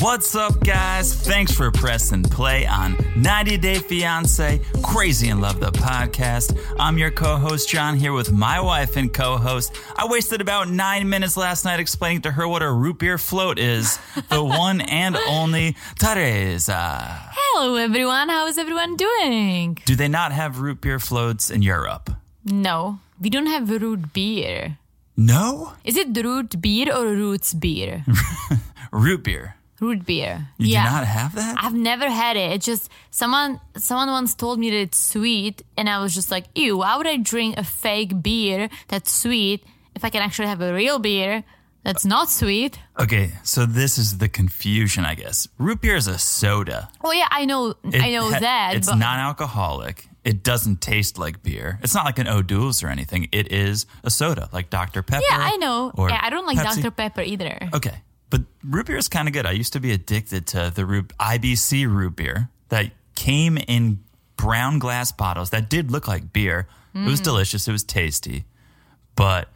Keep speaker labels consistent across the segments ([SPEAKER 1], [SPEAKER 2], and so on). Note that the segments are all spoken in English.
[SPEAKER 1] What's up, guys? Thanks for pressing play on 90 Day Fiance, Crazy in Love, the podcast. I'm your co host, John, here with my wife and co host. I wasted about nine minutes last night explaining to her what a root beer float is. The one and only Teresa.
[SPEAKER 2] Hello, everyone. How is everyone doing?
[SPEAKER 1] Do they not have root beer floats in Europe?
[SPEAKER 2] No, we don't have root beer.
[SPEAKER 1] No?
[SPEAKER 2] Is it root beer or roots beer?
[SPEAKER 1] Root beer.
[SPEAKER 2] root beer.
[SPEAKER 1] You do not have that?
[SPEAKER 2] I've never had it. It's just someone someone once told me that it's sweet, and I was just like, ew, why would I drink a fake beer that's sweet if I can actually have a real beer that's not sweet?
[SPEAKER 1] Okay, so this is the confusion, I guess. Root beer is a soda.
[SPEAKER 2] Oh yeah, I know I
[SPEAKER 1] It
[SPEAKER 2] know
[SPEAKER 1] ha-
[SPEAKER 2] that.
[SPEAKER 1] It's
[SPEAKER 2] but
[SPEAKER 1] non alcoholic. It doesn't taste like beer. It's not like an O'Doul's or anything. It is a soda, like Dr. Pepper.
[SPEAKER 2] Yeah, I know.
[SPEAKER 1] or
[SPEAKER 2] Yeah, I don't like
[SPEAKER 1] Pepsi.
[SPEAKER 2] Dr. Pepper either.
[SPEAKER 1] Okay. But root beer is kind of good. I used to be addicted to the root, IBC root beer that came in brown glass bottles that did look like beer. It
[SPEAKER 2] Mm.
[SPEAKER 1] was delicious. It was tasty. But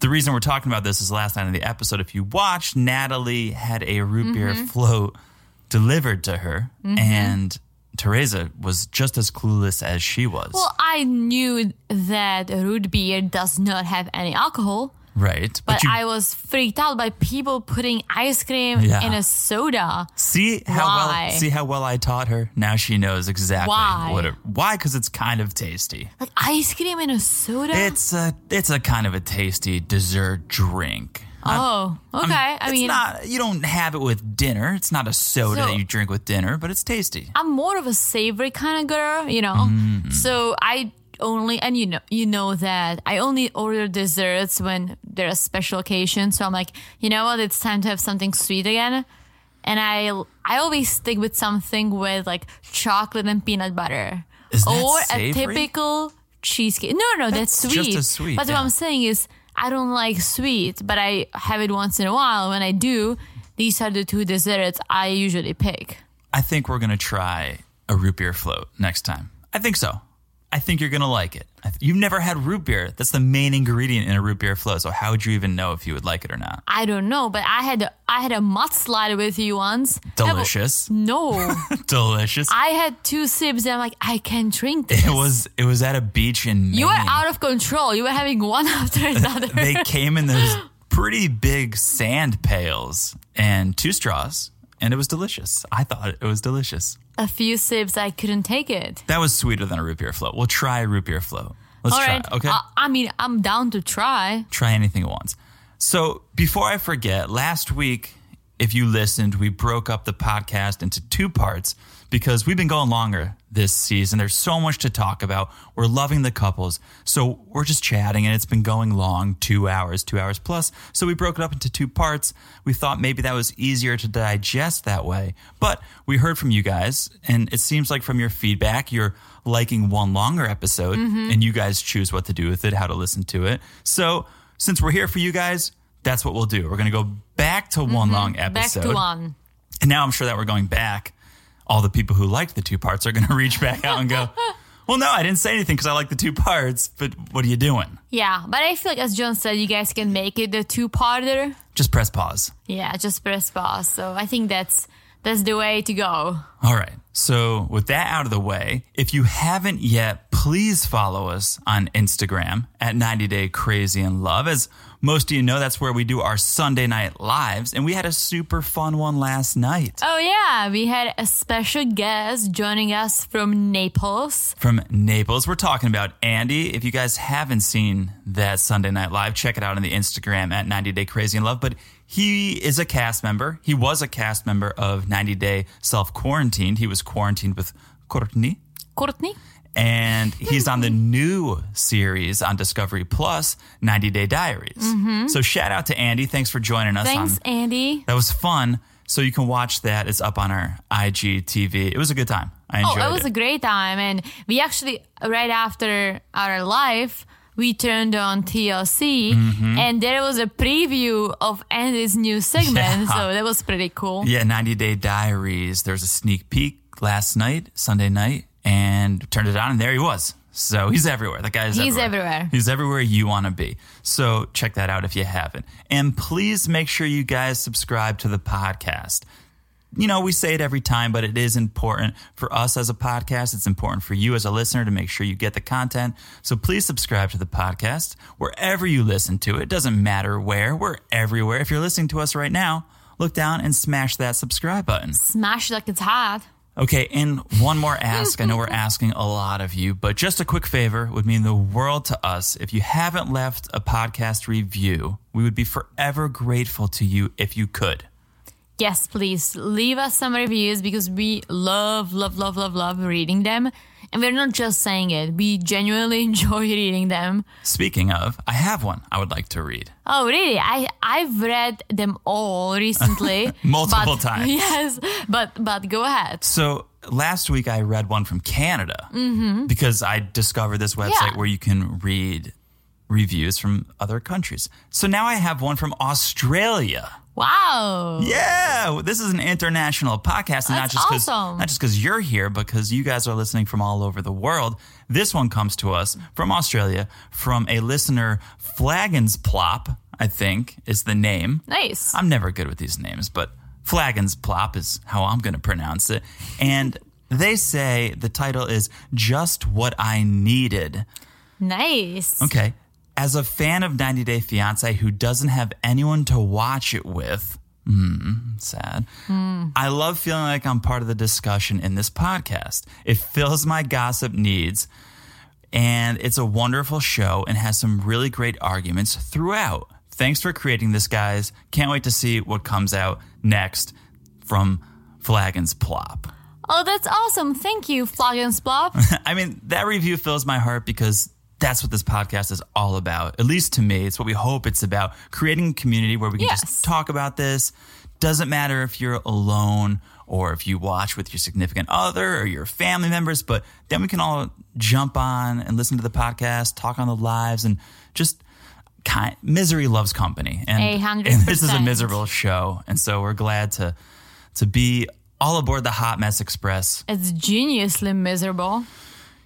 [SPEAKER 1] the reason we're talking about this is last night in the episode, if you watched, Natalie had a root beer
[SPEAKER 2] Mm-hmm.
[SPEAKER 1] float delivered to her, and Teresa was just as clueless as she was.
[SPEAKER 2] Well, I knew that root beer does not have any alcohol,
[SPEAKER 1] right.
[SPEAKER 2] but
[SPEAKER 1] you
[SPEAKER 2] I was freaked out by people putting ice cream
[SPEAKER 1] Yeah.
[SPEAKER 2] in a soda.
[SPEAKER 1] See how
[SPEAKER 2] Why?
[SPEAKER 1] well see how well I taught her. Now she knows exactly
[SPEAKER 2] Why?
[SPEAKER 1] what it, why because it's kind of tasty.
[SPEAKER 2] Like ice cream in a soda?
[SPEAKER 1] It's a it's a kind of a tasty dessert drink.
[SPEAKER 2] oh, okay. i
[SPEAKER 1] it's
[SPEAKER 2] mean,
[SPEAKER 1] not you don't have it with dinner. It's not a soda
[SPEAKER 2] So-
[SPEAKER 1] that you drink with dinner, but it's tasty.
[SPEAKER 2] I'm more of a savory kind of girl, you know.
[SPEAKER 1] Mm-hmm.
[SPEAKER 2] So I only and you know you know that I only order desserts when there are special occasions. So I'm like, you know what, it's time to have something sweet again. And I I always stick with something with like chocolate and peanut butter.
[SPEAKER 1] Is that
[SPEAKER 2] or
[SPEAKER 1] savory?
[SPEAKER 2] a typical cheesecake. No, no, that's,
[SPEAKER 1] That's
[SPEAKER 2] sweet.
[SPEAKER 1] just as sweet,
[SPEAKER 2] But
[SPEAKER 1] yeah.
[SPEAKER 2] what I'm saying is I don't like sweet, but I have it once in a while. When I do, these are the two desserts I usually pick.
[SPEAKER 1] I think we're gonna try a root beer float next time. I think so. I think you're gonna like it. I th- you've never had root beer. That's the main ingredient in a root beer float. So how would you even know if you would like it or not?
[SPEAKER 2] I don't know, but I had I had a mudslide with you once.
[SPEAKER 1] Delicious,
[SPEAKER 2] No,
[SPEAKER 1] delicious.
[SPEAKER 2] I had two sips and I'm like, I can't drink this.
[SPEAKER 1] it was it was at a beach in Maine.
[SPEAKER 2] You were out of control. You were having one after another.
[SPEAKER 1] they came in those pretty big sand pails and two straws, and it was delicious. I thought it was delicious.
[SPEAKER 2] a few sips, I couldn't take it.
[SPEAKER 1] That was sweeter than a root beer float. We'll try a root beer float. Let's
[SPEAKER 2] All
[SPEAKER 1] try.
[SPEAKER 2] right.
[SPEAKER 1] it, Okay,
[SPEAKER 2] I, uh, I mean, I'm down to try.
[SPEAKER 1] try anything at once. So before I forget, last week, if you listened, we broke up the podcast into two parts because we've been going longer this season. There's so much to talk about. We're loving the couples. So we're just chatting and it's been going long, two hours, two hours plus. So we broke it up into two parts. We thought maybe that was easier to digest that way. But we heard from you guys and it seems like from your feedback, you're liking one longer episode
[SPEAKER 2] Mm-hmm.
[SPEAKER 1] and you guys choose what to do with it, how to listen to it. So since we're here for you guys, that's what we'll do. We're going to go back to one long
[SPEAKER 2] Mm-hmm. Back
[SPEAKER 1] episode.
[SPEAKER 2] to one.
[SPEAKER 1] And now I'm sure that we're going back. All the people who liked the two parts are going to reach back out and go, well, no, I didn't say anything because I like the two parts, but what are you doing?
[SPEAKER 2] Yeah, but I feel like as John said, you guys can make it the two-parter.
[SPEAKER 1] Just press pause.
[SPEAKER 2] Yeah, just press pause. So I think that's that's the way to go.
[SPEAKER 1] All right. So, with that out of the way, if you haven't yet, please follow us on Instagram at 90 Day Crazy in Love. As most of you know, that's where we do our Sunday night lives. And we had a super fun one last night
[SPEAKER 2] Oh yeah, we had a special guest joining us from Naples.
[SPEAKER 1] from Naples. We're talking about Andy. If you guys haven't seen that Sunday Night Live, check it out on the Instagram at 90 Day Crazy in Love. But he is a cast member. He was a cast member of 90 Day Self Quarantined. He was quarantined with Courtney.
[SPEAKER 2] Courtney?
[SPEAKER 1] and he's on the new series on Discovery Plus, 90 Day Diaries. So shout out to Andy. Thanks for joining us.
[SPEAKER 2] Mm-hmm. Thanks,
[SPEAKER 1] On,
[SPEAKER 2] Andy.
[SPEAKER 1] that was fun. So you can watch that. It's up on our IGTV. It was a good time. I
[SPEAKER 2] Oh,
[SPEAKER 1] enjoyed
[SPEAKER 2] it was a great time. And we actually, right after our live, we turned on TLC
[SPEAKER 1] Mm-hmm.
[SPEAKER 2] and there was a preview of Andy's new segment.
[SPEAKER 1] Yeah.
[SPEAKER 2] So that was pretty cool.
[SPEAKER 1] yeah, 90 Day Diaries. There was a sneak peek last night, Sunday night, and turned it on, and there he was. So he's everywhere. That guy is
[SPEAKER 2] He's everywhere.
[SPEAKER 1] He's everywhere you want to be. So check that out if you haven't. And please make sure you guys subscribe to the podcast. you know, we say it every time, but it is important for us as a podcast. It's important for you as a listener to make sure you get the content. So please subscribe to the podcast wherever you listen to it. It doesn't matter where, we're everywhere. If you're listening to us right now, look down and smash that subscribe button.
[SPEAKER 2] Smash like it's hot.
[SPEAKER 1] Okay, and one more ask. I know we're asking a lot of you, but just a quick favor would mean the world to us. If you haven't left a podcast review, we would be forever grateful to you if you could.
[SPEAKER 2] Yes, please leave us some reviews because we love, love, love, love, love reading them. And we're not just saying it, we genuinely enjoy reading them.
[SPEAKER 1] Speaking of, I have one I would like to read.
[SPEAKER 2] Oh, really? I I've read them all recently,
[SPEAKER 1] Multiple
[SPEAKER 2] but-
[SPEAKER 1] times.
[SPEAKER 2] Yes, but but go ahead.
[SPEAKER 1] So last week I read one from Canada because I discovered this website
[SPEAKER 2] Yeah.
[SPEAKER 1] where you can read reviews from other countries. So now I have one from Australia.
[SPEAKER 2] Wow.
[SPEAKER 1] Yeah, this is an international podcast, and not
[SPEAKER 2] That's
[SPEAKER 1] just because
[SPEAKER 2] awesome.
[SPEAKER 1] not just because you're here, because you guys are listening from all over the world. This one comes to us from Australia from a listener, Flagons Plop, I think is the name.
[SPEAKER 2] Nice.
[SPEAKER 1] I'm never good with these names, but Flagons Plop is how I'm going to pronounce it. And they say the title is Just What I Needed.
[SPEAKER 2] nice.
[SPEAKER 1] Okay. As a fan of 90 Day Fiancé who doesn't have anyone to watch it with, mm, sad. I love feeling like I'm part of the discussion in this podcast. It fills my gossip needs, and it's a wonderful show and has some really great arguments throughout. Thanks for creating this, guys. Can't wait to see what comes out next from Flagons Plop.
[SPEAKER 2] Oh, that's awesome. Thank you, Flog and Splop.
[SPEAKER 1] I mean, that review fills my heart because that's what this podcast is all about. At least to me, it's what we hope it's about creating a community where we can
[SPEAKER 2] Yes.
[SPEAKER 1] just talk about this. Doesn't matter if you're alone or if you watch with your significant other or your family members, but then we can all jump on and listen to the podcast, talk on the lives, and just kind misery loves company. And,
[SPEAKER 2] A hundred
[SPEAKER 1] and this is a
[SPEAKER 2] percent.
[SPEAKER 1] miserable show. And so we're glad to to be all aboard the Hot Mess Express.
[SPEAKER 2] it's geniusly miserable.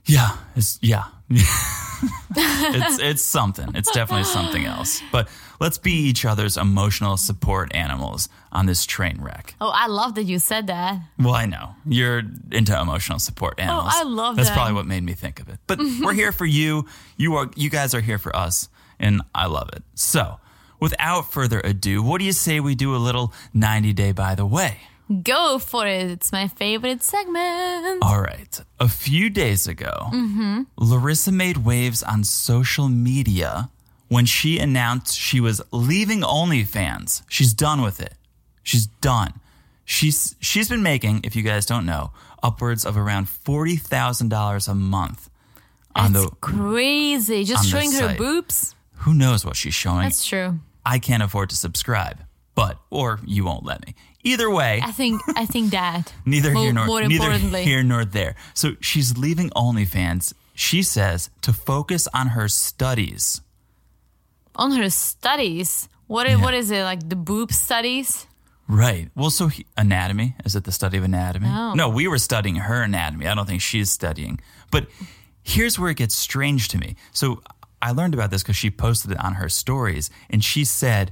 [SPEAKER 1] Yeah, it's yeah. it's it's something. It's definitely something else. But let's be each other's emotional support animals on this train wreck.
[SPEAKER 2] Oh, I love that you said that.
[SPEAKER 1] Well, I know you're into emotional support animals.
[SPEAKER 2] Oh, I love
[SPEAKER 1] that's
[SPEAKER 2] them.
[SPEAKER 1] probably what made me think of it. But we're here for you. You are you guys are here for us, and I love it. So, without further ado, what do you say we do a little ninety day by the way?
[SPEAKER 2] Go for it. It's my favorite segment.
[SPEAKER 1] All right. A few days ago,
[SPEAKER 2] Mm-hmm.
[SPEAKER 1] Larissa made waves on social media when she announced she was leaving OnlyFans. She's done with it. She's done. She's she's been making, if you guys don't know, upwards of around forty thousand dollars a month on
[SPEAKER 2] That's
[SPEAKER 1] the.
[SPEAKER 2] crazy.
[SPEAKER 1] on
[SPEAKER 2] Just
[SPEAKER 1] the
[SPEAKER 2] showing her
[SPEAKER 1] site.
[SPEAKER 2] boobs.
[SPEAKER 1] Who knows what she's showing?
[SPEAKER 2] That's true.
[SPEAKER 1] I can't afford to subscribe, but or you won't let me. Either way,
[SPEAKER 2] I think I think that.
[SPEAKER 1] neither
[SPEAKER 2] more,
[SPEAKER 1] here nor
[SPEAKER 2] more
[SPEAKER 1] neither
[SPEAKER 2] importantly.
[SPEAKER 1] here nor there. So she's leaving OnlyFans. She says to focus on her studies.
[SPEAKER 2] on her studies. What i- what is it like the boob studies?
[SPEAKER 1] Right. Well, so he, anatomy is it the study of anatomy? No, we were studying her anatomy. I don't think she's studying. But here's where it gets strange to me. So I learned about this because she posted it on her stories, and she said,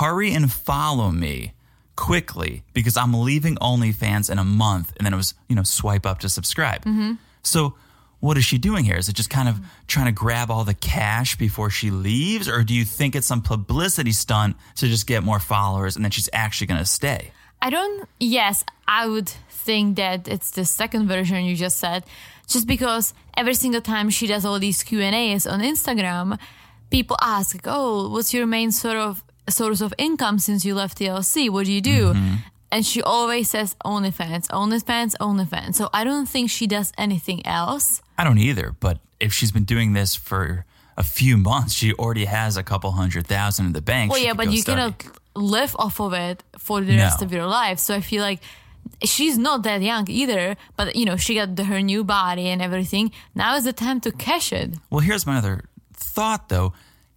[SPEAKER 1] "Hurry and follow me." Quickly, because I'm leaving OnlyFans in a month, and then it was, you know, swipe up to subscribe.
[SPEAKER 2] Mm-hmm.
[SPEAKER 1] So, what is she doing here? Is it just kind of trying to grab all the cash before she leaves, or do you think it's some publicity stunt to just get more followers and then she's actually going to stay?
[SPEAKER 2] I don't. Yes, I would think that it's the second version you just said, just because every single time she does all these Q and A's on Instagram, people ask, like, "Oh, what's your main sort of source of income since you left TLC? What do you do?" and she always says OnlyFans, OnlyFans, OnlyFans. So I don't think she does anything else.
[SPEAKER 1] I don't either, but if she's been doing this for a few months, she already has a couple hundred thousand in the bank.
[SPEAKER 2] Well,
[SPEAKER 1] She
[SPEAKER 2] Oh, yeah,
[SPEAKER 1] could
[SPEAKER 2] but
[SPEAKER 1] go
[SPEAKER 2] you
[SPEAKER 1] study.
[SPEAKER 2] cannot live off of it for the
[SPEAKER 1] No.
[SPEAKER 2] rest of your life. So I feel like she's not that young either. But you know, she got the, her new body and everything. Now is the time to cash it.
[SPEAKER 1] Well, here's my other thought though.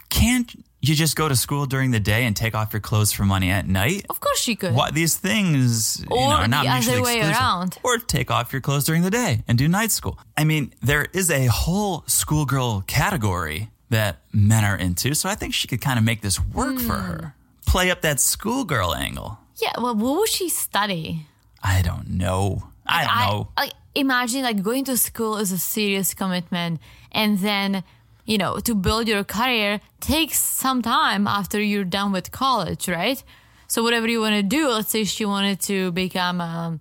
[SPEAKER 1] Can't you just go to school during the day and take off your clothes for money at night?
[SPEAKER 2] Of course, she could.
[SPEAKER 1] Why these things you know,
[SPEAKER 2] Or
[SPEAKER 1] are not
[SPEAKER 2] the other
[SPEAKER 1] mutually
[SPEAKER 2] way
[SPEAKER 1] exclusive.
[SPEAKER 2] around.
[SPEAKER 1] Or take off your clothes during the day and do night school. I mean, there is a whole schoolgirl category that men are into, so I think she could kind of make this work for
[SPEAKER 2] Hmm.
[SPEAKER 1] her. Play up that schoolgirl angle.
[SPEAKER 2] Yeah. Well, what would she study?
[SPEAKER 1] I don't know. I don't know.
[SPEAKER 2] Like, imagine like going to school is a serious commitment, and then you know to build your career takes some time after you're done with college, right? So whatever you want to do, let's say she wanted to become, um,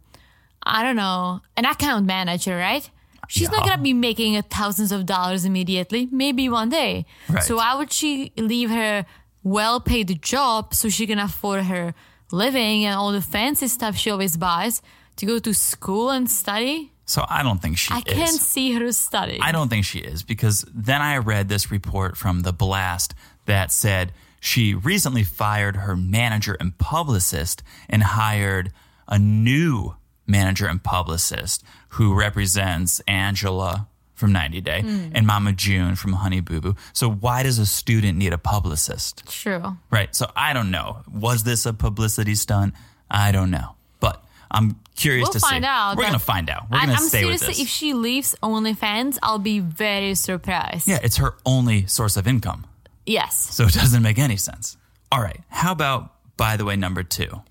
[SPEAKER 2] I don't know, an account manager, right? She's not
[SPEAKER 1] Yeah.
[SPEAKER 2] gonna be making thousands of dollars immediately. Maybe one day.
[SPEAKER 1] Right.
[SPEAKER 2] So why would she leave her well-paid job so she can afford her living and all the fancy stuff she always buys to go to school and study?
[SPEAKER 1] So I don't think she
[SPEAKER 2] I
[SPEAKER 1] is.
[SPEAKER 2] can't see her studying.
[SPEAKER 1] I don't think she is because then I read this report from The Blast that said she recently fired her manager and publicist and hired a new manager and publicist who represents Angela from 90 Day
[SPEAKER 2] Hmm.
[SPEAKER 1] and Mama June from Honey Boo Boo. So why does a student need a publicist?
[SPEAKER 2] True.
[SPEAKER 1] Right. So I don't know. Was this a publicity stunt? I don't know. But I'm curious
[SPEAKER 2] We'll
[SPEAKER 1] to
[SPEAKER 2] find
[SPEAKER 1] see.
[SPEAKER 2] out.
[SPEAKER 1] We're
[SPEAKER 2] That-
[SPEAKER 1] gonna find out. We're gonna
[SPEAKER 2] I, am
[SPEAKER 1] stay with
[SPEAKER 2] seriously,
[SPEAKER 1] this.
[SPEAKER 2] if she leaves OnlyFans, I'll be very surprised.
[SPEAKER 1] yeah, it's her only source of income.
[SPEAKER 2] Yes.
[SPEAKER 1] So it doesn't make any sense. All right. How about, by the way, number two?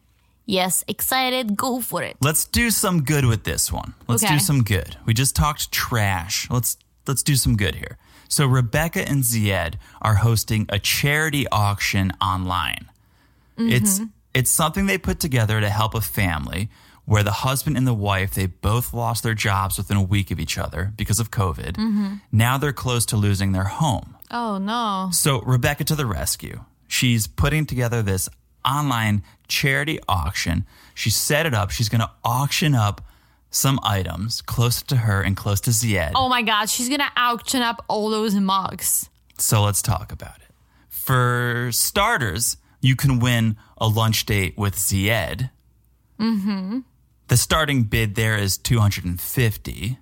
[SPEAKER 2] Yes. Excited. Go for it.
[SPEAKER 1] Let's do some good with this one. Let's
[SPEAKER 2] Okay.
[SPEAKER 1] do some good. We just talked trash. Let's let's do some good here. So Rebecca and Zied are hosting a charity auction online. It's it's something they put together to help a family where the husband and the wife they both lost their jobs within a week of each other because of COVID. Now they're close to losing their home.
[SPEAKER 2] Oh no.
[SPEAKER 1] So Rebecca to the rescue. She's putting together this online charity auction. She set it up. She's going to auction up some items close to her and close to Zied.
[SPEAKER 2] Oh my God. She's gonna auction up all those mugs.
[SPEAKER 1] So let's talk about it. For starters, you can win a lunch date with Zied. Mm-hmm. The starting bid there is 250.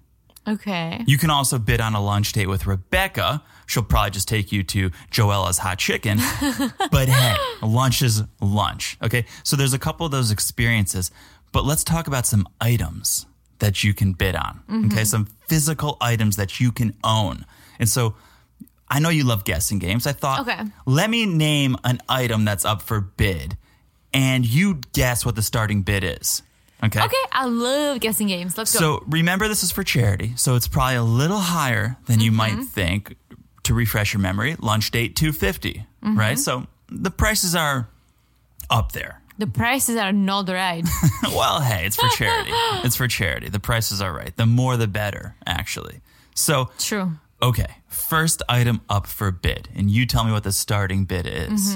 [SPEAKER 2] Okay.
[SPEAKER 1] You can also bid on a lunch date with Rebecca. She'll probably just take you to Joella's Hot Chicken. but hey, lunch is lunch. Okay. So there's a couple of those experiences, but let's talk about some items that you can bid on.
[SPEAKER 2] Mm-hmm.
[SPEAKER 1] Okay. Some physical items that you can own. And so I know you love guessing games. I thought,
[SPEAKER 2] Okay.
[SPEAKER 1] let me name an item that's up for bid and you guess what the starting bid is. Okay.
[SPEAKER 2] Okay, I love guessing games. Let's go.
[SPEAKER 1] So remember, this is for charity, so it's probably a little higher than you might think. To refresh your memory, lunch date two right? So the prices are up there.
[SPEAKER 2] The prices are not right.
[SPEAKER 1] well, hey, it's for charity. it's for charity. The prices are right. The more, the better, actually. So
[SPEAKER 2] True.
[SPEAKER 1] okay, first item up for bid, and you tell me what the starting bid is.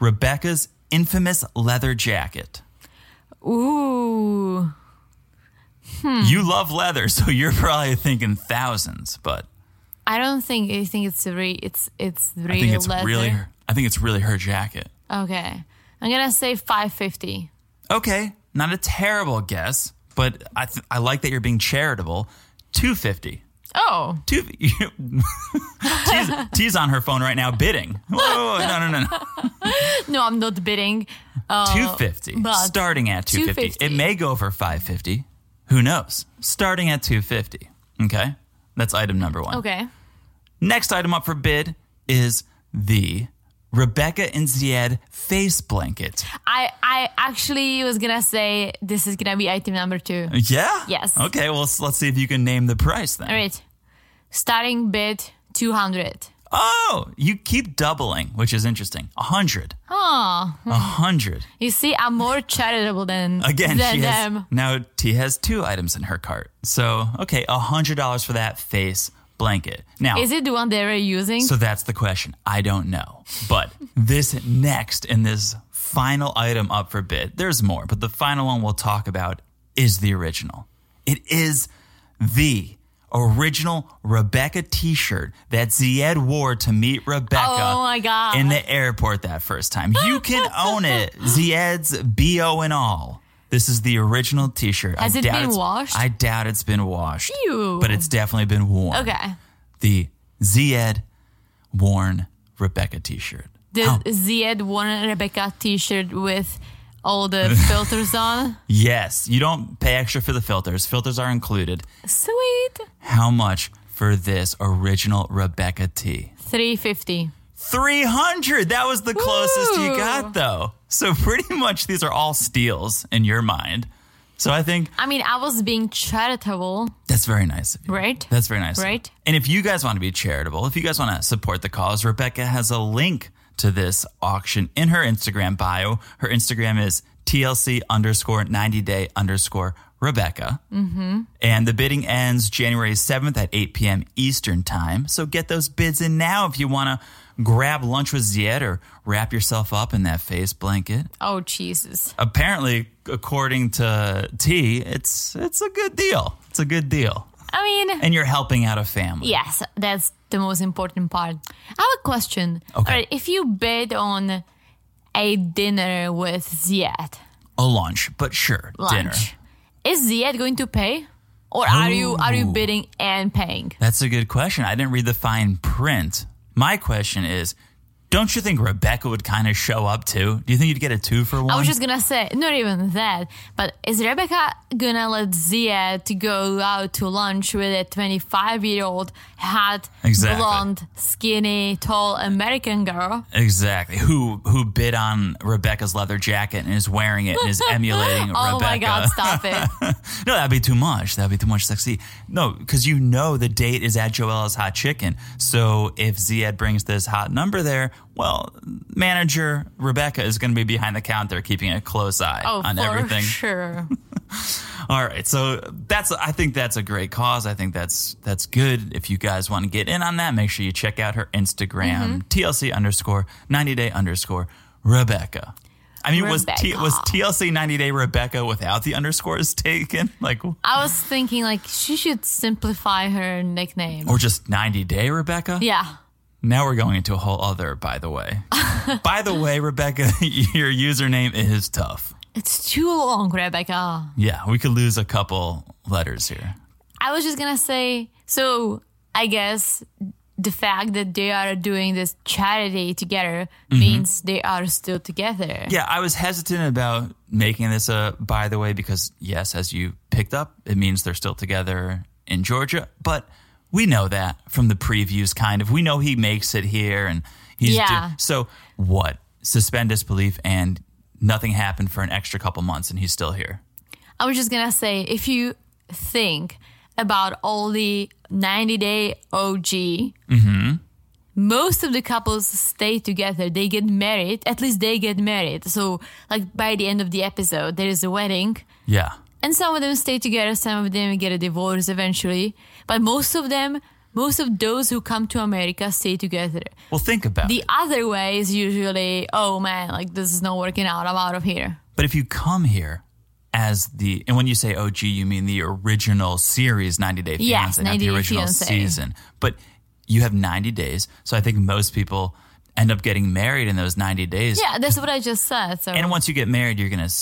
[SPEAKER 1] Rebecca's infamous leather jacket.
[SPEAKER 2] Ooh.
[SPEAKER 1] You love leather, so you're probably thinking thousands, but.
[SPEAKER 2] I don't think I think it's re it's it's real
[SPEAKER 1] I think it's
[SPEAKER 2] leather.
[SPEAKER 1] really her. I think it's really her jacket.
[SPEAKER 2] Okay. I'm gonna say five fifty.
[SPEAKER 1] Okay, not a terrible guess, but I th- I like that you're being charitable. 250.
[SPEAKER 2] Oh.
[SPEAKER 1] Two T's, T's on her phone right now bidding. Whoa, whoa, whoa, no, no, no, no.
[SPEAKER 2] No, I'm not bidding.
[SPEAKER 1] 250.
[SPEAKER 2] Oh, but
[SPEAKER 1] Starting at 250.
[SPEAKER 2] 250.
[SPEAKER 1] It may go for 550. Who knows? Starting at 250. Okay? That's item number 1.
[SPEAKER 2] Okay.
[SPEAKER 1] Next item up for bid is the Rebecca and Zied face blanket.
[SPEAKER 2] I I actually was gonna say this is gonna be item number two.
[SPEAKER 1] Uh, Yeah?
[SPEAKER 2] Yes.
[SPEAKER 1] Okay, well, let's, let's see if you can name the price then.
[SPEAKER 2] All right. Starting bid two hundred.
[SPEAKER 1] Oh, you keep doubling, which is interesting. A hundred.
[SPEAKER 2] Oh.
[SPEAKER 1] A hundred.
[SPEAKER 2] You see, I'm more charitable than
[SPEAKER 1] Again,
[SPEAKER 2] than
[SPEAKER 1] she has,
[SPEAKER 2] them.
[SPEAKER 1] now T has two items in her cart. So, okay, a hundred dollars for that face blanket. Now,
[SPEAKER 2] Is it the one they were using?
[SPEAKER 1] so that's the question. I don't know. But this next in this final item up for bid. There's more, but the final one we'll talk about is the original. It is the original Rebecca t shirt that Zied wore to meet Rebecca
[SPEAKER 2] Oh my God.
[SPEAKER 1] in the airport that first time. You can own it. Zied's BO and all. This is the original t shirt.
[SPEAKER 2] Has it been washed?
[SPEAKER 1] I doubt it's been washed.
[SPEAKER 2] Ew.
[SPEAKER 1] But it's definitely been worn.
[SPEAKER 2] Okay.
[SPEAKER 1] The Zied worn Rebecca t shirt.
[SPEAKER 2] The Ziad one Rebecca T-shirt with all the filters on.
[SPEAKER 1] Yes, you don't pay extra for the filters. Filters are included.
[SPEAKER 2] Sweet.
[SPEAKER 1] How much for this original Rebecca T?
[SPEAKER 2] Three fifty.
[SPEAKER 1] 300. That was the closest you
[SPEAKER 2] Woo.
[SPEAKER 1] got though. So pretty much these are all steals in your mind. So I think
[SPEAKER 2] I mean, I was being charitable.
[SPEAKER 1] that's very nice of you.
[SPEAKER 2] Right?
[SPEAKER 1] That's very nice. of you.
[SPEAKER 2] Right?
[SPEAKER 1] And if you guys want to be charitable, if you guys want to support the cause, Rebecca has a link to this auction in her Instagram bio. Her Instagram is TLC underscore 90 day underscore Rebecca. Mm-hmm. And the bidding ends January 7th at 8 p.m. Eastern time. So get those bids in now if you want to grab lunch with Ziet or wrap yourself up in that face blanket.
[SPEAKER 2] Oh Jesus.
[SPEAKER 1] Apparently, according to T, it's it's a good deal. It's a good deal
[SPEAKER 2] I mean,
[SPEAKER 1] and you're helping out a family.
[SPEAKER 2] yes, that's the most important part. I have a question.
[SPEAKER 1] Okay.
[SPEAKER 2] All right, if you bid on a dinner with Ziad,
[SPEAKER 1] A lunch, but sure,
[SPEAKER 2] lunch,
[SPEAKER 1] dinner.
[SPEAKER 2] is Ziad going to pay, or are you are you
[SPEAKER 1] Oh.
[SPEAKER 2] bidding and paying?
[SPEAKER 1] That's a good question. I didn't read the fine print. My question is, don't you think Rebecca would kind of show up too? Do you think you'd get a two for one?
[SPEAKER 2] I was just gonna say, not even that, but is Rebecca gonna let Zia to go out to lunch with a 25 year old hot,
[SPEAKER 1] Exactly.
[SPEAKER 2] blonde, skinny, tall American girl?
[SPEAKER 1] exactly. Who who bid on Rebecca's leather jacket and is wearing it and is emulating
[SPEAKER 2] Oh
[SPEAKER 1] Rebecca?
[SPEAKER 2] my God, stop it.
[SPEAKER 1] no, that'd be too much. That'd be too much sexy. No, because you know the date is at Joella's Hot Chicken. So if Ziad brings this hot number there, well, manager Rebecca is going to be behind the counter keeping a close eye
[SPEAKER 2] Oh,
[SPEAKER 1] on
[SPEAKER 2] for
[SPEAKER 1] everything.
[SPEAKER 2] sure.
[SPEAKER 1] All right, so that's I think that's a great cause. I think that's that's good. If you guys want to get in on that, make sure you check out her
[SPEAKER 2] Mm-hmm.
[SPEAKER 1] Instagram TLC underscore ninety day underscore Rebecca. I mean, was T,
[SPEAKER 2] Rebecca.
[SPEAKER 1] was TLC ninety day Rebecca without the underscores taken? Like,
[SPEAKER 2] I was thinking like she should simplify her nickname.
[SPEAKER 1] or just 90 day rebecca
[SPEAKER 2] yeah.
[SPEAKER 1] now we're going into a whole other by the way by the way rebecca your username is tough
[SPEAKER 2] It's too long, Rebecca.
[SPEAKER 1] yeah we could lose a couple letters here
[SPEAKER 2] I was just gonna say, so I guess the fact that they are doing this charity together means they are still together.
[SPEAKER 1] yeah i was hesitant about making this a by the way because yes as you picked up it means they're still together in georgia but we know that from the previews kind of we know he makes it here and he's
[SPEAKER 2] Yeah.
[SPEAKER 1] do- so what suspend disbelief and nothing happened for an extra couple months and he's still here
[SPEAKER 2] I was just gonna say, if you think about all the 90 day OG, most of the couples stay together. They get married. At least they get married. So, like by the end of the episode, there is a wedding,
[SPEAKER 1] yeah
[SPEAKER 2] and some of them stay together. Some of them get a divorce eventually, but most of them. Most of those who come to America stay together.
[SPEAKER 1] well think about it.
[SPEAKER 2] The other way is usually, oh man, like this is not working out. I'm out of here.
[SPEAKER 1] But if you come here as the, and when you say OG, you mean the original series, 90 Day Fiancé,
[SPEAKER 2] Yes,
[SPEAKER 1] not
[SPEAKER 2] 90
[SPEAKER 1] the
[SPEAKER 2] Day
[SPEAKER 1] original
[SPEAKER 2] Fiancé.
[SPEAKER 1] season. But you have 90 days. So I think most people end up getting married in those 90 days.
[SPEAKER 2] Yeah, that's what I just said. So.
[SPEAKER 1] And once you get married, you're going to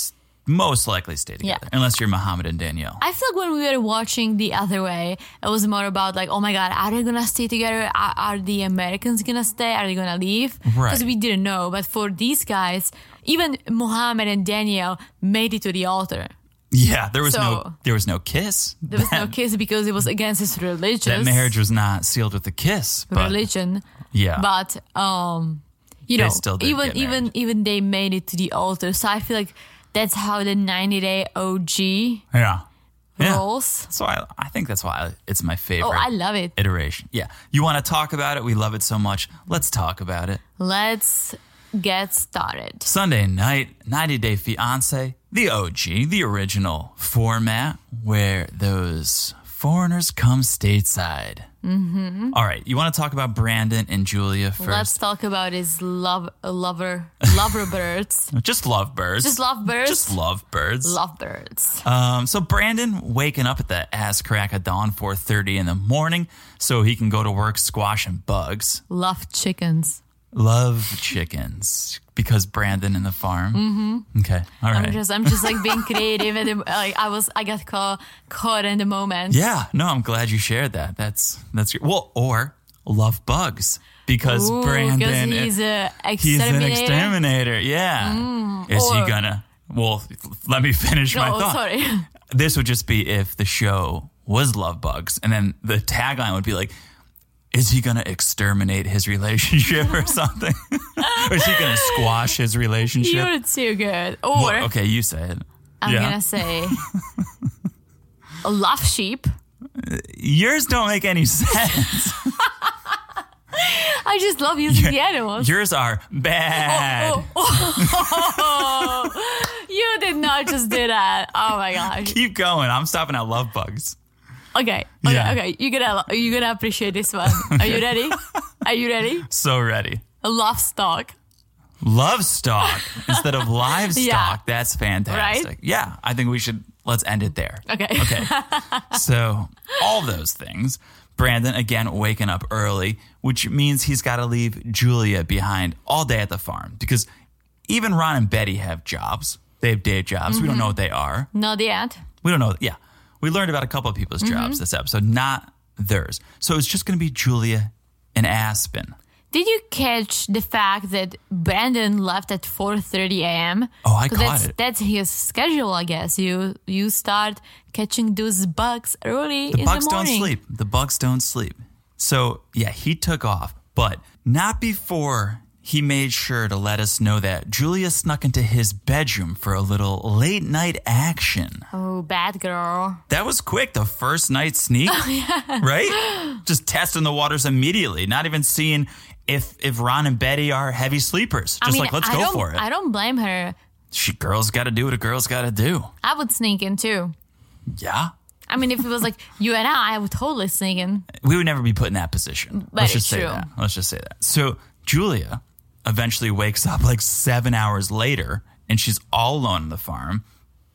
[SPEAKER 1] most likely stay together,
[SPEAKER 2] Yeah.
[SPEAKER 1] unless you're Muhammad and Danielle.
[SPEAKER 2] I feel like when we were watching the other way, it was more about like, oh my god, are they gonna stay together? Are, are the Americans gonna stay? Are they gonna leave?
[SPEAKER 1] Right.
[SPEAKER 2] Because we didn't know. But for these guys, even Mohammed and Danielle made it to the altar.
[SPEAKER 1] yeah, there was no,
[SPEAKER 2] So-
[SPEAKER 1] there was no kiss.
[SPEAKER 2] There was no kiss because it was against his
[SPEAKER 1] that
[SPEAKER 2] religious
[SPEAKER 1] marriage was not sealed with a kiss. But
[SPEAKER 2] religion.
[SPEAKER 1] Yeah.
[SPEAKER 2] But um, you
[SPEAKER 1] They
[SPEAKER 2] know,
[SPEAKER 1] still did
[SPEAKER 2] even
[SPEAKER 1] get
[SPEAKER 2] even
[SPEAKER 1] married.
[SPEAKER 2] even they made it to the altar. So I feel like that's how the 90 day OG
[SPEAKER 1] yeah. Yeah.
[SPEAKER 2] rolls.
[SPEAKER 1] So I, I think that's why it's my favorite.
[SPEAKER 2] Oh, I love it.
[SPEAKER 1] iteration. Yeah. You want to talk about it? We love it so much. Let's talk about it.
[SPEAKER 2] Let's get started.
[SPEAKER 1] Sunday night, 90 Day Fiance, the OG, the original format where those foreigners come stateside. Mm-hmm. right, you want to talk about Brandon and Julia 1st
[SPEAKER 2] Let's talk about his love uh, lover lover birds.
[SPEAKER 1] Just love birds.
[SPEAKER 2] Just love birds.
[SPEAKER 1] Just love birds.
[SPEAKER 2] love birds.
[SPEAKER 1] Um, so Brandon waking up at the ass crack of dawn, four thirty in the morning, so he can go to work squashing bugs.
[SPEAKER 2] Love chickens.
[SPEAKER 1] Love chickens because Brandon and the farm. Mm-hmm. Okay, all
[SPEAKER 2] I'm
[SPEAKER 1] right.
[SPEAKER 2] just I'm just like being creative and then, like I was I got caught caught in the moment.
[SPEAKER 1] yeah, no, I'm glad you shared that. That's that's well, or love bugs because
[SPEAKER 2] Ooh, 'cause
[SPEAKER 1] Brandon
[SPEAKER 2] he's a
[SPEAKER 1] He's an
[SPEAKER 2] exterminator. Mm.
[SPEAKER 1] exterminator. Yeah. Is he
[SPEAKER 2] or-
[SPEAKER 1] gonna? Well, let me finish my
[SPEAKER 2] oh,
[SPEAKER 1] thought.
[SPEAKER 2] sorry.
[SPEAKER 1] This would just be if the show was Love Bugs, and then the tagline would be like, "Is he gonna exterminate his relationship or something? or is he gonna squash his relationship?"
[SPEAKER 2] You're too good. Or
[SPEAKER 1] Well, okay, you say it.
[SPEAKER 2] I'm
[SPEAKER 1] yeah.
[SPEAKER 2] gonna say love sheep.
[SPEAKER 1] Yours don't make any sense.
[SPEAKER 2] I just love using the animals.
[SPEAKER 1] Yours are bad.
[SPEAKER 2] Oh, oh. you did not just do that. Oh my gosh.
[SPEAKER 1] Keep going. I'm stopping at Love Bugs.
[SPEAKER 2] Okay. Okay.
[SPEAKER 1] Yeah.
[SPEAKER 2] Okay. You're gonna you're gonna appreciate this one. Are you ready? Are you ready?
[SPEAKER 1] So ready.
[SPEAKER 2] Livestock.
[SPEAKER 1] Love stock instead of livestock.
[SPEAKER 2] Yeah.
[SPEAKER 1] That's fantastic.
[SPEAKER 2] Right?
[SPEAKER 1] Yeah, I think we should let's end it there.
[SPEAKER 2] Okay.
[SPEAKER 1] Okay. so, all those things. Brandon again waking up early, which means he's got to leave Julia behind all day at the farm because even Ron and Betty have jobs. They have day jobs. We don't
[SPEAKER 2] Mm-hmm.
[SPEAKER 1] know what they are.
[SPEAKER 2] Not yet.
[SPEAKER 1] We don't know. Yeah. We learned about a couple of people's
[SPEAKER 2] Mm-hmm.
[SPEAKER 1] jobs this episode, not theirs. So, it's just going to be Julia and Aspen.
[SPEAKER 2] Did you catch the fact that Brandon left at 4:30 a.m.?
[SPEAKER 1] Oh, I
[SPEAKER 2] 'Cause
[SPEAKER 1] caught
[SPEAKER 2] that's,
[SPEAKER 1] it.
[SPEAKER 2] That's his schedule, I guess. You you start catching those bugs early
[SPEAKER 1] The
[SPEAKER 2] in
[SPEAKER 1] Bucks
[SPEAKER 2] the
[SPEAKER 1] don't
[SPEAKER 2] morning.
[SPEAKER 1] sleep. The Bucks don't sleep. So yeah, he took off, but not before he made sure to let us know that Julia snuck into his bedroom for a little late night action.
[SPEAKER 2] Oh, bad girl.
[SPEAKER 1] That was quick, the first night sneak,
[SPEAKER 2] Oh,
[SPEAKER 1] right? Just testing the waters immediately, not even seeing if if Ron and Betty are heavy sleepers. Just
[SPEAKER 2] I mean,
[SPEAKER 1] like let's
[SPEAKER 2] I
[SPEAKER 1] go
[SPEAKER 2] don't,
[SPEAKER 1] for
[SPEAKER 2] I
[SPEAKER 1] it.
[SPEAKER 2] don't blame her.
[SPEAKER 1] She girls got to do what a girl's got to do.
[SPEAKER 2] I would sneak in too.
[SPEAKER 1] Yeah.
[SPEAKER 2] I mean, if it was like you and I, I would totally sneak in.
[SPEAKER 1] we would never be put in that position.
[SPEAKER 2] But
[SPEAKER 1] Let's
[SPEAKER 2] it's
[SPEAKER 1] just say
[SPEAKER 2] true.
[SPEAKER 1] that. Let's just say that. So Julia eventually wakes up like seven hours later and she's all alone on the farm.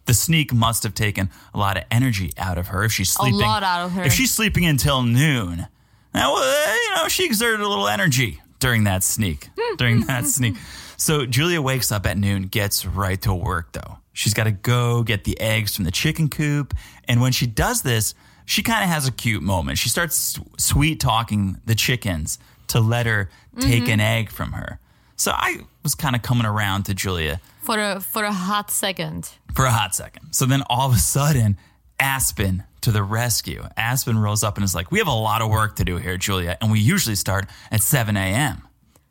[SPEAKER 1] The sneak must have taken a lot of energy out of her if she's sleeping.
[SPEAKER 2] lot out of her.
[SPEAKER 1] If she's sleeping until noon, now uh, you know she exerted a little energy during that sneak. during that sneak, so Julia wakes up at noon, gets right to work though. She's got to go get the eggs from the chicken coop, and when she does this, she kind of has a cute moment. She starts sweet talking the chickens to let her take
[SPEAKER 2] Mm-hmm.
[SPEAKER 1] an egg from her. So I was kind of coming around to Julia
[SPEAKER 2] for a for a hot second.
[SPEAKER 1] for a hot second. So then all of a sudden, Aspen to the rescue. Aspen rolls up and is like, We have a lot of work to do here, Julia, and we usually start at 7 a.m.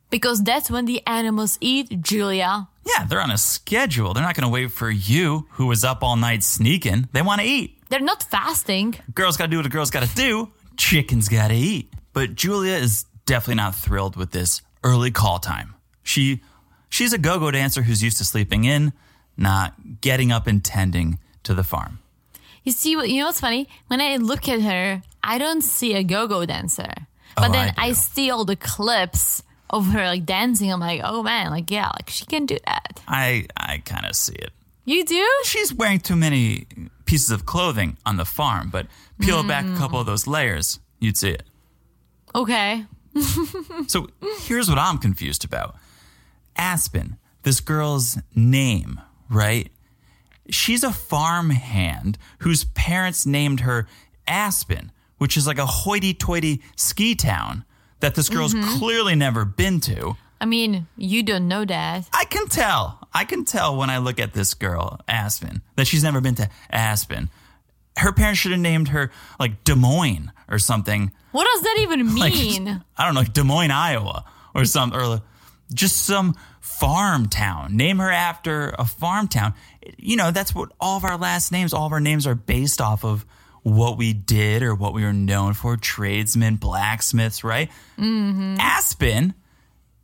[SPEAKER 2] Because that's when the animals eat, Julia.
[SPEAKER 1] Yeah, they're on a schedule. They're not going to wait for you, who was up all night sneaking. They want to eat.
[SPEAKER 2] They're not fasting.
[SPEAKER 1] Girls got to do what a girl's got to do. Chickens got to eat. But Julia is definitely not thrilled with this early call time. She she's a go-go dancer who's used to sleeping in, not getting up and tending to the farm.
[SPEAKER 2] You see, what you know what's funny? When I look at her, I don't see a go-go dancer. But
[SPEAKER 1] Oh,
[SPEAKER 2] then
[SPEAKER 1] I
[SPEAKER 2] I,
[SPEAKER 1] do.
[SPEAKER 2] see all the clips of her like dancing. I'm like, oh man, like yeah, like she can do that.
[SPEAKER 1] I I kind of see it.
[SPEAKER 2] You do?
[SPEAKER 1] she's wearing too many pieces of clothing on the farm, but peel back a couple of those layers, you'd see it.
[SPEAKER 2] Okay.
[SPEAKER 1] So here's what I'm confused about Aspen, this girl's name, right? She's a farm hand whose parents named her Aspen, which is like a hoity toity ski town that this girl's clearly never been to.
[SPEAKER 2] I mean, you don't know that.
[SPEAKER 1] I can tell. I can tell when I look at this girl, Aspen, that she's never been to Aspen. Her parents should have named her like Des Moines or something.
[SPEAKER 2] What does that even
[SPEAKER 1] Like,
[SPEAKER 2] mean?
[SPEAKER 1] I don't know, Des Moines, Iowa or some or just some farm town. Name her after a farm town. You know, that's what all of our last names, all of our names are based off of what we did or what we were known for, tradesmen, blacksmiths, right?
[SPEAKER 2] Mm-hmm.
[SPEAKER 1] Aspen,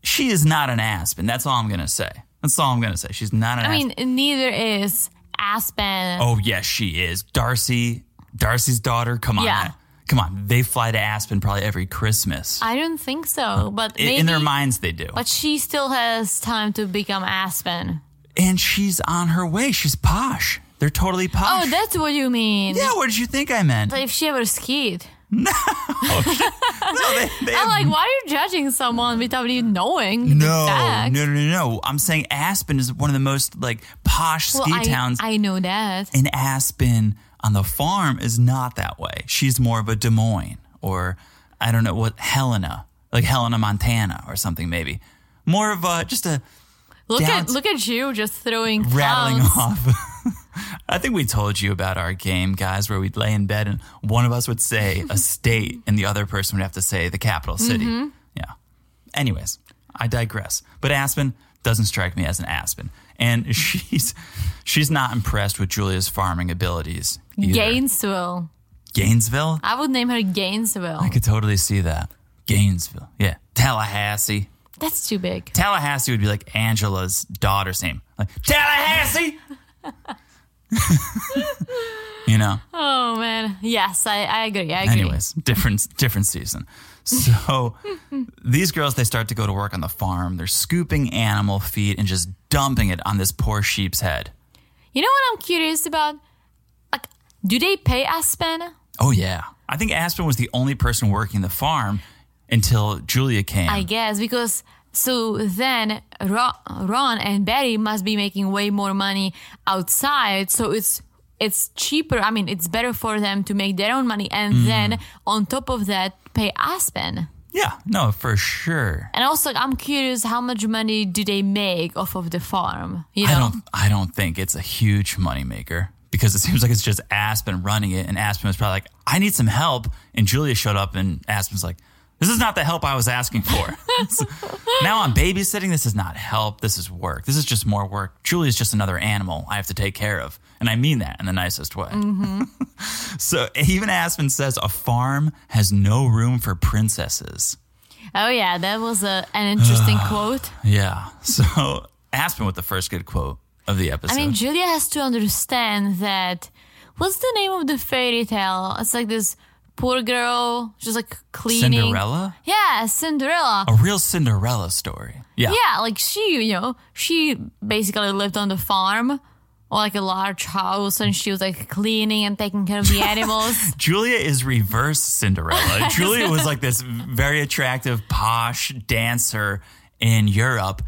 [SPEAKER 1] she is not an aspen. That's all I'm going to say. That's all I'm going to say. She's not an
[SPEAKER 2] I
[SPEAKER 1] aspen.
[SPEAKER 2] mean, neither is Aspen.
[SPEAKER 1] Oh yes, she is. Darcy Darcy's daughter. Come on,
[SPEAKER 2] Yeah.
[SPEAKER 1] man. come on. They fly to Aspen probably every Christmas.
[SPEAKER 2] I don't think so, but
[SPEAKER 1] I-
[SPEAKER 2] maybe,
[SPEAKER 1] Oh. In their minds, they do.
[SPEAKER 2] But she still has time to become Aspen.
[SPEAKER 1] and she's on her way. She's posh. They're totally posh.
[SPEAKER 2] Oh, that's what you mean.
[SPEAKER 1] yeah. What did you think I meant?
[SPEAKER 2] If she ever skied.
[SPEAKER 1] no, they, they have
[SPEAKER 2] I'm like, why are you judging someone without even knowing? the
[SPEAKER 1] No,
[SPEAKER 2] facts?
[SPEAKER 1] no, no, no, no. I'm saying Aspen is one of the most like posh
[SPEAKER 2] Well,
[SPEAKER 1] ski
[SPEAKER 2] I,
[SPEAKER 1] towns,
[SPEAKER 2] I know that.
[SPEAKER 1] and Aspen on the farm is not that way. She's more of a Des Moines or I don't know what Helena, like Helena, Montana, or something maybe. More of a just a
[SPEAKER 2] Look at
[SPEAKER 1] Downs-
[SPEAKER 2] look at you just throwing
[SPEAKER 1] rattling
[SPEAKER 2] towns.
[SPEAKER 1] off. I think we told you about our game, guys, where we'd lay in bed and one of us would say a state and the other person would have to say the capital city. Yeah. Anyways, I digress. But Aspen doesn't strike me as an Aspen. And she's she's not impressed with Julia's farming abilities. Either.
[SPEAKER 2] Gainesville.
[SPEAKER 1] Gainesville?
[SPEAKER 2] I would name her Gainesville.
[SPEAKER 1] I could totally see that. Gainesville. Yeah. Tallahassee.
[SPEAKER 2] That's too big.
[SPEAKER 1] Tallahassee would be like Angela's daughter's name. Like Tallahassee. you know.
[SPEAKER 2] Oh man. Yes, I, I agree. I agree.
[SPEAKER 1] Anyways, different different season. So these girls they start to go to work on the farm. They're scooping animal feed and just dumping it on this poor sheep's head.
[SPEAKER 2] You know what I'm curious about? Like, do they pay Aspen?
[SPEAKER 1] Oh yeah. I think Aspen was the only person working the farm until Julia came.
[SPEAKER 2] I guess because so then Ro- Ron and Betty must be making way more money outside, so it's it's cheaper. I mean, it's better for them to make their own money and
[SPEAKER 1] Mm.
[SPEAKER 2] then on top of that pay Aspen.
[SPEAKER 1] yeah, no, for sure.
[SPEAKER 2] And also, I'm curious how much money do they make off of the farm? You know,
[SPEAKER 1] I don't I don't think it's a huge moneymaker because it seems like it's just Aspen running it and Aspen was probably like, I need some help and Julia showed up and Aspen's like, This is not the help I was asking for. So now I'm babysitting, this is not help, this is work. This is just more work. Julia's just another animal I have to take care of. And I mean that in the nicest way.
[SPEAKER 2] Mm-hmm.
[SPEAKER 1] so even Aspen says a farm has no room for princesses.
[SPEAKER 2] oh yeah, that was a, an interesting quote.
[SPEAKER 1] Yeah. So Aspen with the first good quote of the episode.
[SPEAKER 2] I mean, Julia has to understand that. What's the name of the fairy tale? It's like this poor girl, she's like cleaning.
[SPEAKER 1] Cinderella?
[SPEAKER 2] Yeah, Cinderella.
[SPEAKER 1] a real Cinderella story. Oh, Yeah.
[SPEAKER 2] Yeah, like she, you know, she basically lived on the farm or like a large house and she was like cleaning and taking care of the animals.
[SPEAKER 1] Julia is reverse Cinderella. Julia was like this very attractive, posh dancer in Europe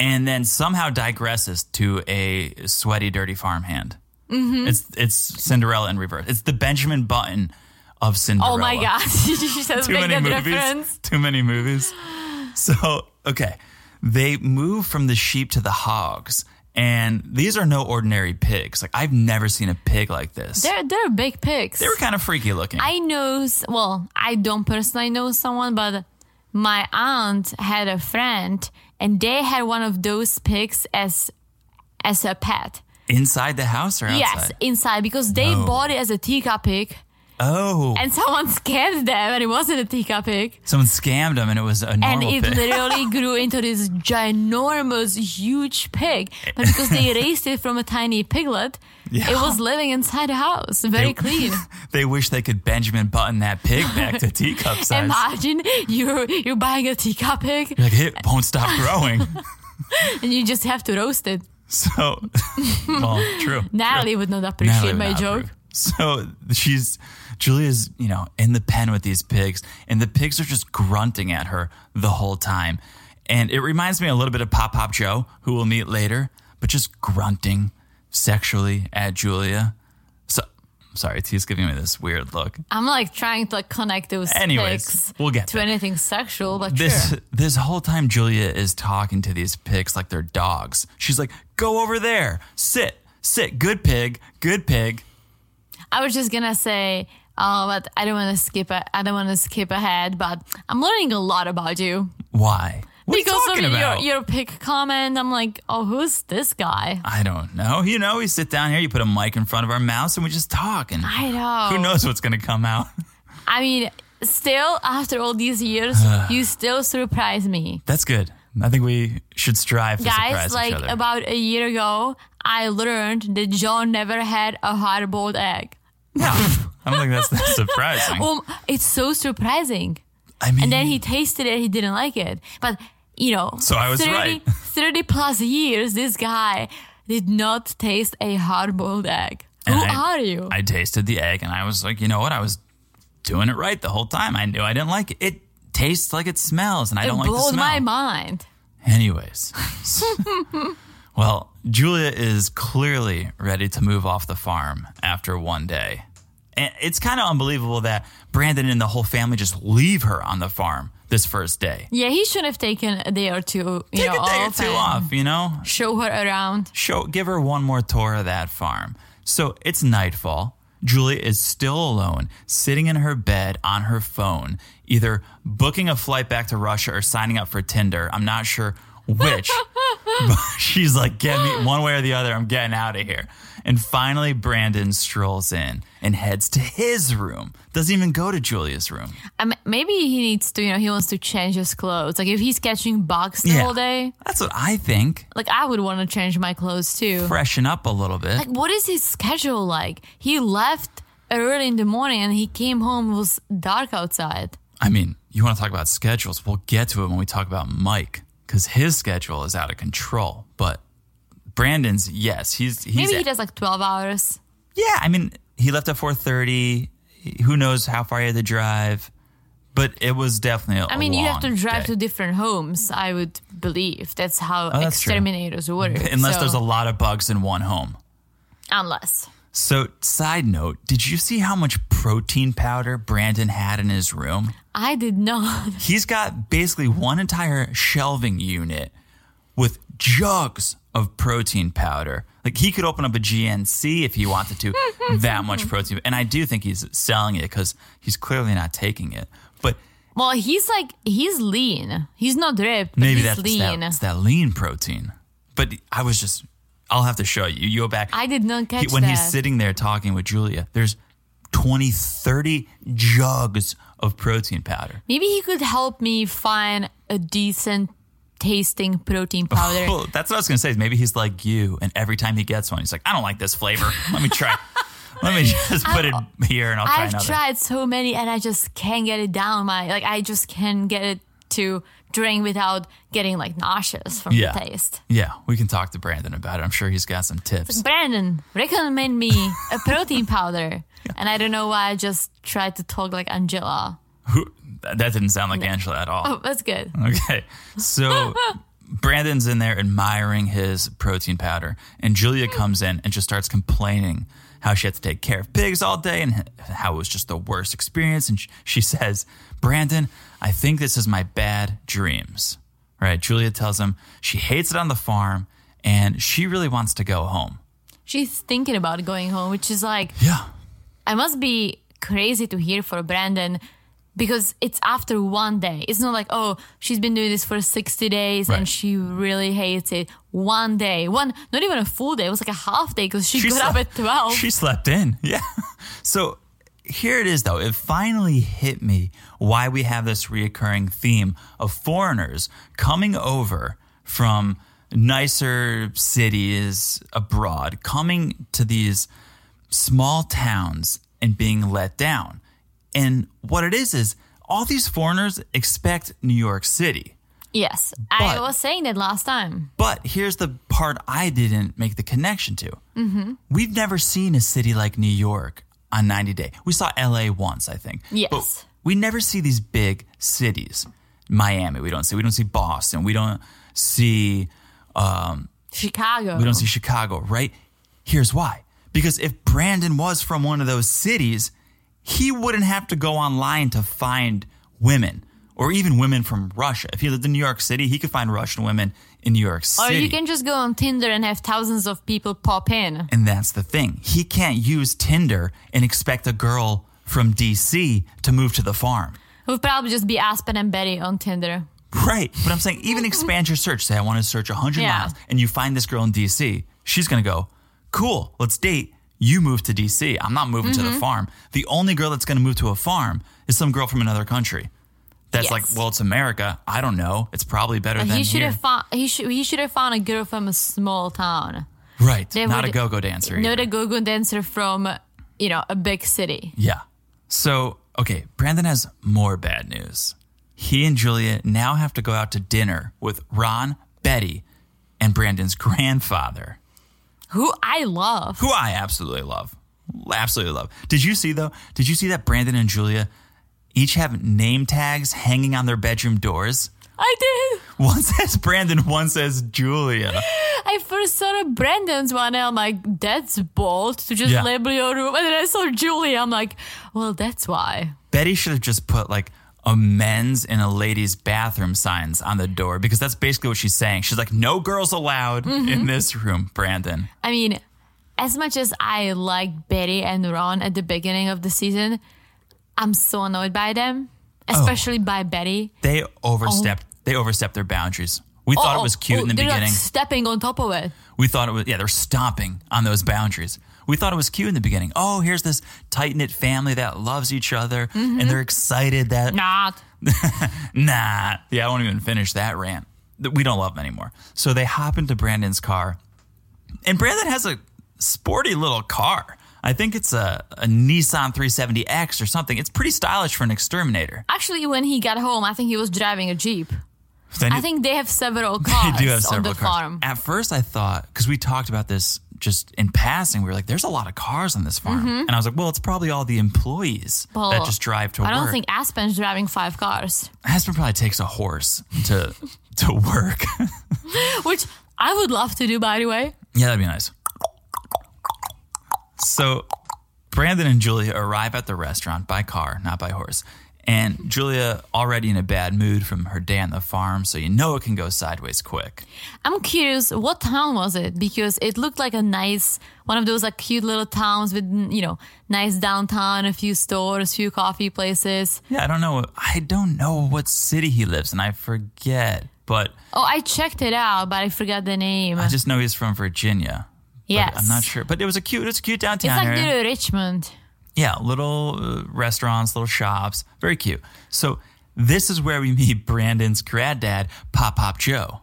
[SPEAKER 1] and then somehow digresses to a sweaty, dirty farmhand. Mm-hmm. It's, it's Cinderella in reverse. It's the Benjamin Button of Cinderella.
[SPEAKER 2] oh my God. she just
[SPEAKER 1] too
[SPEAKER 2] made
[SPEAKER 1] many
[SPEAKER 2] that
[SPEAKER 1] movies.
[SPEAKER 2] reference.
[SPEAKER 1] Too many movies. So okay, they move from the sheep to the hogs, and these are no ordinary pigs. Like I've never seen a pig like this.
[SPEAKER 2] They're, they're big pigs.
[SPEAKER 1] they were kind of freaky looking.
[SPEAKER 2] I know, s- well, I don't personally know someone, but my aunt had a friend and they had one of those pigs as as a pet.
[SPEAKER 1] Inside the house or outside?
[SPEAKER 2] Yes, inside because they bought it as a teacup pig
[SPEAKER 1] Oh,
[SPEAKER 2] and someone scammed them and it wasn't a teacup pig.
[SPEAKER 1] someone scammed them, and it was a
[SPEAKER 2] And
[SPEAKER 1] normal
[SPEAKER 2] it
[SPEAKER 1] pig.
[SPEAKER 2] literally grew into this ginormous, huge pig. But because they raised it from a tiny piglet, it was living inside the house, very
[SPEAKER 1] They-
[SPEAKER 2] clean.
[SPEAKER 1] they wish they could Benjamin Button that pig back to teacup size.
[SPEAKER 2] Imagine you're you're buying a teacup pig
[SPEAKER 1] Like it won't stop growing.
[SPEAKER 2] and you just have to roast it.
[SPEAKER 1] so, well, true.
[SPEAKER 2] Natalie would not
[SPEAKER 1] Natalie
[SPEAKER 2] appreciate
[SPEAKER 1] would
[SPEAKER 2] my
[SPEAKER 1] not
[SPEAKER 2] joke.
[SPEAKER 1] approve. So she's Julia's, you know, in the pen with these pigs, and the pigs are just grunting at her the whole time. And it reminds me a little bit of Pop Pop Joe, who we'll meet later, but just grunting sexually at Julia. So sorry, T's giving me this weird look.
[SPEAKER 2] I'm like trying to like connect those
[SPEAKER 1] Anyways,
[SPEAKER 2] pigs
[SPEAKER 1] we'll get
[SPEAKER 2] to
[SPEAKER 1] there.
[SPEAKER 2] anything sexual, but
[SPEAKER 1] This
[SPEAKER 2] sure.
[SPEAKER 1] this whole time Julia is talking to these pigs like they're dogs. She's like, "Go over there, sit, sit, good pig, good pig."
[SPEAKER 2] I was just gonna say, oh, but I don't want to skip. A- I don't want to skip ahead, but I'm learning a lot about you
[SPEAKER 1] Why? What are you
[SPEAKER 2] because
[SPEAKER 1] talking
[SPEAKER 2] of
[SPEAKER 1] about?
[SPEAKER 2] your your pick comment. I'm like, oh, who's this guy?
[SPEAKER 1] I don't know. You know, we sit down here, you put a mic in front of our mouths, and we just talk. And
[SPEAKER 2] I know.
[SPEAKER 1] who knows what's going to come out?
[SPEAKER 2] I mean, still after all these years, you still surprise me.
[SPEAKER 1] That's good. I think we should strive to
[SPEAKER 2] Guys,
[SPEAKER 1] surprise
[SPEAKER 2] like
[SPEAKER 1] each other.
[SPEAKER 2] about a year ago, I learned that John never had a hard boiled egg.
[SPEAKER 1] No. I don't think that's that surprising.
[SPEAKER 2] Um, it's so surprising.
[SPEAKER 1] I mean,
[SPEAKER 2] And then he tasted it, he didn't like it. But, you know,
[SPEAKER 1] So I was right.
[SPEAKER 2] 30 plus years, this guy did not taste a hard boiled egg. Who
[SPEAKER 1] and I-
[SPEAKER 2] are you?
[SPEAKER 1] I tasted the egg and I was like, you know what? I was doing it right the whole time. I knew I didn't like it. It tastes like it smells, and I
[SPEAKER 2] it
[SPEAKER 1] don't like the
[SPEAKER 2] blows
[SPEAKER 1] smell.
[SPEAKER 2] my mind.
[SPEAKER 1] Anyways, well, Julia is clearly ready to move off the farm after one day. And it's kind of unbelievable that Brandon and the whole family just leave her on the farm this first day.
[SPEAKER 2] Yeah, he should have taken a day or two. You
[SPEAKER 1] Take
[SPEAKER 2] know,
[SPEAKER 1] a day or
[SPEAKER 2] off
[SPEAKER 1] two
[SPEAKER 2] and
[SPEAKER 1] off, you know?
[SPEAKER 2] Show her around.
[SPEAKER 1] Show give her one more tour of that farm. So it's nightfall. Julia is still alone, sitting in her bed on her phone, either booking a flight back to Russia or signing up for Tinder. I'm not sure which. but she's like, get me one way or the other, I'm getting out of here. And finally Brandon strolls in and heads to his room. Doesn't even go to Julia's room.
[SPEAKER 2] Um, maybe he needs to, you know, he wants to change his clothes. Like if he's catching bugs the
[SPEAKER 1] Yeah.
[SPEAKER 2] whole day,
[SPEAKER 1] That's what I think.
[SPEAKER 2] like I would want to change my clothes too.
[SPEAKER 1] Freshen up a little bit.
[SPEAKER 2] Like what is his schedule like? He left early in the morning and he came home it was dark outside.
[SPEAKER 1] I mean, you want to talk about schedules? We'll get to it when we talk about Mike because his schedule is out of control. But Brandon's, yes, he's he's
[SPEAKER 2] Maybe he does like 12 hours.
[SPEAKER 1] yeah. I mean, he left at four thirty. Who knows how far he had to drive? But it was definitely. I
[SPEAKER 2] I mean, you have to drive to different homes, I would believe. That's how
[SPEAKER 1] Oh, that's true.
[SPEAKER 2] exterminators work.
[SPEAKER 1] unless
[SPEAKER 2] So-
[SPEAKER 1] there's a lot of bugs in one home.
[SPEAKER 2] Unless.
[SPEAKER 1] So, side note, did you see how much protein powder Brandon had in his room?
[SPEAKER 2] I did not.
[SPEAKER 1] He's got basically one entire shelving unit with jugs of protein powder. Like he could open up a GNC if he wanted to, that much protein. And I do think he's selling it because he's clearly not taking it. But
[SPEAKER 2] Well, he's like, he's lean. He's not ripped, but
[SPEAKER 1] maybe
[SPEAKER 2] he's
[SPEAKER 1] that's it's
[SPEAKER 2] lean.
[SPEAKER 1] that, it's that lean protein. But I was just, I'll have to show you. You go back.
[SPEAKER 2] I did not
[SPEAKER 1] He-
[SPEAKER 2] catch
[SPEAKER 1] when
[SPEAKER 2] that.
[SPEAKER 1] he's sitting there talking with Julia, there's 20, 30 jugs of protein powder.
[SPEAKER 2] Maybe he could help me find a decent tasting protein powder.
[SPEAKER 1] Well, that's what I was gonna say. Is maybe he's like you, and every time he gets one, he's like, "I don't like this flavor. Let me try. Let me just put it here, and I'll try
[SPEAKER 2] I've
[SPEAKER 1] another."
[SPEAKER 2] tried so many and I just can't get it down my like I just can't get it to drink without getting like nauseous from
[SPEAKER 1] yeah,
[SPEAKER 2] the taste.
[SPEAKER 1] yeah. We can talk to Brandon about it. I'm sure he's got some tips.
[SPEAKER 2] Brandon recommend me a protein powder. And I don't know why I just tried to talk like Angela.
[SPEAKER 1] Who- that that didn't sound like Angela at all.
[SPEAKER 2] Oh, that's good.
[SPEAKER 1] Okay, so Brandon's in there admiring his protein powder, and Julia comes in and just starts complaining how she had to take care of pigs all day and how it was just the worst experience. And sh- she says, Brandon, I think this is my bad dreams. Right? Julia tells him she hates it on the farm and she really wants to go home.
[SPEAKER 2] She's thinking about going home, which is like
[SPEAKER 1] Yeah.
[SPEAKER 2] I must be crazy to hear for Brandon because it's after one day. It's not like, oh, she's been doing this for 60 days
[SPEAKER 1] Right.
[SPEAKER 2] and she really hates it. One day, one, not even a full day, it was like a half day because she, got up at 12.
[SPEAKER 1] She slept in. Yeah. So here it is, though. It finally hit me why we have this reoccurring theme of foreigners coming over from nicer cities abroad, coming to these small towns and being let down. And what it is is all these foreigners expect New York City.
[SPEAKER 2] yes, I
[SPEAKER 1] But-
[SPEAKER 2] was saying that last time.
[SPEAKER 1] But here's the part I didn't make the connection to.
[SPEAKER 2] Mm-hmm.
[SPEAKER 1] We've never seen a city like New York on 90 Day. We saw LA once, I think.
[SPEAKER 2] Yes.
[SPEAKER 1] But we never see these big cities. Miami, we don't see. We don't see Boston. We don't see. Um,
[SPEAKER 2] Chicago.
[SPEAKER 1] we don't see Chicago, right? Here's why. Because if Brandon was from one of those cities, he wouldn't have to go online to find women or even women from Russia. If he lived in New York City, he could find Russian women in New York
[SPEAKER 2] or
[SPEAKER 1] City.
[SPEAKER 2] you can just go on Tinder and have thousands of people pop in.
[SPEAKER 1] And that's the thing. He can't use Tinder and expect a girl from DC to move to the farm.
[SPEAKER 2] It would probably just be Aspen and Betty on Tinder.
[SPEAKER 1] Right. But I'm saying, even expand your search. Say, I want to search 100
[SPEAKER 2] Yeah.
[SPEAKER 1] miles and you find this girl in DC. She's going to go, cool, let's date. You move to DC. I'm not moving
[SPEAKER 2] Mm-hmm.
[SPEAKER 1] to the farm. The only girl that's going to move to a farm is some girl from another country. That's like,
[SPEAKER 2] Yes.
[SPEAKER 1] well, it's America. I don't know. It's probably better than
[SPEAKER 2] He should
[SPEAKER 1] here.
[SPEAKER 2] have found he should he should have found a girl from a small town.
[SPEAKER 1] right. Not a
[SPEAKER 2] would-
[SPEAKER 1] go-go dancer.
[SPEAKER 2] Not
[SPEAKER 1] either.
[SPEAKER 2] a go-go dancer from you know, a big city.
[SPEAKER 1] Yeah. So, okay, Brandon has more bad news. He and Julia now have to go out to dinner with Ron, Betty, and Brandon's grandfather,
[SPEAKER 2] Who I love.
[SPEAKER 1] who I absolutely love. Absolutely love. Did you see, though? Did you see that Brandon and Julia each have name tags hanging on their bedroom doors?
[SPEAKER 2] I did.
[SPEAKER 1] One says Brandon, one says Julia.
[SPEAKER 2] I first saw Brandon's one and I'm like, that's bold to just
[SPEAKER 1] Yeah.
[SPEAKER 2] label your room. And then I saw Julie. I'm like, well, that's why.
[SPEAKER 1] Betty should have just put like a men's and a ladies' bathroom signs on the door because that's basically what she's saying. She's like, no girls allowed in this room, Brandon.
[SPEAKER 2] I mean, as much as I like Betty and Ron at the beginning of the season, I'm so annoyed by them,
[SPEAKER 1] Oh.
[SPEAKER 2] especially by Betty.
[SPEAKER 1] They overstepped. They overstepped their boundaries. We thought it was cute
[SPEAKER 2] oh,
[SPEAKER 1] in the
[SPEAKER 2] they're, like,
[SPEAKER 1] beginning.
[SPEAKER 2] stepping on top of it.
[SPEAKER 1] We thought it was yeah, they're stomping on those boundaries. We thought it was cute in the beginning. Oh, here's this tight knit family that loves each other and they're excited that
[SPEAKER 2] Not.
[SPEAKER 1] nah. Yeah, I won't even finish that rant. Th- We don't love him anymore. So they hop into Brandon's car, and Brandon has a sporty little car. I think it's a, a Nissan 370X or something. It's pretty stylish for an exterminator.
[SPEAKER 2] Actually, when he got home, I think he was driving a Jeep.
[SPEAKER 1] Then
[SPEAKER 2] I
[SPEAKER 1] you-
[SPEAKER 2] think they have several
[SPEAKER 1] they
[SPEAKER 2] cars
[SPEAKER 1] do have
[SPEAKER 2] on
[SPEAKER 1] several
[SPEAKER 2] the
[SPEAKER 1] cars.
[SPEAKER 2] farm.
[SPEAKER 1] At first, I thought because we talked about this just in passing, we were like, "There's a lot of cars on this farm," and I was like, "Well, it's probably all the employees that
[SPEAKER 2] Mm-hmm. Well,
[SPEAKER 1] just drive to
[SPEAKER 2] I
[SPEAKER 1] work."
[SPEAKER 2] don't think Aspen's driving five cars,
[SPEAKER 1] Aspen probably takes a horse to to work.
[SPEAKER 2] which I would love to do, by the way.
[SPEAKER 1] Yeah, that'd be nice. So, Brandon and Julia arrive at the restaurant by car, not by horse. And Julia already in a bad mood from her day on the farm, so you know it can go sideways quick.
[SPEAKER 2] I'm curious, what town was it? Because it looked like a nice, one of those like cute little towns with, you know, nice downtown, a few stores, few coffee places.
[SPEAKER 1] Yeah, I don't know. I don't know what city he lives in. I forget, but
[SPEAKER 2] Oh, I checked it out, but I forgot the name.
[SPEAKER 1] I just know he's from Virginia. But
[SPEAKER 2] Uh. yes.
[SPEAKER 1] I'm not sure, but it was a cute. It's a cute
[SPEAKER 2] It's
[SPEAKER 1] downtown
[SPEAKER 2] like
[SPEAKER 1] area.
[SPEAKER 2] near Richmond.
[SPEAKER 1] Yeah, little uh, restaurants, little shops, very cute. So this is where we meet Brandon's grad dad, Pop Pop Joe.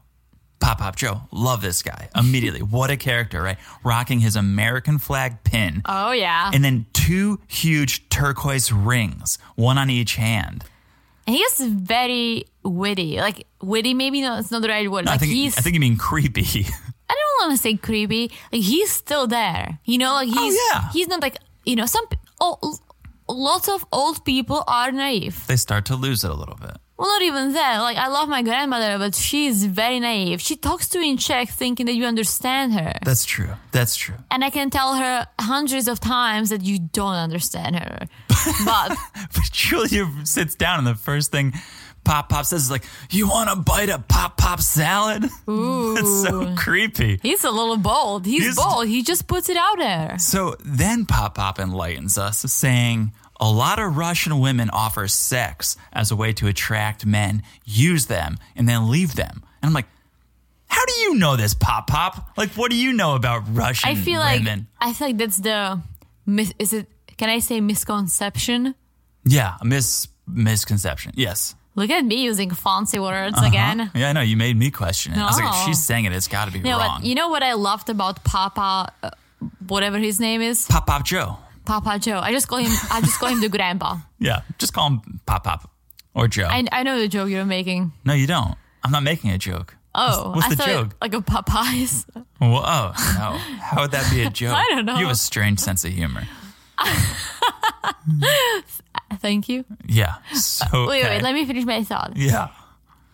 [SPEAKER 1] Pop Pop Joe, love this guy immediately. what a character, right? Rocking his American flag pin,
[SPEAKER 2] Oh, yeah.
[SPEAKER 1] and then two huge turquoise rings, one on each hand.
[SPEAKER 2] And he is very witty. Like, witty, maybe no, it's not the right word.
[SPEAKER 1] I
[SPEAKER 2] like,
[SPEAKER 1] think
[SPEAKER 2] he's,
[SPEAKER 1] I think you mean creepy.
[SPEAKER 2] I don't want to say creepy. Like he's still there. You know, like he's
[SPEAKER 1] yeah.
[SPEAKER 2] he's not like you know some. pe- Oh, lots of old people are naive.
[SPEAKER 1] they start to lose it a little bit.
[SPEAKER 2] Well, not even that. Like I love my grandmother, but she's very naive. She talks to you in Czech, thinking that you understand her,
[SPEAKER 1] That's true. That's true.
[SPEAKER 2] and I can tell her hundreds of times that you don't understand her. But
[SPEAKER 1] But Julia sits down, and the first thing Pop Pop says is like, "You want to bite a Pop Pop salad?" Ooh, it's so creepy.
[SPEAKER 2] he's a little bold. He's,
[SPEAKER 1] He's-
[SPEAKER 2] bold. He just puts it out there.
[SPEAKER 1] So then Pop Pop enlightens us, saying, "A lot of Russian women offer sex as a way to attract men, use them, and then leave them." And I'm like, "How do you know this, Pop Pop? Like, what do you know about Russian
[SPEAKER 2] I feel like
[SPEAKER 1] women?"
[SPEAKER 2] I feel like that's the mis- is it? Can I say misconception?
[SPEAKER 1] yeah, a mis misconception. Yes.
[SPEAKER 2] Look at me using fancy words
[SPEAKER 1] Uh-huh.
[SPEAKER 2] again.
[SPEAKER 1] Yeah, I know. You made me question it. I was like,
[SPEAKER 2] No.
[SPEAKER 1] if she's saying it, it's got to be
[SPEAKER 2] No,
[SPEAKER 1] wrong.
[SPEAKER 2] but you know what I loved about Papa, uh, whatever his name is,
[SPEAKER 1] Pop Pop Joe.
[SPEAKER 2] Papa Joe. I just call him. I just call him the grandpa.
[SPEAKER 1] Yeah, just call him Pop Pop or Joe.
[SPEAKER 2] I, I know the joke you're making.
[SPEAKER 1] no, you don't. I'm not making a joke.
[SPEAKER 2] Oh,
[SPEAKER 1] what's
[SPEAKER 2] I
[SPEAKER 1] the
[SPEAKER 2] thought
[SPEAKER 1] joke?
[SPEAKER 2] like a Popeyes.
[SPEAKER 1] Whoa, oh, no. How would that be a joke?
[SPEAKER 2] I don't know.
[SPEAKER 1] You have a strange sense of humor.
[SPEAKER 2] Thank you.
[SPEAKER 1] Yeah. So
[SPEAKER 2] Wait, wait. Let me finish my thought.
[SPEAKER 1] Yeah.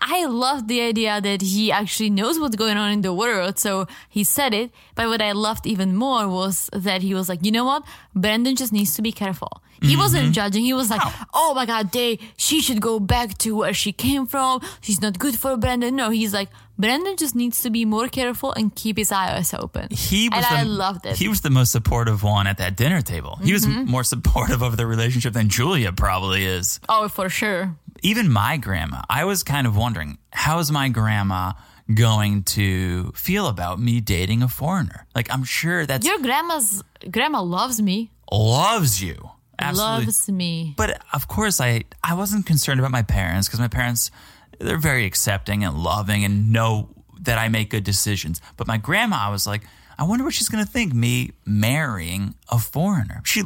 [SPEAKER 2] I love the idea that he actually knows what's going on in the world, so he said it. But what I loved even more was that he was like, you know what? Brandon just needs to be careful. He
[SPEAKER 1] Mm-hmm.
[SPEAKER 2] wasn't judging. He was like, oh my God, they, she should go back to where she came from. She's not good for Brandon. No, he's like, Brandon just needs to be more careful and keep his eyes open.
[SPEAKER 1] He was
[SPEAKER 2] and
[SPEAKER 1] the,
[SPEAKER 2] I loved it. Mm-hmm.
[SPEAKER 1] He was the most supportive one at that dinner table. He was more supportive of their relationship than Julia probably is.
[SPEAKER 2] oh, for sure.
[SPEAKER 1] even my grandma, I was kind of wondering, how is my grandma going to feel about me dating a foreigner? Like, I'm sure that's
[SPEAKER 2] Your grandma's grandma loves me.
[SPEAKER 1] loves you. Absolutely.
[SPEAKER 2] Loves me.
[SPEAKER 1] But of course, I, I wasn't concerned about my parents because my parents, they're very accepting and loving and know that I make good decisions. But my grandma, I was like, I wonder what she's going to think me marrying a foreigner. She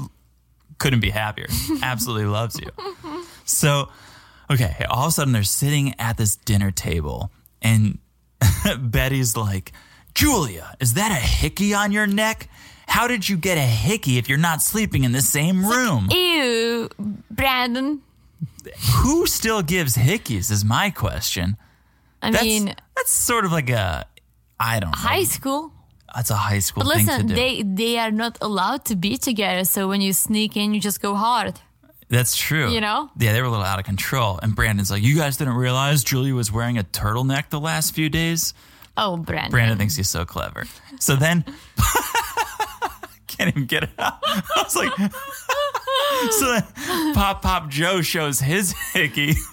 [SPEAKER 1] couldn't be happier. Absolutely loves you. So, okay, all of a sudden they're sitting at this dinner table, and Betty's like, Julia, is that a hickey on your neck? How did you get a hickey if you're not sleeping in the same room?
[SPEAKER 2] Ew, Brandon.
[SPEAKER 1] Who still gives hickeys is my question.
[SPEAKER 2] I
[SPEAKER 1] That's,
[SPEAKER 2] mean,
[SPEAKER 1] that's sort of like a, I don't know.
[SPEAKER 2] high school.
[SPEAKER 1] that's a high school
[SPEAKER 2] But
[SPEAKER 1] thing
[SPEAKER 2] listen,
[SPEAKER 1] to do.
[SPEAKER 2] they they are not allowed to be together. So when you sneak in, you just go hard.
[SPEAKER 1] That's true.
[SPEAKER 2] You know?
[SPEAKER 1] Yeah, they were a little out of control. And Brandon's like, You guys didn't realize Julia was wearing a turtleneck the last few days?
[SPEAKER 2] Oh, Brandon.
[SPEAKER 1] Brandon thinks he's so clever. So then, can't even get it out. I was like, So then Pop Pop Joe shows his hickey.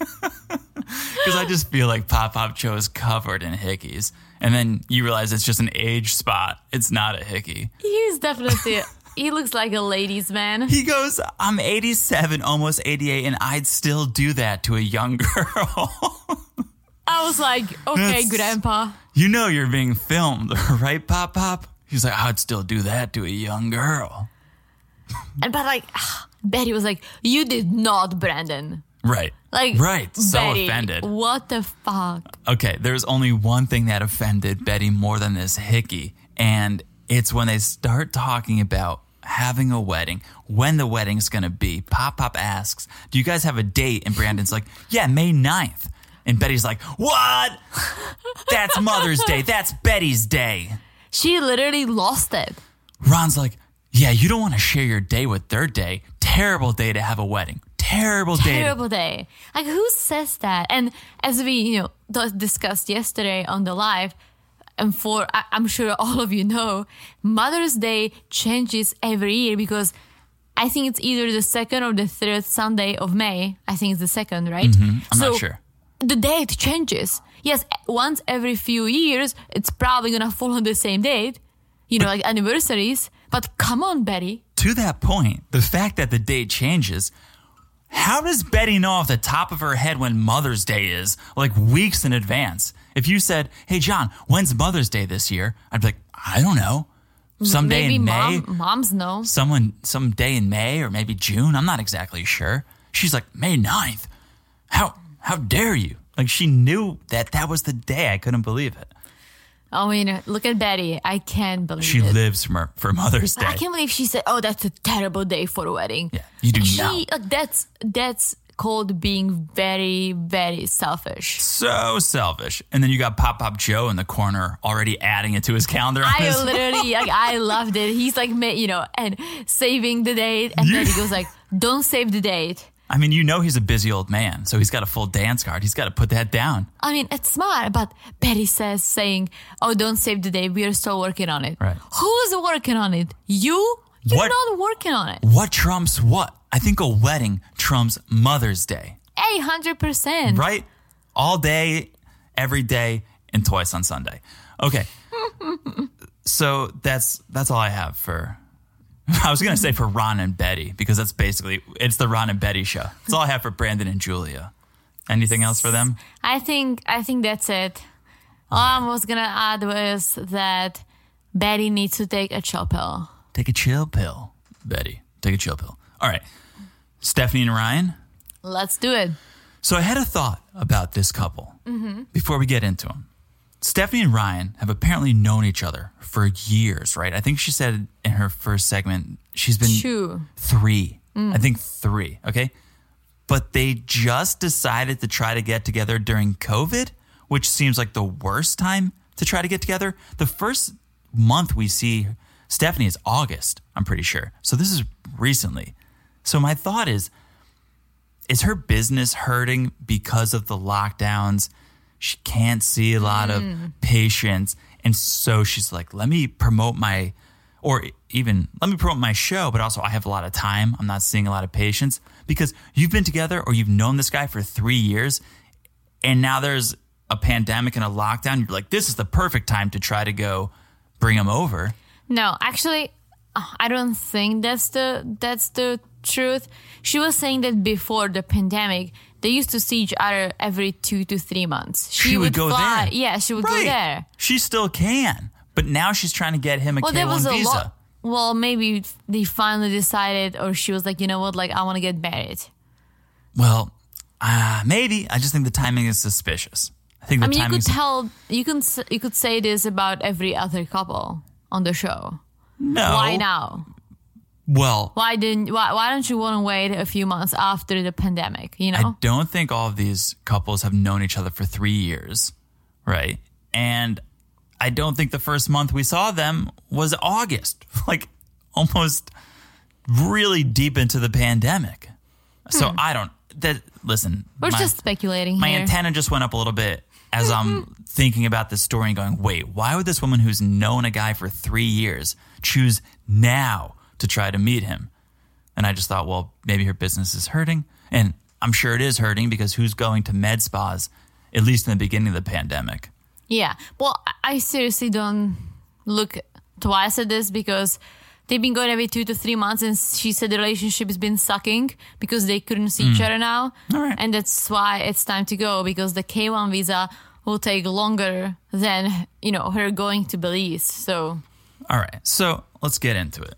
[SPEAKER 1] Because I just feel like Pop Pop Joe is covered in hickeys. And then you realize it's just an age spot, it's not a hickey.
[SPEAKER 2] He's definitely. he looks like a ladies' man.
[SPEAKER 1] He goes, I'm 87, almost 88, and I'd still do that to a young girl.
[SPEAKER 2] I was like, okay,
[SPEAKER 1] That's-
[SPEAKER 2] grandpa.
[SPEAKER 1] you know you're being filmed, right, Pop Pop? He's like, I'd still do that to a young girl.
[SPEAKER 2] And but like, ah, Betty was like, you did not, Brandon.
[SPEAKER 1] Right.
[SPEAKER 2] Like,
[SPEAKER 1] right. So
[SPEAKER 2] Betty,
[SPEAKER 1] offended.
[SPEAKER 2] What the fuck?
[SPEAKER 1] Okay, there's only one thing that offended Betty more than this hickey, and it's when they start talking about having a wedding, when the wedding's gonna be. Pop Pop asks, Do you guys have a date? And Brandon's like, Yeah, May 9th. And Betty's like, What? That's Mother's Day. That's Betty's Day.
[SPEAKER 2] She literally lost it.
[SPEAKER 1] Ron's like, Yeah, you don't wanna share your day with their day. Terrible day to have a wedding. Terrible, day. to-
[SPEAKER 2] Terrible day. Like, who says that? And as we, you know, thus discussed yesterday on the live, and for I- I'm sure all of you know, Mother's Day changes every year because I think it's either the second or the third Sunday of May. I think it's the second, right?
[SPEAKER 1] Mm-hmm. I'm
[SPEAKER 2] so
[SPEAKER 1] not sure.
[SPEAKER 2] the date changes. Yes, once every few years, it's probably gonna fall on the same date, you know, like anniversaries. But come on, Betty.
[SPEAKER 1] to that point, the fact that the date changes, how does Betty know off the top of her head when Mother's Day is, like weeks in advance? If you said, Hey, John, when's Mother's Day this year? I'd be like, I don't know. Someday
[SPEAKER 2] Maybe
[SPEAKER 1] in May,
[SPEAKER 2] mom, moms know.
[SPEAKER 1] someone, some day in May or maybe June. I'm not exactly sure. She's like, May 9th. How, how dare you? Like she knew that that was the day. I couldn't believe it.
[SPEAKER 2] I mean, look at Betty. I can't believe
[SPEAKER 1] She
[SPEAKER 2] it.
[SPEAKER 1] lives for, for Mother's Day.
[SPEAKER 2] I can't believe she said, "Oh, that's a terrible day for a wedding."
[SPEAKER 1] Yeah, you do
[SPEAKER 2] she,
[SPEAKER 1] not.
[SPEAKER 2] Like, that's that's called being very very selfish.
[SPEAKER 1] so selfish. And then you got Pop Pop Joe in the corner already adding it to his calendar. On
[SPEAKER 2] I
[SPEAKER 1] his,
[SPEAKER 2] literally like I loved it. He's like, ma- you know, and saving the date, and then he goes like, "Don't save the date."
[SPEAKER 1] I mean, you know he's a busy old man, so he's got a full dance card. He's got to put that down.
[SPEAKER 2] I mean, it's smart, but Betty says, saying, "Oh, don't save the day. We are still working on it."
[SPEAKER 1] Right.
[SPEAKER 2] Who's working on it? You? You're
[SPEAKER 1] What-
[SPEAKER 2] not working on it.
[SPEAKER 1] What trumps what? I think a wedding trumps Mother's Day,
[SPEAKER 2] Eight hundred percent.
[SPEAKER 1] right? All day, every day, and twice on Sunday. Okay. so that's that's all I have for. I was gonna say for Ron and Betty because that's basically it's the Ron and Betty show. That's all I have for Brandon and Julia. Anything else for them?
[SPEAKER 2] I think I think that's it. All I was gonna add was that Betty needs to take a chill pill.
[SPEAKER 1] Take a chill pill, Betty. Take a chill pill. All right. Stephanie and Ryan.
[SPEAKER 2] Let's do it.
[SPEAKER 1] So I had a thought about this couple before we get into them. Stephanie and Ryan have apparently known each other for years, right? I think she said in her first segment she's been
[SPEAKER 2] Two.
[SPEAKER 1] three. I think three. Okay. But they just decided to try to get together during COVID, which seems like the worst time to try to get together. The first month we see Stephanie is August, I'm pretty sure. So this is recently. So my thought is is her business hurting because of the lockdowns? She can't see a lot
[SPEAKER 2] Mm.
[SPEAKER 1] of patients. And so she's like, let me promote my, or even let me promote my show, but also I have a lot of time. I'm not seeing a lot of patients because you've been together or you've known this guy for three years. And now there's a pandemic and a lockdown. You're like, this is the perfect time to try to go bring him over.
[SPEAKER 2] No, actually, I don't think that's the that's the truth. She was saying that before the pandemic, they used to see each other every two to three months.
[SPEAKER 1] She, would, go
[SPEAKER 2] fly.
[SPEAKER 1] there.
[SPEAKER 2] Yeah, she would go there.
[SPEAKER 1] She still can. But now she's trying to get him a
[SPEAKER 2] Well, there
[SPEAKER 1] one
[SPEAKER 2] was a
[SPEAKER 1] visa.
[SPEAKER 2] lot. well, maybe they finally decided, or she was like, you know what, like I want to get married.
[SPEAKER 1] Well, uh, maybe. I just think the timing is suspicious. I think the
[SPEAKER 2] I mean, you
[SPEAKER 1] timing
[SPEAKER 2] could
[SPEAKER 1] is
[SPEAKER 2] tell, you can, s- you could say this about every other couple on the show.
[SPEAKER 1] no.
[SPEAKER 2] Why now?
[SPEAKER 1] Well,
[SPEAKER 2] Why didn't? Why, why don't you want to wait a few months after the pandemic? You know,
[SPEAKER 1] I don't think all of these couples have known each other for three years, right? And I don't think the first month we saw them was August, like almost really deep into the pandemic. So I don't that listen.
[SPEAKER 2] Hmm. we're
[SPEAKER 1] my-
[SPEAKER 2] just speculating
[SPEAKER 1] my
[SPEAKER 2] here.
[SPEAKER 1] antenna just went up a little bit as I'm thinking about this story and going, wait, why would this woman who's known a guy for three years choose now to try to meet him? And I just thought, well, maybe her business is hurting. And I'm sure it is hurting because who's going to med spas, at least in the beginning of the pandemic?
[SPEAKER 2] Yeah. Well, I- I seriously don't look twice at this because they've been going every two to three months, and she said the relationship has been sucking because they couldn't see each other now.
[SPEAKER 1] Mm. All right.
[SPEAKER 2] And that's why it's time to go because the K 1 visa will take longer than, you know, her going to Belize. So,
[SPEAKER 1] All right, so let's get into it.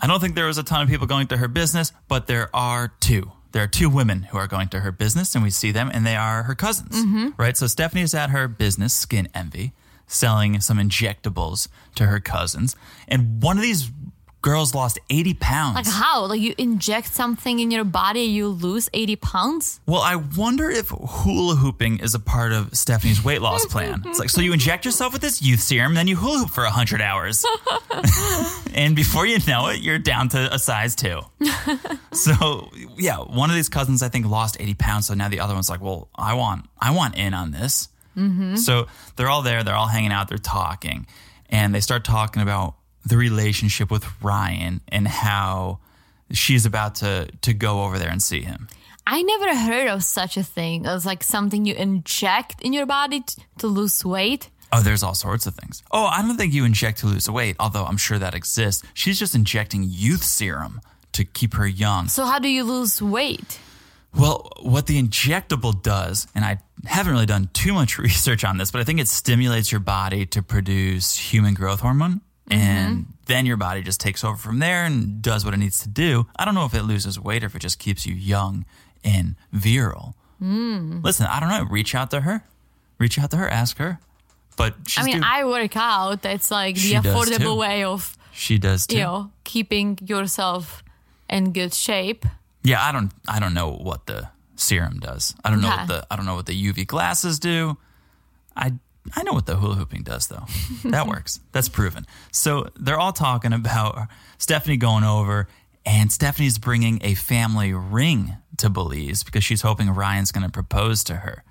[SPEAKER 1] I don't think there was a ton of people going to her business, but there are two. There are two women who are going to her business, and we see them, and they are her cousins, right? So Stephanie is at her business, Skin Envy, selling some injectables to her cousins, and one of these girls lost eighty pounds.
[SPEAKER 2] like, how? Like, you inject something in your body, you lose 80 pounds?
[SPEAKER 1] Well, I wonder if hula hooping is a part of Stephanie's weight loss plan. It's like, so you inject yourself with this youth serum, then you hula hoop for 100 hours. and before you know it, you're down to a size two. so, yeah, one of these cousins, I think, lost 80 pounds. So now the other one's like, well, I want, I want in on this. So they're all there, they're all hanging out, they're talking, and they start talking about the relationship with Ryan and how she's about to to go over there and see him.
[SPEAKER 2] I never heard of such a thing as like something you inject in your body t- to lose weight.
[SPEAKER 1] Oh, there's all sorts of things. Oh, I don't think you inject to lose weight, although I'm sure that exists. She's just injecting youth serum to keep her young.
[SPEAKER 2] So, how do you lose weight?
[SPEAKER 1] Well, what the injectable does, and I haven't really done too much research on this, but I think it stimulates your body to produce human growth hormone.
[SPEAKER 2] Mm-hmm.
[SPEAKER 1] And then your body just takes over from there and does what it needs to do. I don't know if it loses weight or if it just keeps you young and virile.
[SPEAKER 2] Mm.
[SPEAKER 1] Listen, I don't know. Reach out to her. Reach out to her. Ask her. But she's
[SPEAKER 2] I mean,
[SPEAKER 1] doing-
[SPEAKER 2] I work out. That's like the
[SPEAKER 1] She does too.
[SPEAKER 2] affordable way of,
[SPEAKER 1] she does too.
[SPEAKER 2] you know, keeping yourself in good shape.
[SPEAKER 1] Yeah, I don't I don't know what the serum does. I don't know
[SPEAKER 2] Okay.
[SPEAKER 1] what the I don't know what the UV glasses do. I I know what the hula hooping does though. That works. That's proven. So they're all talking about Stephanie going over and Stephanie's bringing a family ring to Belize because she's hoping Ryan's going to propose to her.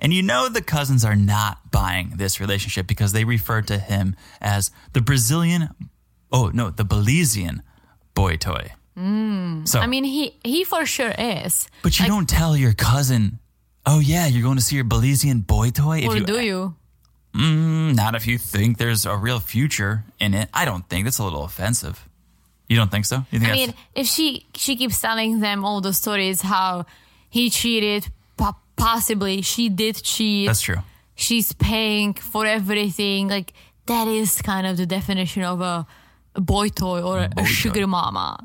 [SPEAKER 1] And you know the cousins are not buying this relationship because they refer to him as the Brazilian oh no, the Belizean boy toy. So
[SPEAKER 2] Hmm. I mean, he he for sure is.
[SPEAKER 1] but you don't tell your cousin, oh yeah, you're going to see your Belizean boy toy. if
[SPEAKER 2] Or
[SPEAKER 1] you, Mm,
[SPEAKER 2] do you?
[SPEAKER 1] Not if you think there's a real future in it. I don't think that's a little offensive. You don't think so? You think
[SPEAKER 2] I
[SPEAKER 1] that's-
[SPEAKER 2] mean, if she she keeps telling them all the stories how he cheated, po- possibly she did cheat.
[SPEAKER 1] that's true?
[SPEAKER 2] She's paying for everything. Like that is kind of the definition of a, a boy toy or a,
[SPEAKER 1] Boy toy.
[SPEAKER 2] a sugar mama.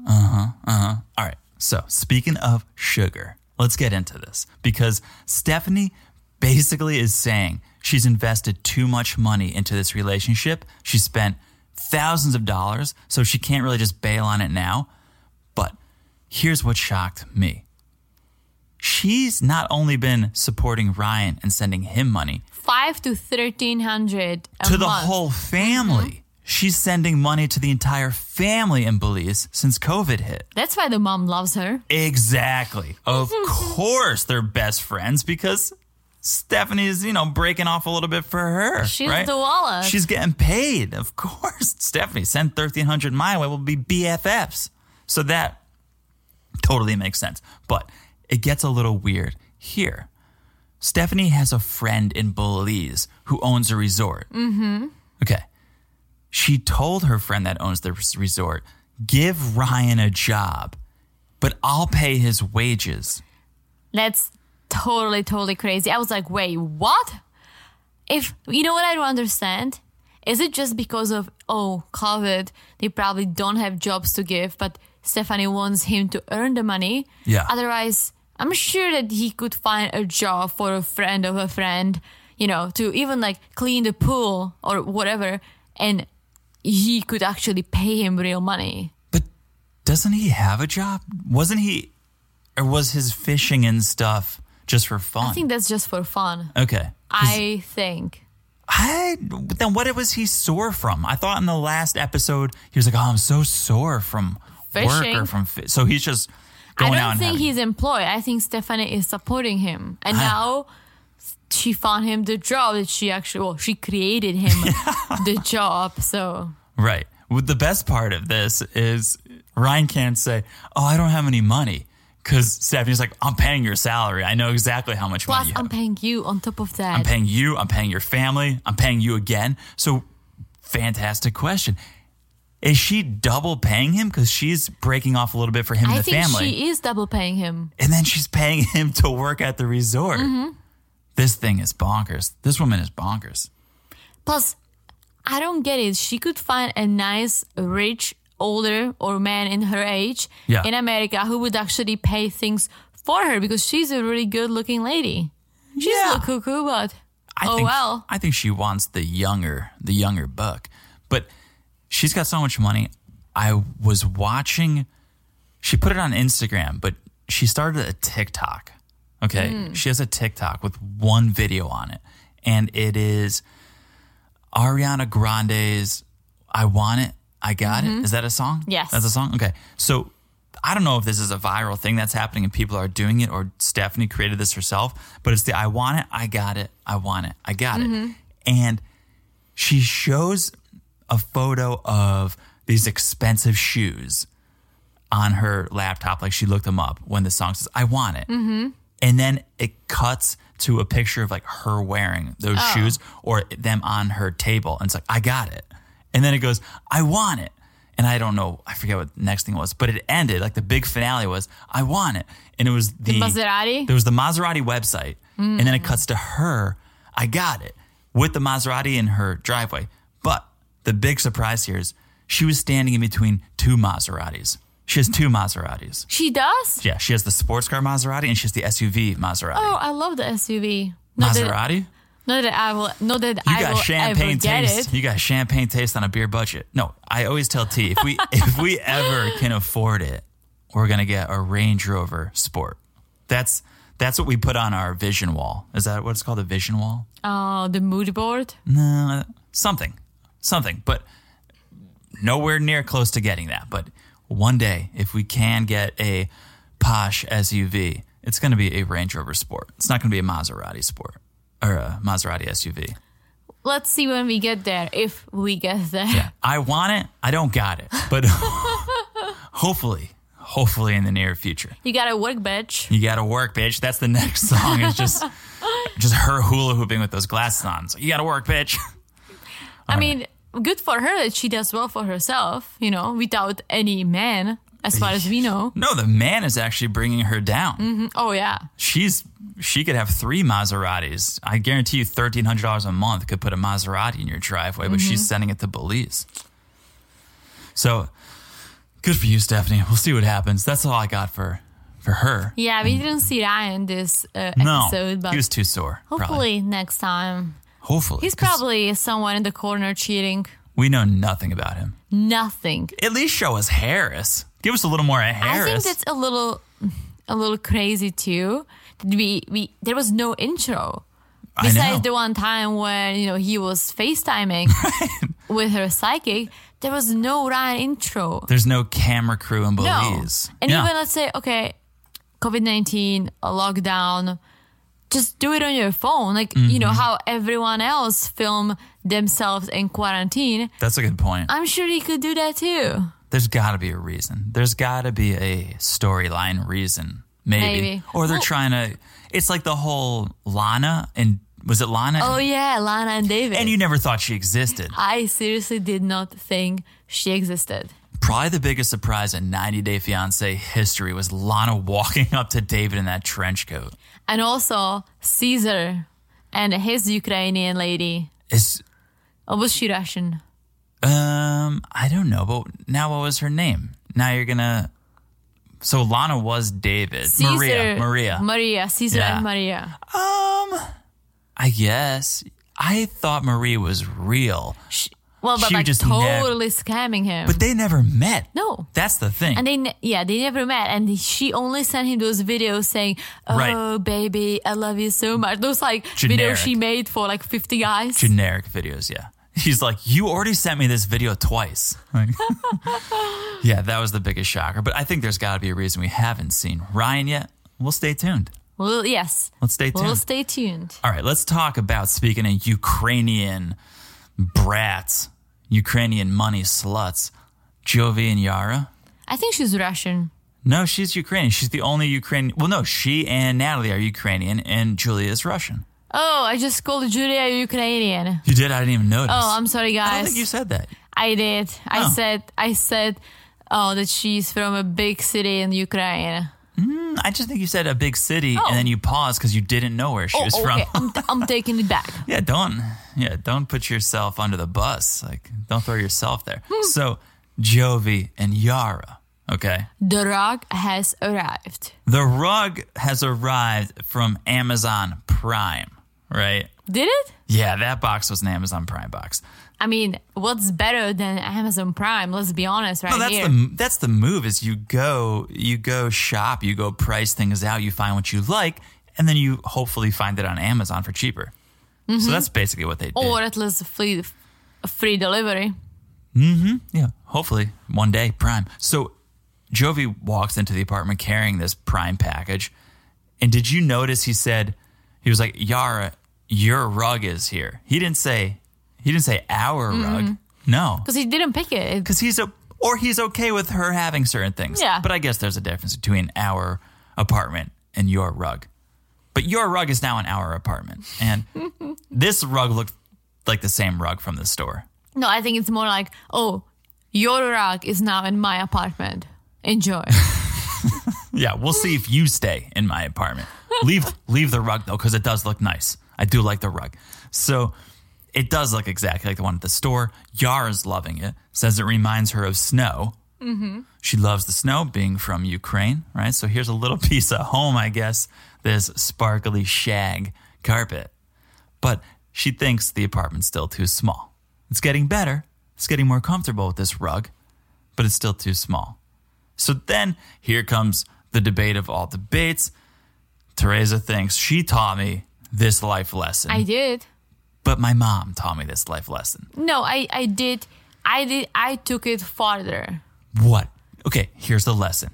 [SPEAKER 1] All right. So, speaking of sugar, let's get into this because Stephanie basically is saying she's invested too much money into this relationship. She spent thousands of dollars, so she can't really just bail on it now. But here's what shocked me she's not only been supporting Ryan and sending him money,
[SPEAKER 2] Five to thirteen hundred a
[SPEAKER 1] to the
[SPEAKER 2] month. Mm-hmm.
[SPEAKER 1] whole family. She's sending money to the entire family in Belize since COVID hit.
[SPEAKER 2] That's why the mom loves her.
[SPEAKER 1] Exactly. Of
[SPEAKER 2] Hmm.
[SPEAKER 1] course, they're best friends because Stephanie is, you know, breaking off a little bit for her.
[SPEAKER 2] She's
[SPEAKER 1] right?
[SPEAKER 2] the wallet.
[SPEAKER 1] She's getting paid. Of course, Stephanie send thirteen hundred my way. We'll be BFFs. So that totally makes sense. But it gets a little weird here. Stephanie has a friend in Belize who owns a resort. Mm-hmm. Okay. She told her friend that owns the res- resort, give Ryan a job, but I'll pay his wages.
[SPEAKER 2] That's totally, totally crazy. I was like, wait, what? If you know what I don't understand Is it just because of oh COVID? They probably don't have jobs to give, but Stephanie wants him to earn the money.
[SPEAKER 1] Yeah.
[SPEAKER 2] Otherwise, I'm sure that he could find a job for a friend of a friend. You know, to even like clean the pool or whatever, and he could actually pay him real money.
[SPEAKER 1] But doesn't he have a job? Wasn't he, or was his fishing and stuff just for fun?
[SPEAKER 2] I think that's just for fun.
[SPEAKER 1] okay.
[SPEAKER 2] I think.
[SPEAKER 1] I then what was he sore from? I thought in the last episode he was like, "Oh, I'm so sore from work or
[SPEAKER 2] Fishing.
[SPEAKER 1] from fi-. so he's just
[SPEAKER 2] I
[SPEAKER 1] going out
[SPEAKER 2] don't
[SPEAKER 1] and
[SPEAKER 2] think
[SPEAKER 1] having-
[SPEAKER 2] he's employed. I think Stephanie is supporting him, and now she found him the job that she actually well she created him the job. So
[SPEAKER 1] right. With the best part of this is Ryan can't say, "Oh, I don't have any money," because Stephanie's like, "I'm paying your salary. I know exactly how much
[SPEAKER 2] plus
[SPEAKER 1] money you
[SPEAKER 2] I'm
[SPEAKER 1] have.
[SPEAKER 2] paying you on top of that.
[SPEAKER 1] I'm paying you. I'm paying your family. I'm paying you again." So, fantastic question. Is she double paying him because she's breaking off a little bit for him
[SPEAKER 2] I
[SPEAKER 1] and the
[SPEAKER 2] think
[SPEAKER 1] family?
[SPEAKER 2] she is double paying him.
[SPEAKER 1] and then she's paying him to work at the resort.
[SPEAKER 2] Mm-hmm.
[SPEAKER 1] This thing is bonkers. This woman is bonkers.
[SPEAKER 2] Plus, I don't get it. She could find a nice, rich, older or man in her age
[SPEAKER 1] Yeah.
[SPEAKER 2] in America who would actually pay things for her because she's a really good-looking lady. She's a little cuckoo, but
[SPEAKER 1] I
[SPEAKER 2] oh
[SPEAKER 1] think,
[SPEAKER 2] well.
[SPEAKER 1] I think she wants the younger, the younger buck, but she's got so much money. I was watching. She put it on Instagram, but she started a TikTok. Okay, she has a TikTok with one video on it, and it is Ariana Grande's "I Want It, I Got It." Is that a song?
[SPEAKER 2] Yes.
[SPEAKER 1] that's a song. Okay, so I don't know if this is a viral thing that's happening and people are doing it, or Stephanie created this herself. But it's the "I want it, I got it, I want it, I got it," and she shows a photo of these expensive shoes on her laptop. Like she looked them up when the song says, I want it. Mm-hmm. And then it cuts to a picture of like her wearing those shoes or them on her table. And it's like, I got it. And then it goes, I want it. And I don't know, I forget what the next thing was, but it ended like the big finale was, I want it. And it was the,
[SPEAKER 2] Maserati?
[SPEAKER 1] There was the Maserati website. And then it cuts to her, I got it, with the Maserati in her driveway. But the big surprise here is she was standing in between two Maseratis. She has two Maseratis.
[SPEAKER 2] She does?
[SPEAKER 1] Yeah, she has the sports car Maserati and she has the SUV Maserati.
[SPEAKER 2] Oh, I love the SUV. Not That,
[SPEAKER 1] Maserati?
[SPEAKER 2] not that I will. Not that
[SPEAKER 1] You
[SPEAKER 2] I
[SPEAKER 1] got
[SPEAKER 2] will
[SPEAKER 1] champagne
[SPEAKER 2] ever get
[SPEAKER 1] taste.
[SPEAKER 2] it.
[SPEAKER 1] You got champagne taste on a beer budget. No, I always tell T if we if we ever can afford it, we're gonna get a Range Rover Sport. That's that's what we put on our vision wall. Is that what it's called? A vision wall?
[SPEAKER 2] Oh, the mood board.
[SPEAKER 1] No, Uh, something, something, but nowhere near close to getting that. But one day, if we can get a posh SUV, it's going to be a Range Rover Sport. It's not going to be a Maserati Sport or a Maserati SUV.
[SPEAKER 2] Let's see when we get there. If we get there.
[SPEAKER 1] I want it. I don't got it, but hopefully, hopefully in the near future.
[SPEAKER 2] You got to work, bitch.
[SPEAKER 1] You gotta work, bitch. That's the next song. It's just, just her hula hooping with those glasses on. So you gotta work, bitch.
[SPEAKER 2] I mean, good for her that she does well for herself. You know, without any man, as far as we know.
[SPEAKER 1] No, the man is actually bringing her down.
[SPEAKER 2] Oh yeah.
[SPEAKER 1] she's she could have three Maseratis. I guarantee you, thirteen hundred dollars a month could put a Maserati in your driveway, but
[SPEAKER 2] Mm-hmm.
[SPEAKER 1] she's sending it to Belize. So good for you, Stephanie. We'll see what happens. That's all I got for for her.
[SPEAKER 2] Yeah, we didn't see Ryan this uh,
[SPEAKER 1] No,
[SPEAKER 2] episode, but
[SPEAKER 1] he was too sore. probably.
[SPEAKER 2] hopefully next time
[SPEAKER 1] hopefully,
[SPEAKER 2] he's
[SPEAKER 1] 'cause
[SPEAKER 2] probably someone in the corner cheating.
[SPEAKER 1] we know nothing about him.
[SPEAKER 2] Nothing.
[SPEAKER 1] At least show us Harris. Give us a little more at Harris.
[SPEAKER 2] I think that's a little, a little crazy too. That we we there was no intro
[SPEAKER 1] I
[SPEAKER 2] besides
[SPEAKER 1] know.
[SPEAKER 2] the one time when you know he was FaceTiming with her psychic. There was no Ryan intro.
[SPEAKER 1] There's no camera crew in
[SPEAKER 2] No,
[SPEAKER 1] Belize.
[SPEAKER 2] and
[SPEAKER 1] Yeah.
[SPEAKER 2] even let's say okay, COVID nineteen, a lockdown. Just do it on your phone, like you know
[SPEAKER 1] Mm-hmm.
[SPEAKER 2] how everyone else film themselves in quarantine.
[SPEAKER 1] that's a good point.
[SPEAKER 2] I'm sure he could do that too.
[SPEAKER 1] There's got to be a reason. There's got to be a storyline reason, maybe.
[SPEAKER 2] Maybe.
[SPEAKER 1] Or they're
[SPEAKER 2] Well-
[SPEAKER 1] trying to. It's like the whole Lana and was it Lana?
[SPEAKER 2] Oh yeah, Lana and David.
[SPEAKER 1] And you never thought she existed.
[SPEAKER 2] I seriously did not think she existed.
[SPEAKER 1] Probably the biggest surprise in 90 Day Fiance history was Lana walking up to David in that trench coat.
[SPEAKER 2] And also Caesar and his Ukrainian lady.
[SPEAKER 1] Is
[SPEAKER 2] Or was she Russian?
[SPEAKER 1] Um, I don't know, but now what was her name? Now you're gonna. So Lana was David. Maria.
[SPEAKER 2] Caesar-
[SPEAKER 1] Maria.
[SPEAKER 2] Maria. Caesar
[SPEAKER 1] Yeah.
[SPEAKER 2] and Maria.
[SPEAKER 1] I guess. I thought Marie was real,
[SPEAKER 2] She, well, but
[SPEAKER 1] She
[SPEAKER 2] like
[SPEAKER 1] just
[SPEAKER 2] totally scamming him.
[SPEAKER 1] but they never met.
[SPEAKER 2] no.
[SPEAKER 1] That's the thing.
[SPEAKER 2] And they, ne- yeah, they never met. And she only sent him those videos saying, "Oh,
[SPEAKER 1] Right.
[SPEAKER 2] baby, I love you so much." Those like
[SPEAKER 1] Generic.
[SPEAKER 2] videos she made for like fifty guys.
[SPEAKER 1] Generic videos, yeah. He's like, You already sent me this video twice. Like- yeah, that was the biggest shocker. But I think there's got to be a reason we haven't seen Ryan yet. We'll stay tuned.
[SPEAKER 2] well, yes.
[SPEAKER 1] Let's stay tuned.
[SPEAKER 2] Well, stay tuned.
[SPEAKER 1] All right, let's talk about speaking of Ukrainian brats, Ukrainian money sluts, Jovi and Yara.
[SPEAKER 2] I think she's Russian.
[SPEAKER 1] No, she's Ukrainian. She's the only Ukrainian. Well, no, she and Natalie are Ukrainian, and Julia is Russian.
[SPEAKER 2] Oh, I just called Julia Ukrainian.
[SPEAKER 1] You did? I didn't even notice.
[SPEAKER 2] Oh, I'm sorry,
[SPEAKER 1] I don't
[SPEAKER 2] guys.
[SPEAKER 1] think you said that.
[SPEAKER 2] I did.
[SPEAKER 1] Oh.
[SPEAKER 2] I said. I said. Oh, that she's from a big city in Ukraine.
[SPEAKER 1] I just think you said a big city,
[SPEAKER 2] Oh.
[SPEAKER 1] and then you paused because you didn't know where she
[SPEAKER 2] Oh,
[SPEAKER 1] was
[SPEAKER 2] okay.
[SPEAKER 1] from.
[SPEAKER 2] I'm, I'm taking it back.
[SPEAKER 1] yeah, don't. Yeah, don't put yourself under the bus. Like, don't throw yourself there.
[SPEAKER 2] Hmm.
[SPEAKER 1] so, Jovi and Yara. Okay.
[SPEAKER 2] The rock has arrived.
[SPEAKER 1] The rug has arrived from Amazon Prime, right?
[SPEAKER 2] Did it?
[SPEAKER 1] Yeah, that box was an Amazon Prime box.
[SPEAKER 2] I mean, what's better than Amazon Prime? Let's be honest, right
[SPEAKER 1] No, Oh, that's
[SPEAKER 2] here.
[SPEAKER 1] the that's the move is you go you go shop, you go price things out, you find what you like, and then you hopefully find it on Amazon for cheaper. So that's basically what they did.
[SPEAKER 2] Mm-hmm. or at least free, free delivery.
[SPEAKER 1] yeah, hopefully one day Prime. So Jovi walks into the apartment carrying this Prime package, and did you notice he said he was like Yara, your rug is here. He didn't say he didn't say our rug. No,
[SPEAKER 2] Because he didn't pick it.
[SPEAKER 1] because he's a or he's okay with her having certain things.
[SPEAKER 2] Yeah.
[SPEAKER 1] But I guess there's a difference between our apartment and your rug. But your rug is now in our apartment, and this rug looked like the same rug from the store.
[SPEAKER 2] No, I think it's more like, oh, your rug is now in my apartment. Enjoy.
[SPEAKER 1] Yeah, we'll see if you stay in my apartment. Leave leave the rug though, because it does look nice. I do like the rug. So it does look exactly like the one at the store. Yara's loving it. Says it reminds her of snow. She loves the snow, being from Ukraine, right? So here's a little piece of home, I guess. This sparkly shag carpet, but she thinks the apartment's still too small. It's getting better. It's getting more comfortable with this rug, but it's still too small. So then here comes the debate of all debates. Teresa thinks she taught me this life lesson,
[SPEAKER 2] I did.
[SPEAKER 1] but my mom taught me this life lesson.
[SPEAKER 2] No, I, I did. I did. I took it farther.
[SPEAKER 1] What? Okay, here's the lesson.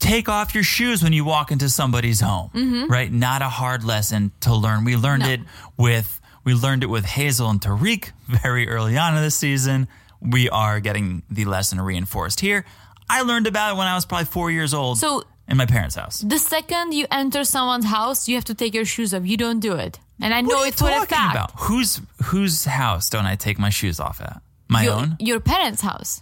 [SPEAKER 1] Take off your shoes when you walk into somebody's home, right? Not a hard lesson to learn. We learned
[SPEAKER 2] Mm-hmm. No.
[SPEAKER 1] it with we learned it with Hazel and Tariq very early on in the season. We are getting the lesson reinforced here. I learned about it when I was probably four years old,
[SPEAKER 2] So-
[SPEAKER 1] in my parents' house.
[SPEAKER 2] The second you enter someone's house, you have to take your shoes off. You don't do it. And I know
[SPEAKER 1] What are you
[SPEAKER 2] it for a
[SPEAKER 1] talking
[SPEAKER 2] fact.
[SPEAKER 1] about? Whose whose house don't I take my shoes off at? My
[SPEAKER 2] Your,
[SPEAKER 1] own?
[SPEAKER 2] your parents' house.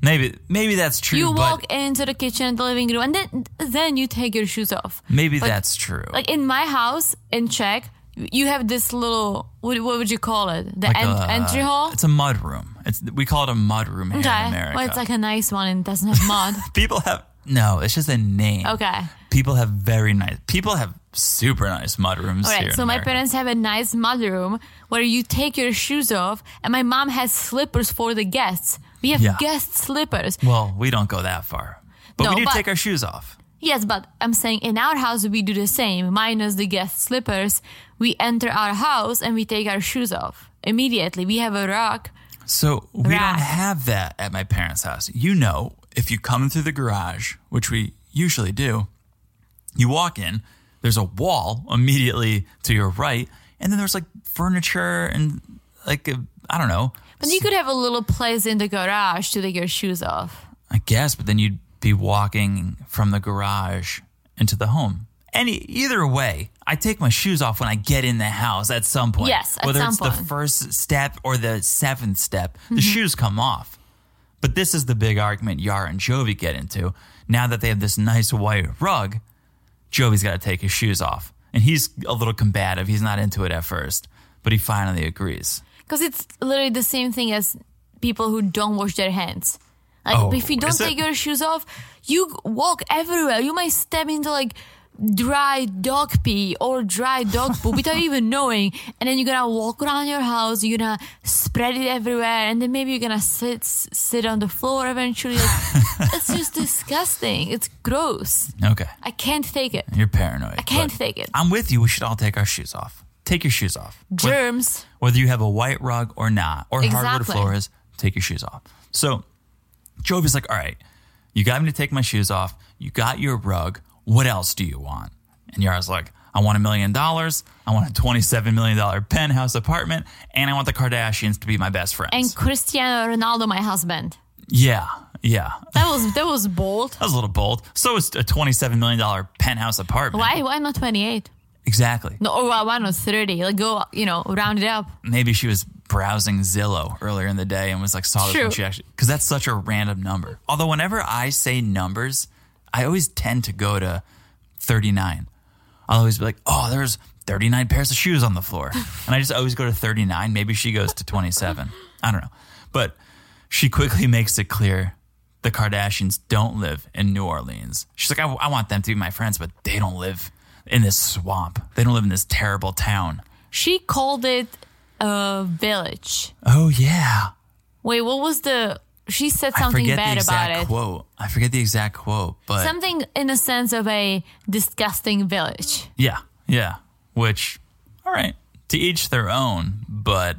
[SPEAKER 1] Maybe maybe that's true.
[SPEAKER 2] You
[SPEAKER 1] Hmm, but
[SPEAKER 2] walk into the kitchen, the living room, and then then you take your shoes off.
[SPEAKER 1] maybe that's true.
[SPEAKER 2] Like in my house in Czech, you have this little what, what would you call it? The en-
[SPEAKER 1] Uh,
[SPEAKER 2] entry hall.
[SPEAKER 1] It's a mud room. It's we call it a mud room here in America.
[SPEAKER 2] well, it's like a nice one and it doesn't have mud.
[SPEAKER 1] people have no. It's just a name.
[SPEAKER 2] Okay.
[SPEAKER 1] People have very nice. People have super nice mud rooms
[SPEAKER 2] All
[SPEAKER 1] here.
[SPEAKER 2] right.
[SPEAKER 1] in
[SPEAKER 2] So my
[SPEAKER 1] America.
[SPEAKER 2] parents have a nice mudroom where you take your shoes off, and my mom has slippers for the guests. We have
[SPEAKER 1] Yeah.
[SPEAKER 2] guest slippers.
[SPEAKER 1] Well, we don't go that far, but
[SPEAKER 2] No,
[SPEAKER 1] we do
[SPEAKER 2] but-
[SPEAKER 1] take our shoes off.
[SPEAKER 2] Yes, but I'm saying in our house we do the same, minus the guest slippers. We enter our house and we take our shoes off immediately. We have a rock.
[SPEAKER 1] So we don't
[SPEAKER 2] Right.
[SPEAKER 1] have that at my parents' house. You know, if you come in through the garage, which we usually do, you walk in, there's a wall immediately to your right, and then there's like furniture and like a, I don't know,
[SPEAKER 2] But you could have a little place in the garage to take your shoes off.
[SPEAKER 1] I guess, but then you'd be walking from the garage into the home. Any either way, I take my shoes off when I get in the house at some point.
[SPEAKER 2] Yes, at
[SPEAKER 1] whether
[SPEAKER 2] some
[SPEAKER 1] it's the
[SPEAKER 2] point. Mm-hmm.
[SPEAKER 1] first step or the seventh step, the shoes come off. But this is the big argument Yara and Jovi get into. Now that they have this nice white rug, Jovi's got to take his shoes off, and he's a little combative. He's not into it at first, but he finally agrees.
[SPEAKER 2] because it's literally the same thing as people who don't wash their hands. Like
[SPEAKER 1] Oh,
[SPEAKER 2] if you don't
[SPEAKER 1] is it?
[SPEAKER 2] take your shoes off, you walk everywhere. You might step into like dry dog pee or dry dog poop without even knowing, and then you're gonna walk around your house. You're gonna spread it everywhere, and then maybe you're gonna sit sit on the floor eventually. Like, it's just disgusting. It's gross.
[SPEAKER 1] Okay.
[SPEAKER 2] I can't take it.
[SPEAKER 1] You're paranoid. I
[SPEAKER 2] can't take it.
[SPEAKER 1] I'm with you. We should all take our shoes off. Take your shoes off. Whether-
[SPEAKER 2] Germs.
[SPEAKER 1] Whether you have a white rug or not, or hardwood
[SPEAKER 2] Exactly.
[SPEAKER 1] floors, take your shoes off. So Jovi's like, all right, you got me to take my shoes off. You got your rug. What else do you want? And Yara's like, I want a million dollars. I want a $27 million penthouse apartment. And I want the Kardashians to be my best friends.
[SPEAKER 2] and Cristiano Ronaldo, my husband.
[SPEAKER 1] yeah. Yeah.
[SPEAKER 2] That was that was bold.
[SPEAKER 1] That was a little bold. So is a $27 million penthouse apartment.
[SPEAKER 2] Why why not twenty eight?
[SPEAKER 1] Exactly.
[SPEAKER 2] No, or why- why not thirty? Like go you know round it up.
[SPEAKER 1] maybe she was browsing Zillow earlier in the day and was like saw this
[SPEAKER 2] True.
[SPEAKER 1] one she actually because that's such a random number. Although whenever I say numbers, I always tend to go to thirty nine. I'll always be like, oh, there's thirty nine pairs of shoes on the floor, and I just always go to thirty nine. Maybe she goes to twenty seven. I don't know, but she quickly makes it clear. The Kardashians don't live in New Orleans. She's like, I, I want them to be my friends, but they don't live in this swamp. They don't live in this terrible town.
[SPEAKER 2] She called it a village.
[SPEAKER 1] Oh, yeah.
[SPEAKER 2] Wait, what was the? She said
[SPEAKER 1] I
[SPEAKER 2] something
[SPEAKER 1] forget
[SPEAKER 2] bad
[SPEAKER 1] the exact
[SPEAKER 2] about it.
[SPEAKER 1] quote. I forget the exact quote, but
[SPEAKER 2] Something in the sense of a disgusting village.
[SPEAKER 1] yeah, yeah. Which, all right, to each their own. But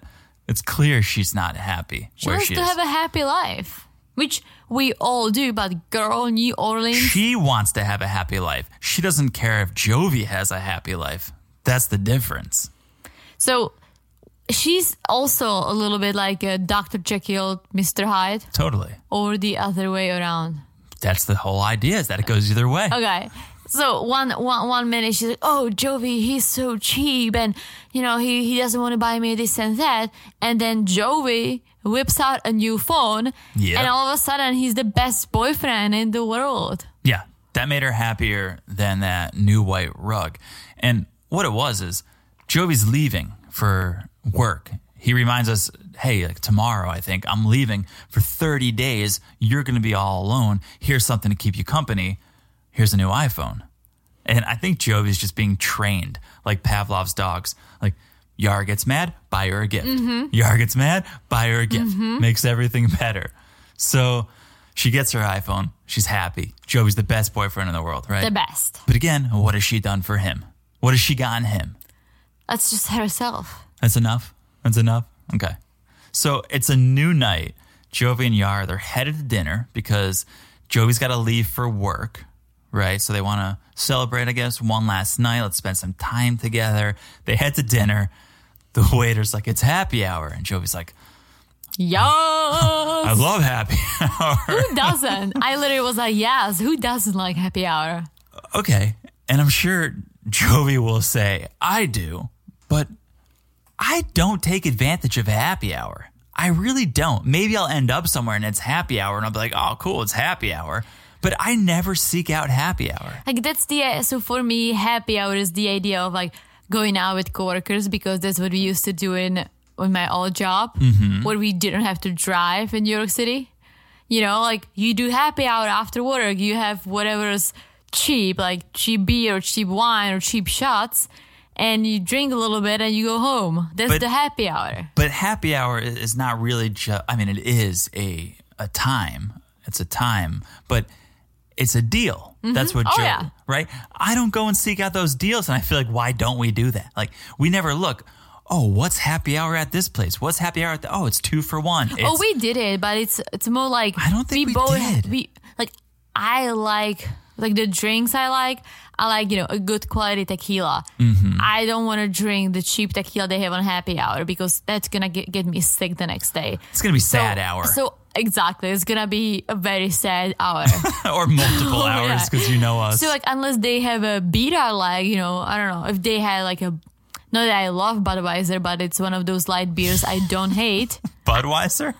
[SPEAKER 1] it's clear she's not happy
[SPEAKER 2] She
[SPEAKER 1] where
[SPEAKER 2] wants
[SPEAKER 1] she
[SPEAKER 2] to
[SPEAKER 1] is.
[SPEAKER 2] have a happy life, which we all do. But girl, New Orleans.
[SPEAKER 1] she wants to have a happy life. She doesn't care if Jovi has a happy life. That's the difference.
[SPEAKER 2] So she's also a little bit like a Dr. Jekyll, Mr. Hyde,
[SPEAKER 1] Totally.
[SPEAKER 2] or the other way around.
[SPEAKER 1] That's the whole idea. Is that it goes either way.
[SPEAKER 2] Okay. So one one one minute she's like, "Oh, Jovi, he's so cheap, and you know he he doesn't want to buy me this and that." And then Jovi whips out a new phone,
[SPEAKER 1] Yep.
[SPEAKER 2] and all of a sudden he's the best boyfriend in the world.
[SPEAKER 1] Yeah, that made her happier than that new white rug. And what it was is Jovi's leaving for work. He reminds us, hey, like tomorrow, I think I'm leaving for 30 days. You're going to be all alone. Here's something to keep you company. Here's a new iPhone. And I think Jovi's just being trained like Pavlov's dogs. Like, Yar gets mad, buy her a gift. Yar gets mad, buy her a gift. Makes everything better. So she gets her iPhone. She's happy. Jovi's the best boyfriend in the world, right?
[SPEAKER 2] The best.
[SPEAKER 1] But again, what has she done for him? What has she gotten him?
[SPEAKER 2] That's just herself.
[SPEAKER 1] That's enough. That's enough. Okay. So it's a new night. Jovi and Yar, they're headed to dinner because Jovi's got to leave for work, right? So they want to celebrate, I guess, one last night. Let's spend some time together. They head to dinner. The waiter's like, it's happy hour. And Jovi's like,
[SPEAKER 2] Yes.
[SPEAKER 1] I love happy hour.
[SPEAKER 2] Who doesn't? I literally was like, "Yes." Who doesn't like happy hour?
[SPEAKER 1] okay. And I'm sure Jovi will say, I do, but I don't take advantage of a happy hour. I really don't. Maybe I'll end up somewhere and it's happy hour and I'll be like, oh, cool, it's happy hour. But I never seek out happy hour.
[SPEAKER 2] Like that's the so for me, happy hour is the idea of like going out with coworkers because that's what we used to do in on my old job where we didn't have to drive in New York City. You know, like you do happy hour after work, you have whatever's cheap, like cheap beer, or cheap wine, or cheap shots, and you drink a little bit and you go home. That's
[SPEAKER 1] But-
[SPEAKER 2] the happy hour.
[SPEAKER 1] But happy hour i- is not really just, I mean, it is a, a time. It's a time, but it's a deal. That's what
[SPEAKER 2] Oh,
[SPEAKER 1] Joe,
[SPEAKER 2] yeah.
[SPEAKER 1] right? I don't go and seek out those deals. And I feel like, why don't we do that? Like, we never look, oh, what's happy hour at this place? What's happy hour at the, oh, it's two for one. It's,
[SPEAKER 2] oh, we did it, but it's it's more like
[SPEAKER 1] I don't think we did.
[SPEAKER 2] we like I like like the drinks I like. I like you know a good quality tequila.
[SPEAKER 1] Mm-hmm.
[SPEAKER 2] I don't want to drink the cheap tequila they have on happy hour because that's gonna get, get me sick the next day.
[SPEAKER 1] it's going to be
[SPEAKER 2] So-
[SPEAKER 1] sad hour.
[SPEAKER 2] So exactly, it's gonna be a very sad hour.
[SPEAKER 1] or multiple
[SPEAKER 2] Oh,
[SPEAKER 1] hours
[SPEAKER 2] yeah.
[SPEAKER 1] because you know us.
[SPEAKER 2] so like unless they have a beer, like you know I don't know if they had like a. Not that I love Budweiser, but it's one of those light beers I don't hate.
[SPEAKER 1] Budweiser,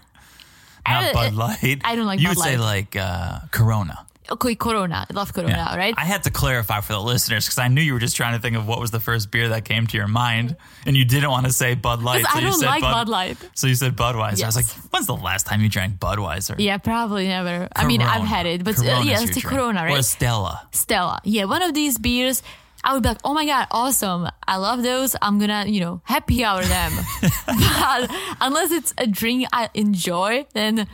[SPEAKER 2] I
[SPEAKER 1] not
[SPEAKER 2] don't-
[SPEAKER 1] Bud Light.
[SPEAKER 2] I don't like
[SPEAKER 1] You
[SPEAKER 2] Bud
[SPEAKER 1] would say like
[SPEAKER 2] Light.
[SPEAKER 1] uh, Corona.
[SPEAKER 2] okay, Corona. I love Corona,
[SPEAKER 1] Yeah.
[SPEAKER 2] right?
[SPEAKER 1] I had to clarify for the listeners because I knew you were just trying to think of what was the first beer that came to your mind, and you didn't want to say Bud Light.
[SPEAKER 2] Because I
[SPEAKER 1] you
[SPEAKER 2] don't
[SPEAKER 1] said
[SPEAKER 2] like Bud Light.
[SPEAKER 1] So you said Budweiser. I was
[SPEAKER 2] Yes.
[SPEAKER 1] like, when's the last time you drank Budweiser?
[SPEAKER 2] yeah, probably never. I mean, I've
[SPEAKER 1] Corona.
[SPEAKER 2] had it, but uh,
[SPEAKER 1] Corona's
[SPEAKER 2] yeah,
[SPEAKER 1] your
[SPEAKER 2] it's the
[SPEAKER 1] drink.
[SPEAKER 2] Corona, right?
[SPEAKER 1] Or Stella.
[SPEAKER 2] Stella. Yeah, one of these beers, I would be like, oh my God, awesome. I love those. I'm gonna, you know, happy hour them. but unless it's a drink I enjoy, then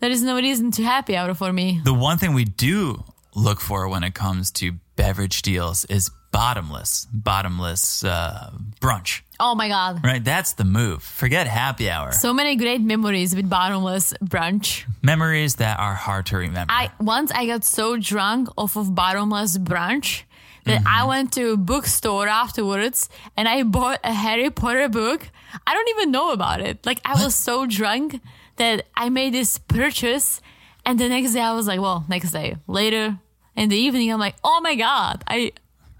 [SPEAKER 2] there is no reason to happy hour for me.
[SPEAKER 1] The one thing we do look for when it comes to beverage deals is bottomless, bottomless uh, brunch.
[SPEAKER 2] Oh my God.
[SPEAKER 1] Right, that's the move. Forget happy hour.
[SPEAKER 2] So many great memories with bottomless brunch.
[SPEAKER 1] Memories that are hard to remember.
[SPEAKER 2] I once I got so drunk off of bottomless brunch that I went to a bookstore afterwards and I bought a Harry Potter book. I don't even know about it. Like I was so drunk that I made this purchase and the next day I was like, well, next day, later in the evening, I'm like, oh my God, I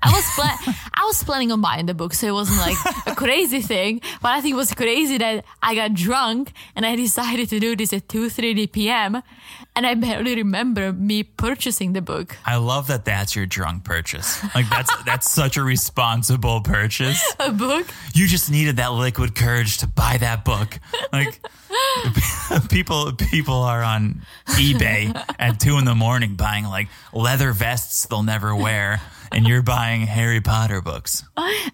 [SPEAKER 2] I was plan- I was planning on buying the book, so it wasn't like a crazy thing. But I think it was crazy that I got drunk and I decided to do this at two thirty p.m. and I barely remember me purchasing the book.
[SPEAKER 1] I love that that's your drunk purchase. Like that's that's such a responsible purchase.
[SPEAKER 2] A book?
[SPEAKER 1] You just needed that liquid courage to buy that book. Like people people are on eBay at two in the morning buying like leather vests they'll never wear, and you're buying Harry Potter books.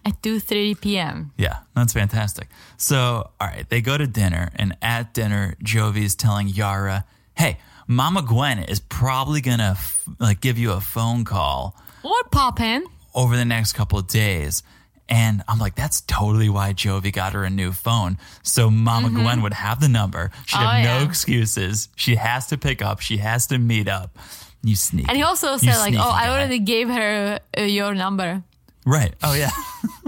[SPEAKER 2] at two thirty p.m.
[SPEAKER 1] Yeah, that's fantastic. So, all right, they go to dinner, and at dinner, Jovi's telling Yara, "Hey, Mama Gwen is probably gonna f- like give you a phone call
[SPEAKER 2] Or pop in.
[SPEAKER 1] over the next couple of days." And I'm like, that's totally why Jovi got her a new phone. So Mama Gwen would have the number. She'd have
[SPEAKER 2] Mm-hmm.
[SPEAKER 1] no
[SPEAKER 2] Oh, yeah.
[SPEAKER 1] excuses. She has to pick up. She has to meet up. You sneak.
[SPEAKER 2] And he also said like, "Oh, I already gave her uh, your number."
[SPEAKER 1] Right. Oh, yeah.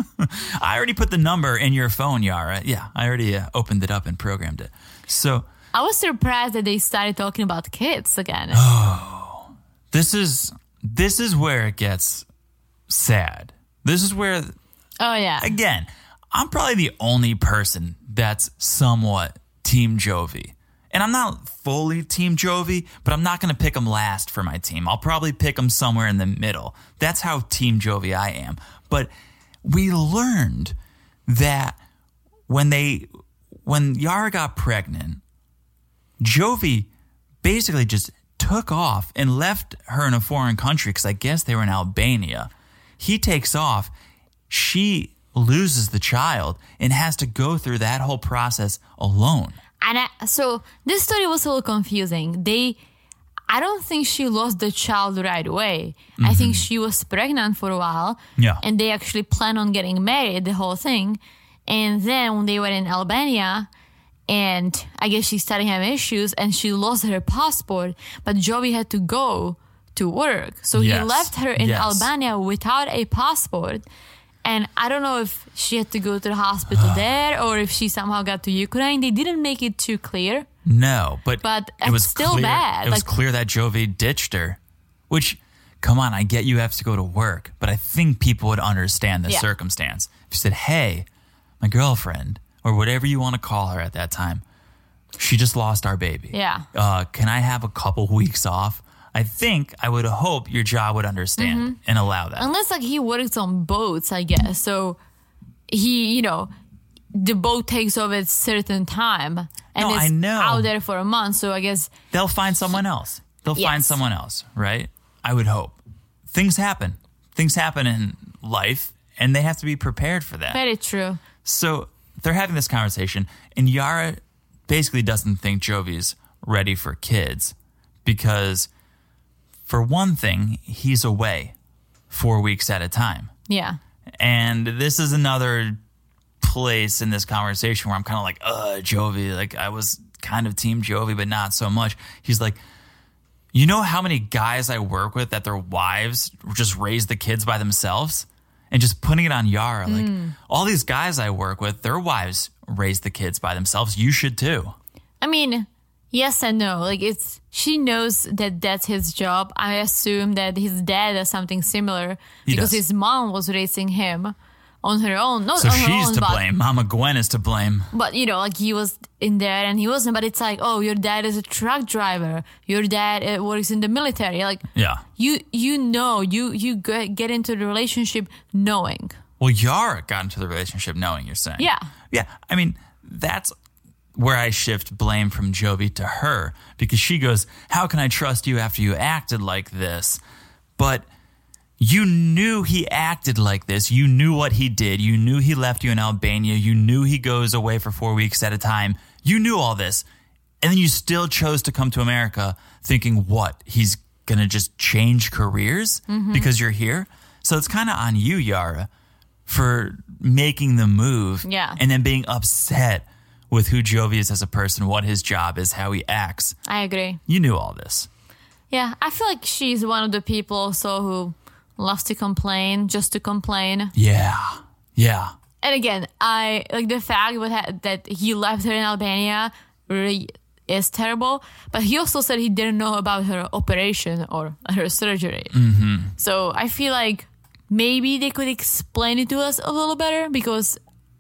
[SPEAKER 1] I already put the number in your phone, Yara. Yeah, I already uh, opened it up and programmed it. So
[SPEAKER 2] I was surprised that they started talking about kids again.
[SPEAKER 1] this is this is where it gets sad. This is where
[SPEAKER 2] oh yeah.
[SPEAKER 1] again, I'm probably the only person that's somewhat Team Jovi. And I'm not fully Team Jovi, but I'm not going to pick him last for my team. I'll probably pick him somewhere in the middle. That's how Team Jovi I am. But we learned that when they when Yara got pregnant, Jovi basically just took off and left her in a foreign country because I guess they were in Albania. He takes off. She loses the child and has to go through that whole process alone.
[SPEAKER 2] And I, so this story was a little confusing. They, I don't think she lost the child right away. I think she was pregnant for a while.
[SPEAKER 1] Yeah.
[SPEAKER 2] And they actually planned on getting married, the whole thing. And then when they were in Albania, and I guess she started having issues and she lost her passport, but Jovi had to go to work. So
[SPEAKER 1] Yes.
[SPEAKER 2] he left her in
[SPEAKER 1] Yes.
[SPEAKER 2] Albania without a passport. And I don't know if she had to go to the hospital there or if she somehow got to Ukraine. They didn't make it too clear.
[SPEAKER 1] No, but
[SPEAKER 2] But
[SPEAKER 1] it was
[SPEAKER 2] it's still
[SPEAKER 1] clear,
[SPEAKER 2] bad.
[SPEAKER 1] It was
[SPEAKER 2] Like-
[SPEAKER 1] clear that Jovi ditched her, which, come on, I get you have to go to work, but I think people would understand the
[SPEAKER 2] Yeah.
[SPEAKER 1] circumstance. If you said, "Hey, my girlfriend," or whatever you want to call her at that time, she just lost our baby.
[SPEAKER 2] Yeah.
[SPEAKER 1] Uh, can I have a couple weeks off? I think I would hope your job would understand
[SPEAKER 2] Mm-hmm.
[SPEAKER 1] and allow that.
[SPEAKER 2] Unless like he works on boats, I guess. So he, you know, the boat takes over at certain time and
[SPEAKER 1] No,
[SPEAKER 2] it's
[SPEAKER 1] I know.
[SPEAKER 2] out there for a month. So I guess
[SPEAKER 1] They'll find someone else. They'll find
[SPEAKER 2] Yes.
[SPEAKER 1] someone else, right? I would hope. Things happen. Things happen in life, and they have to be prepared for that.
[SPEAKER 2] very true.
[SPEAKER 1] So they're having this conversation, and Yara basically doesn't think Jovi's ready for kids because, for one thing, he's away four weeks at a time.
[SPEAKER 2] Yeah.
[SPEAKER 1] And this is another place in this conversation where I'm kind of like, uh, Jovi. Like, I was kind of team Jovi, but not so much. He's like, you know how many guys I work with that their wives just raise the kids by themselves? And just putting it on Yara. Like, all these guys I work with, their wives raise the kids by themselves. You should too.
[SPEAKER 2] I mean, yes and no. Like it's she knows that that's his job. I assume that his dad does something similar
[SPEAKER 1] He
[SPEAKER 2] because
[SPEAKER 1] does.
[SPEAKER 2] his mom was raising him on her own. Not
[SPEAKER 1] So
[SPEAKER 2] on her
[SPEAKER 1] she's
[SPEAKER 2] own,
[SPEAKER 1] to
[SPEAKER 2] but,
[SPEAKER 1] blame. Mama Gwen is to blame.
[SPEAKER 2] but you know, like he was in there and he wasn't. But it's like, oh, your dad is a truck driver. Your dad uh, works in the military. Like
[SPEAKER 1] Yeah.
[SPEAKER 2] you, you know, you you get get into the relationship knowing.
[SPEAKER 1] Well, Yara got into the relationship knowing you're saying.
[SPEAKER 2] Yeah.
[SPEAKER 1] Yeah. I mean, that's where I shift blame from Jovi to her because she goes, How can I trust you after you acted like this? But you knew he acted like this. You knew what he did. You knew he left you in Albania. You knew he goes away for four weeks at a time. You knew all this. And then you still chose to come to America thinking, what? He's going to just change careers because you're here? So it's kind of on you, Yara, for making the move
[SPEAKER 2] Yeah.
[SPEAKER 1] and then being upset with who Jovi is as a person, what his job is, how he acts.
[SPEAKER 2] I agree.
[SPEAKER 1] You knew all this.
[SPEAKER 2] Yeah, I feel like she's one of the people also who loves to complain just to complain.
[SPEAKER 1] Yeah. Yeah.
[SPEAKER 2] And again, I like the fact with ha- that he left her in Albania really is terrible. But he also said he didn't know about her operation or her surgery. So I feel like maybe they could explain it to us a little better because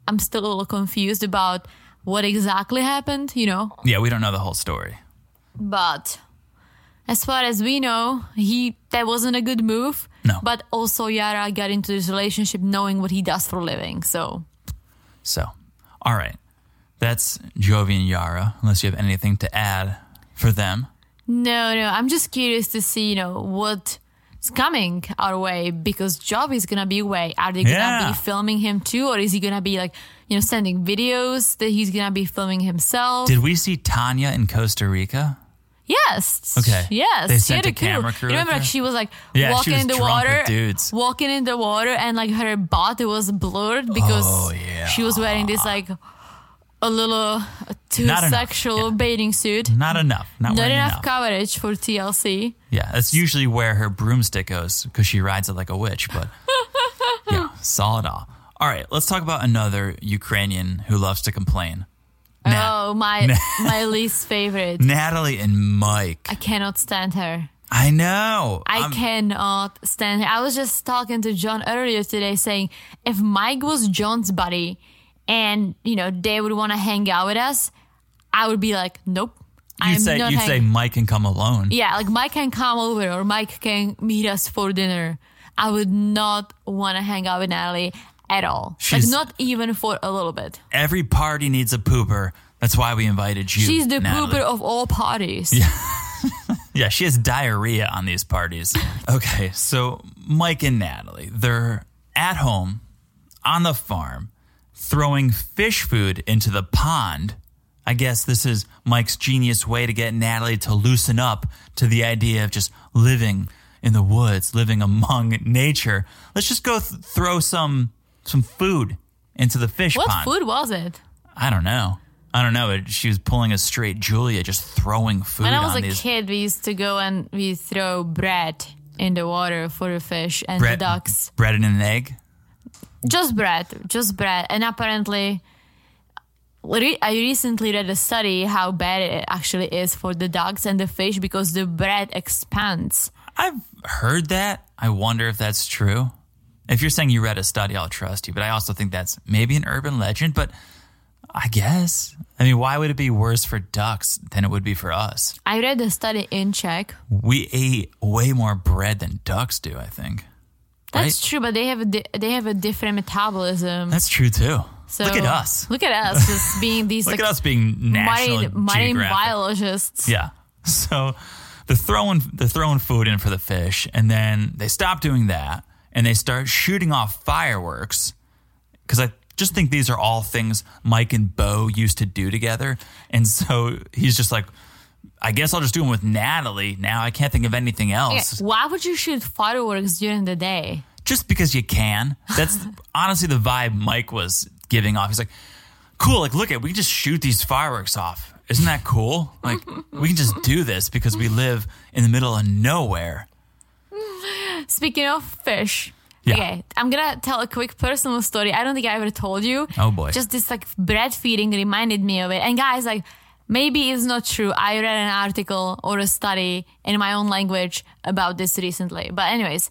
[SPEAKER 2] I'm still a little confused about what exactly happened, you know.
[SPEAKER 1] Yeah. We don't know the whole story.
[SPEAKER 2] But as far as we know, he that wasn't a good move.
[SPEAKER 1] No.
[SPEAKER 2] But also Yara got into this relationship knowing what he does for a living. So
[SPEAKER 1] So, all right. That's Jovi and Yara, unless you have anything to add for them.
[SPEAKER 2] No, no. I'm just curious to see, you know, what's coming our way because job is gonna be away. Are they gonna
[SPEAKER 1] Yeah.
[SPEAKER 2] be filming him too, or is he gonna be like, you know, sending videos that he's gonna be filming himself?
[SPEAKER 1] Did we see Tanya in Costa Rica?
[SPEAKER 2] yes.
[SPEAKER 1] Okay.
[SPEAKER 2] Yes.
[SPEAKER 1] They
[SPEAKER 2] she
[SPEAKER 1] sent
[SPEAKER 2] had
[SPEAKER 1] a camera crew
[SPEAKER 2] You
[SPEAKER 1] with
[SPEAKER 2] remember, like,
[SPEAKER 1] her?
[SPEAKER 2] she was like
[SPEAKER 1] Yeah, she
[SPEAKER 2] walking
[SPEAKER 1] was
[SPEAKER 2] in the
[SPEAKER 1] drunk with
[SPEAKER 2] water,
[SPEAKER 1] dudes.
[SPEAKER 2] walking in the water, and like her butt was blurred because
[SPEAKER 1] Oh, yeah.
[SPEAKER 2] she was wearing this like a little uh, too
[SPEAKER 1] Not enough,
[SPEAKER 2] sexual
[SPEAKER 1] yeah.
[SPEAKER 2] bathing suit.
[SPEAKER 1] Not enough. Not,
[SPEAKER 2] Not
[SPEAKER 1] wearing
[SPEAKER 2] enough,
[SPEAKER 1] enough.
[SPEAKER 2] coverage for TLC.
[SPEAKER 1] yeah, that's usually where her broomstick goes because she rides it like a witch. But yeah, saw it all. All right, let's talk about another Ukrainian who loves to complain. Nat-
[SPEAKER 2] Oh my my least favorite.
[SPEAKER 1] Natalie and Mike.
[SPEAKER 2] I cannot stand her.
[SPEAKER 1] I know.
[SPEAKER 2] I
[SPEAKER 1] I'm-
[SPEAKER 2] cannot stand her. I was just talking to John earlier today saying if Mike was John's buddy and you know they would want to hang out with us, I would be like, Nope.
[SPEAKER 1] you'd say
[SPEAKER 2] not
[SPEAKER 1] you'd
[SPEAKER 2] hang-
[SPEAKER 1] say Mike can come alone.
[SPEAKER 2] Yeah, like Mike can come over or Mike can meet us for dinner. I would not want to hang out with Natalie at all.
[SPEAKER 1] She's-
[SPEAKER 2] like not even for a little bit.
[SPEAKER 1] Every party needs a pooper. That's why we invited you.
[SPEAKER 2] She's the
[SPEAKER 1] Natalie.
[SPEAKER 2] pooper of all parties.
[SPEAKER 1] Yeah, she has diarrhea on these parties. okay, so Mike and Natalie, they're at home on the farm throwing fish food into the pond. I guess this is Mike's genius way to get Natalie to loosen up to the idea of just living in the woods, living among nature. Let's just go th- throw some some food into the fish
[SPEAKER 2] What
[SPEAKER 1] pond.
[SPEAKER 2] food was it?
[SPEAKER 1] I don't know. I don't know. It- She was pulling a straight Julia, just throwing food
[SPEAKER 2] When I was
[SPEAKER 1] on
[SPEAKER 2] a
[SPEAKER 1] these
[SPEAKER 2] kid, we used to go and we throw bread in the water for the fish and
[SPEAKER 1] bread,
[SPEAKER 2] the ducks.
[SPEAKER 1] bread and an egg.
[SPEAKER 2] Just bread, just bread. And apparently, re- I recently read a study how bad it actually is for the ducks and the fish because the bread expands.
[SPEAKER 1] I've heard that. I wonder if that's true. If you're saying you read a study, I'll trust you. But I also think that's maybe an urban legend. But I guess. I mean, why would it be worse for ducks than it would be for us?
[SPEAKER 2] I read a study in Czech.
[SPEAKER 1] We ate way more bread than ducks do, I think.
[SPEAKER 2] That's
[SPEAKER 1] Right.
[SPEAKER 2] true, but they have a di- they have a different metabolism.
[SPEAKER 1] That's true, too.
[SPEAKER 2] So
[SPEAKER 1] look at us.
[SPEAKER 2] Look at us just being these
[SPEAKER 1] Look
[SPEAKER 2] like
[SPEAKER 1] at us being national
[SPEAKER 2] marine, marine
[SPEAKER 1] Geographic.
[SPEAKER 2] biologists.
[SPEAKER 1] Yeah. So they're throwing they're throwing food in for the fish, and then they stop doing that and they start shooting off fireworks because I just think these are all things Mike and Bo used to do together, and so he's just like. I guess I'll just do them with Natalie now. I can't think of anything
[SPEAKER 2] Yeah,
[SPEAKER 1] else.
[SPEAKER 2] Why would you shoot fireworks during the day?
[SPEAKER 1] Just because you can. That's honestly the vibe Mike was giving off. He's like, cool, like, look at, we can just shoot these fireworks off. Isn't that cool? Like, we can just do this because we live in the middle of nowhere.
[SPEAKER 2] Speaking of fish,
[SPEAKER 1] Yeah.
[SPEAKER 2] okay, I'm gonna tell a quick personal story. I don't think I ever told you.
[SPEAKER 1] Oh, boy.
[SPEAKER 2] Just this like bread feeding reminded me of it. And guys, like maybe it's not true. I read an article or a study in my own language about this recently. But anyways,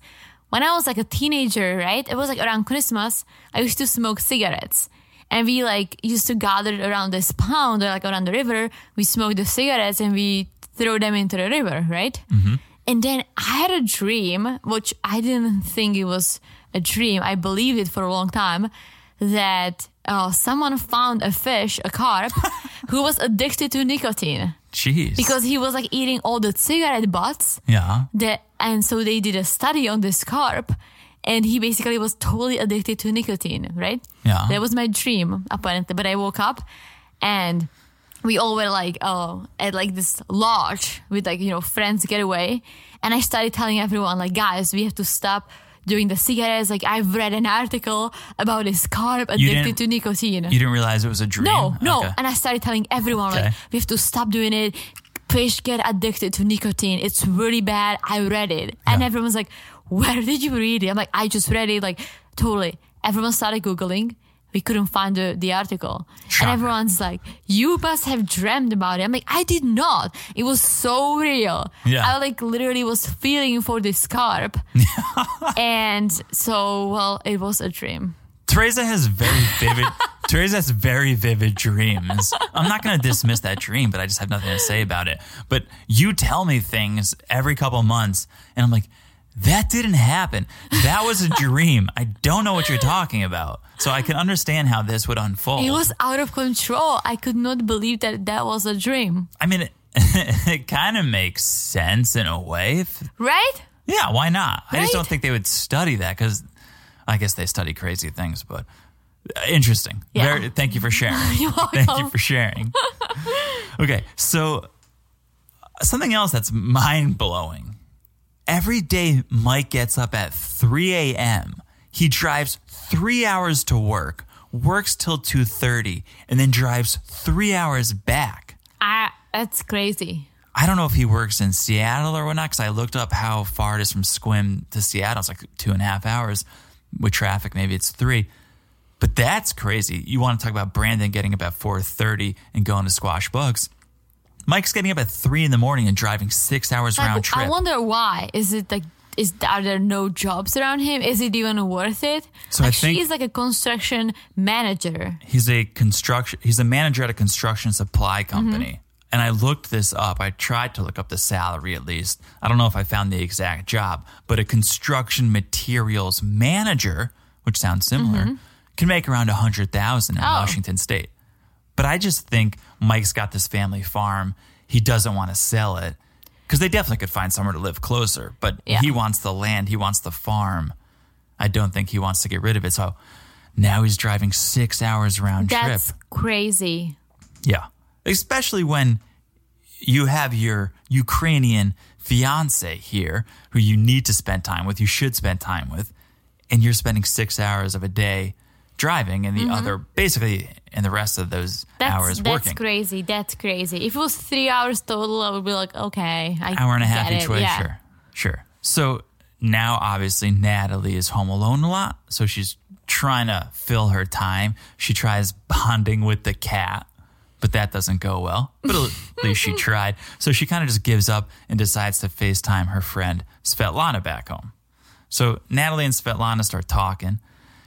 [SPEAKER 2] when I was like a teenager, right? It was like around Christmas, I used to smoke cigarettes. And we like used to gather around this pond or like around the river. We smoked the cigarettes and we throw them into the river, right? And then I had a dream, which I didn't think it was a dream. I believed it for a long time that uh, someone found a fish, a carp, who was addicted to nicotine
[SPEAKER 1] Jeez.
[SPEAKER 2] because he was like eating all the cigarette butts
[SPEAKER 1] yeah.
[SPEAKER 2] that and so they did a study on this carp and he basically was totally addicted to nicotine right
[SPEAKER 1] Yeah.
[SPEAKER 2] that was my dream apparently but i woke up and we all were like oh at like this lodge with like you know friends getaway and i started telling everyone like guys we have to stop doing the cigarettes like i've read an article about this carp addicted
[SPEAKER 1] didn't-
[SPEAKER 2] to nicotine
[SPEAKER 1] You didn't realize it was a dream.
[SPEAKER 2] no, no.
[SPEAKER 1] Okay.
[SPEAKER 2] And I started telling everyone, like,
[SPEAKER 1] Okay.
[SPEAKER 2] we have to stop doing it. Fish get addicted to nicotine. It's really bad. I read it. And
[SPEAKER 1] Yeah.
[SPEAKER 2] everyone's like, where did you read it? I'm like, I just read it. Like, totally. Everyone started Googling. We couldn't find the, the article.
[SPEAKER 1] Shocker.
[SPEAKER 2] And everyone's like, you must have dreamt about it. I'm like, I did not. It was so real.
[SPEAKER 1] Yeah.
[SPEAKER 2] I like literally was feeling for this carp. and so, well, it was a dream.
[SPEAKER 1] Teresa has very vivid. Teresa has very vivid dreams. I'm not going to dismiss that dream, but I just have nothing to say about it. But you tell me things every couple months, and I'm like, that didn't happen. That was a dream. I don't know what you're talking about. So I can understand how this would unfold.
[SPEAKER 2] It was out of control. I could not believe that that was a dream,
[SPEAKER 1] I mean, it, it kind of makes sense in a way. If,
[SPEAKER 2] right?
[SPEAKER 1] yeah, why not? I just don't
[SPEAKER 2] Right?
[SPEAKER 1] think they would study that because I guess they study crazy things, but uh, interesting.
[SPEAKER 2] Yeah.
[SPEAKER 1] Very, thank you for sharing.
[SPEAKER 2] You're
[SPEAKER 1] Thank you
[SPEAKER 2] welcome.
[SPEAKER 1] for sharing. okay, so something else that's mind blowing. Every day, Mike gets up at 3 a.m. He drives three hours to work, works till 2:30, and then drives three hours back.
[SPEAKER 2] I, that's crazy.
[SPEAKER 1] I don't know if he works in Seattle or whatnot because I looked up how far it is from Squim to Seattle. It's like two and a half hours with traffic. Maybe it's three, but that's crazy. You want to talk about Brandon getting up at four thirty and going to squash bugs? Mike's getting up at three in the morning and driving six hours round
[SPEAKER 2] Like,
[SPEAKER 1] trip.
[SPEAKER 2] I wonder why. Is it like? Is are there no jobs around him? Is it even worth it?
[SPEAKER 1] So I
[SPEAKER 2] like
[SPEAKER 1] think-
[SPEAKER 2] she is like a construction manager.
[SPEAKER 1] he's a construction. He's a manager at a construction supply company. And I looked this up. I tried to look up the salary at least. I don't know if I found the exact job, but a construction materials manager, which sounds similar, can make around a hundred thousand in Washington State. But I just think Mike's got this family farm. He doesn't want to sell it because they definitely could find somewhere to live closer. But
[SPEAKER 2] Yeah.
[SPEAKER 1] he wants the land. He wants the farm. I don't think he wants to get rid of it. So now he's driving six hours round
[SPEAKER 2] That's
[SPEAKER 1] trip.
[SPEAKER 2] crazy.
[SPEAKER 1] Yeah. Especially when you have your Ukrainian fiance here who you need to spend time with, you should spend time with, and you're spending six hours of a day driving and the other basically and the rest of those
[SPEAKER 2] Mm-hmm. That's
[SPEAKER 1] hours
[SPEAKER 2] that's
[SPEAKER 1] working.
[SPEAKER 2] crazy. That's crazy. If it was three hours total, I would be like, okay, I
[SPEAKER 1] Hour and a half
[SPEAKER 2] get
[SPEAKER 1] each
[SPEAKER 2] it.
[SPEAKER 1] way,
[SPEAKER 2] Yeah.
[SPEAKER 1] sure. Sure. So now obviously Natalie is home alone a lot, so she's trying to fill her time. She tries bonding with the cat, but that doesn't go well. But at least she tried. So she kind of just gives up and decides to FaceTime her friend Svetlana back home. So Natalie and Svetlana start talking.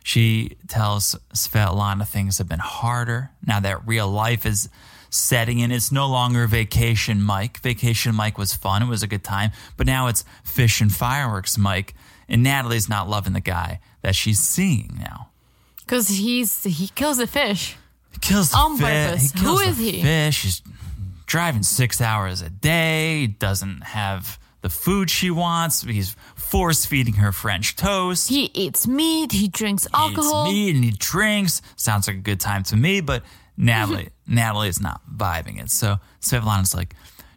[SPEAKER 1] She tells Svetlana things have been harder now that real life is setting in. It's no longer vacation Mike. Vacation Mike was fun, it was a good time, but now it's fish and fireworks Mike. And Natalie's not loving the guy that she's seeing now.
[SPEAKER 2] Because he's he kills the fish.
[SPEAKER 1] He kills the
[SPEAKER 2] On
[SPEAKER 1] fi-
[SPEAKER 2] purpose.
[SPEAKER 1] He kills
[SPEAKER 2] Who is
[SPEAKER 1] the
[SPEAKER 2] he?
[SPEAKER 1] Fish. He's driving six hours a day. He doesn't have the food she wants. He's force feeding her French toast.
[SPEAKER 2] He eats meat. He drinks alcohol.
[SPEAKER 1] Eats meat and he drinks. Sounds like a good time to me, but Natalie, Natalie is not vibing it. So Svetlana's like,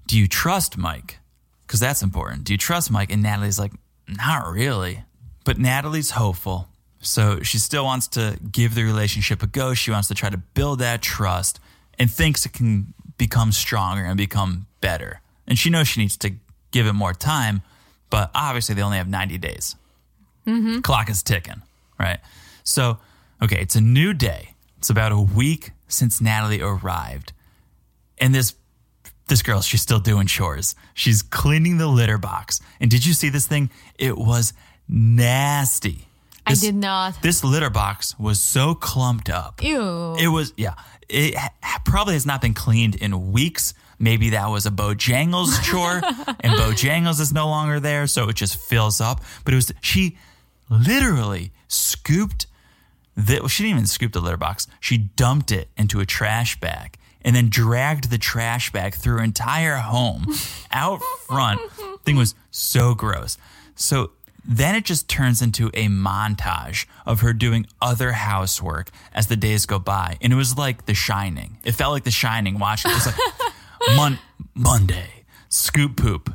[SPEAKER 1] "Do you trust Mike? Because that's important. Do you trust Mike?" And Natalie's like, "Not really." But Natalie's hopeful, so she still wants to give the relationship a go. She wants to try to build that trust and thinks it can become stronger and become better. And she knows she needs to give it more time, but obviously they only have ninety days
[SPEAKER 2] Mm-hmm.
[SPEAKER 1] clock is ticking, right? So, okay, it's a new day. It's about a week since Natalie arrived. And this this girl, she's still doing chores. She's cleaning the litter box. And did you see this thing? It was nasty.
[SPEAKER 2] I did not.
[SPEAKER 1] This litter box was so clumped up.
[SPEAKER 2] Ew.
[SPEAKER 1] It was, yeah. It ha- probably has not been cleaned in weeks. Maybe that was a Bojangles chore, and Bojangles is no longer there, so it just fills up. But it was she literally scooped the well, she didn't even scoop the litter box. She dumped it into a trash bag and then dragged the trash bag through her entire home out front. Thing was so gross. So then it just turns into a montage of her doing other housework as the days go by. And it was like The Shining. It felt like The Shining. Watch it. was like Mon- Monday, scoop poop.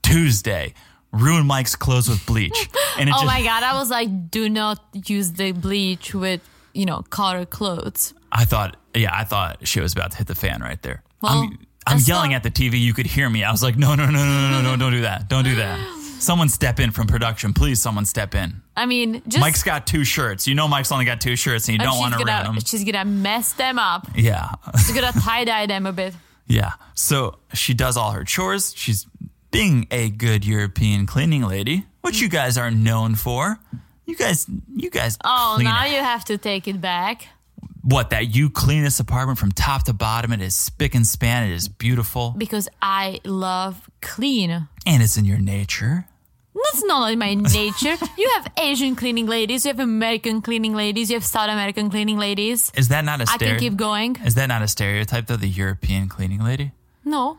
[SPEAKER 1] Tuesday, ruin Mike's clothes with bleach. And it
[SPEAKER 2] Oh
[SPEAKER 1] just,
[SPEAKER 2] my god, I was like, do not use the bleach with, you know, color clothes.
[SPEAKER 1] I thought, yeah, I thought shit was about to hit the fan right there.
[SPEAKER 2] Well,
[SPEAKER 1] I'm, I'm
[SPEAKER 2] that's
[SPEAKER 1] yelling
[SPEAKER 2] not-
[SPEAKER 1] at the TV. You could hear me. I was like, no, no, no, no, no, no, no, don't do that. Don't do that. Someone step in from production. Please, someone step in.
[SPEAKER 2] I mean, just
[SPEAKER 1] Mike's got two shirts. You know Mike's only got two shirts and you
[SPEAKER 2] and
[SPEAKER 1] don't
[SPEAKER 2] she's
[SPEAKER 1] want to ruin
[SPEAKER 2] gonna,
[SPEAKER 1] them.
[SPEAKER 2] She's gonna mess them up.
[SPEAKER 1] Yeah.
[SPEAKER 2] She's gonna tie dye them a bit.
[SPEAKER 1] yeah. So she does all her chores. She's being a good European cleaning lady, which you guys are known for. You guys, you guys.
[SPEAKER 2] Oh,
[SPEAKER 1] clean
[SPEAKER 2] now you have to take it back.
[SPEAKER 1] what that you clean this apartment from top to bottom. It is spick and span. It is beautiful,
[SPEAKER 2] Because I love clean.
[SPEAKER 1] and it's in your nature.
[SPEAKER 2] That's not in my nature. you have Asian cleaning ladies, you have American cleaning ladies, you have South American cleaning ladies.
[SPEAKER 1] Is that not a
[SPEAKER 2] I can keep
[SPEAKER 1] stereotype?
[SPEAKER 2] going.
[SPEAKER 1] Is that not a stereotype though? The European cleaning lady.
[SPEAKER 2] No.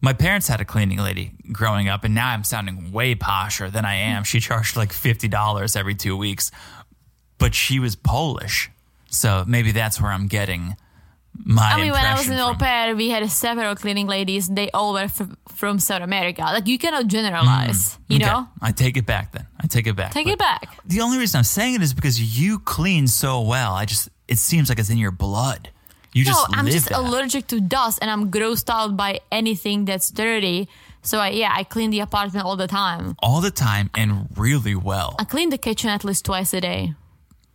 [SPEAKER 1] My parents had a cleaning lady growing up, and now I'm sounding way posher than I am. She charged like fifty dollars every two weeks, but she was Polish, so maybe that's where I'm getting my.
[SPEAKER 2] I mean, when I was
[SPEAKER 1] impression
[SPEAKER 2] in
[SPEAKER 1] from.
[SPEAKER 2] au pair, we had several cleaning ladies. They all were fr- from South America. Like, you cannot generalize, you
[SPEAKER 1] Mm, Okay,
[SPEAKER 2] know?
[SPEAKER 1] I take it back then. I take it back.
[SPEAKER 2] Take
[SPEAKER 1] But
[SPEAKER 2] it back.
[SPEAKER 1] The only reason I'm saying it is because you clean so well. I just it seems like it's in your blood. You
[SPEAKER 2] No,
[SPEAKER 1] just
[SPEAKER 2] I'm
[SPEAKER 1] live
[SPEAKER 2] just
[SPEAKER 1] that.
[SPEAKER 2] allergic to dust and I'm grossed out by anything that's dirty. So, I, yeah, I clean the apartment all the time.
[SPEAKER 1] all the time and really well.
[SPEAKER 2] I clean the kitchen at least twice a day.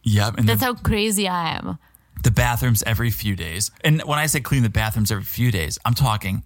[SPEAKER 1] Yep. And
[SPEAKER 2] That's
[SPEAKER 1] the,
[SPEAKER 2] how crazy I am.
[SPEAKER 1] the bathrooms every few days. And when I say clean the bathrooms every few days, I'm talking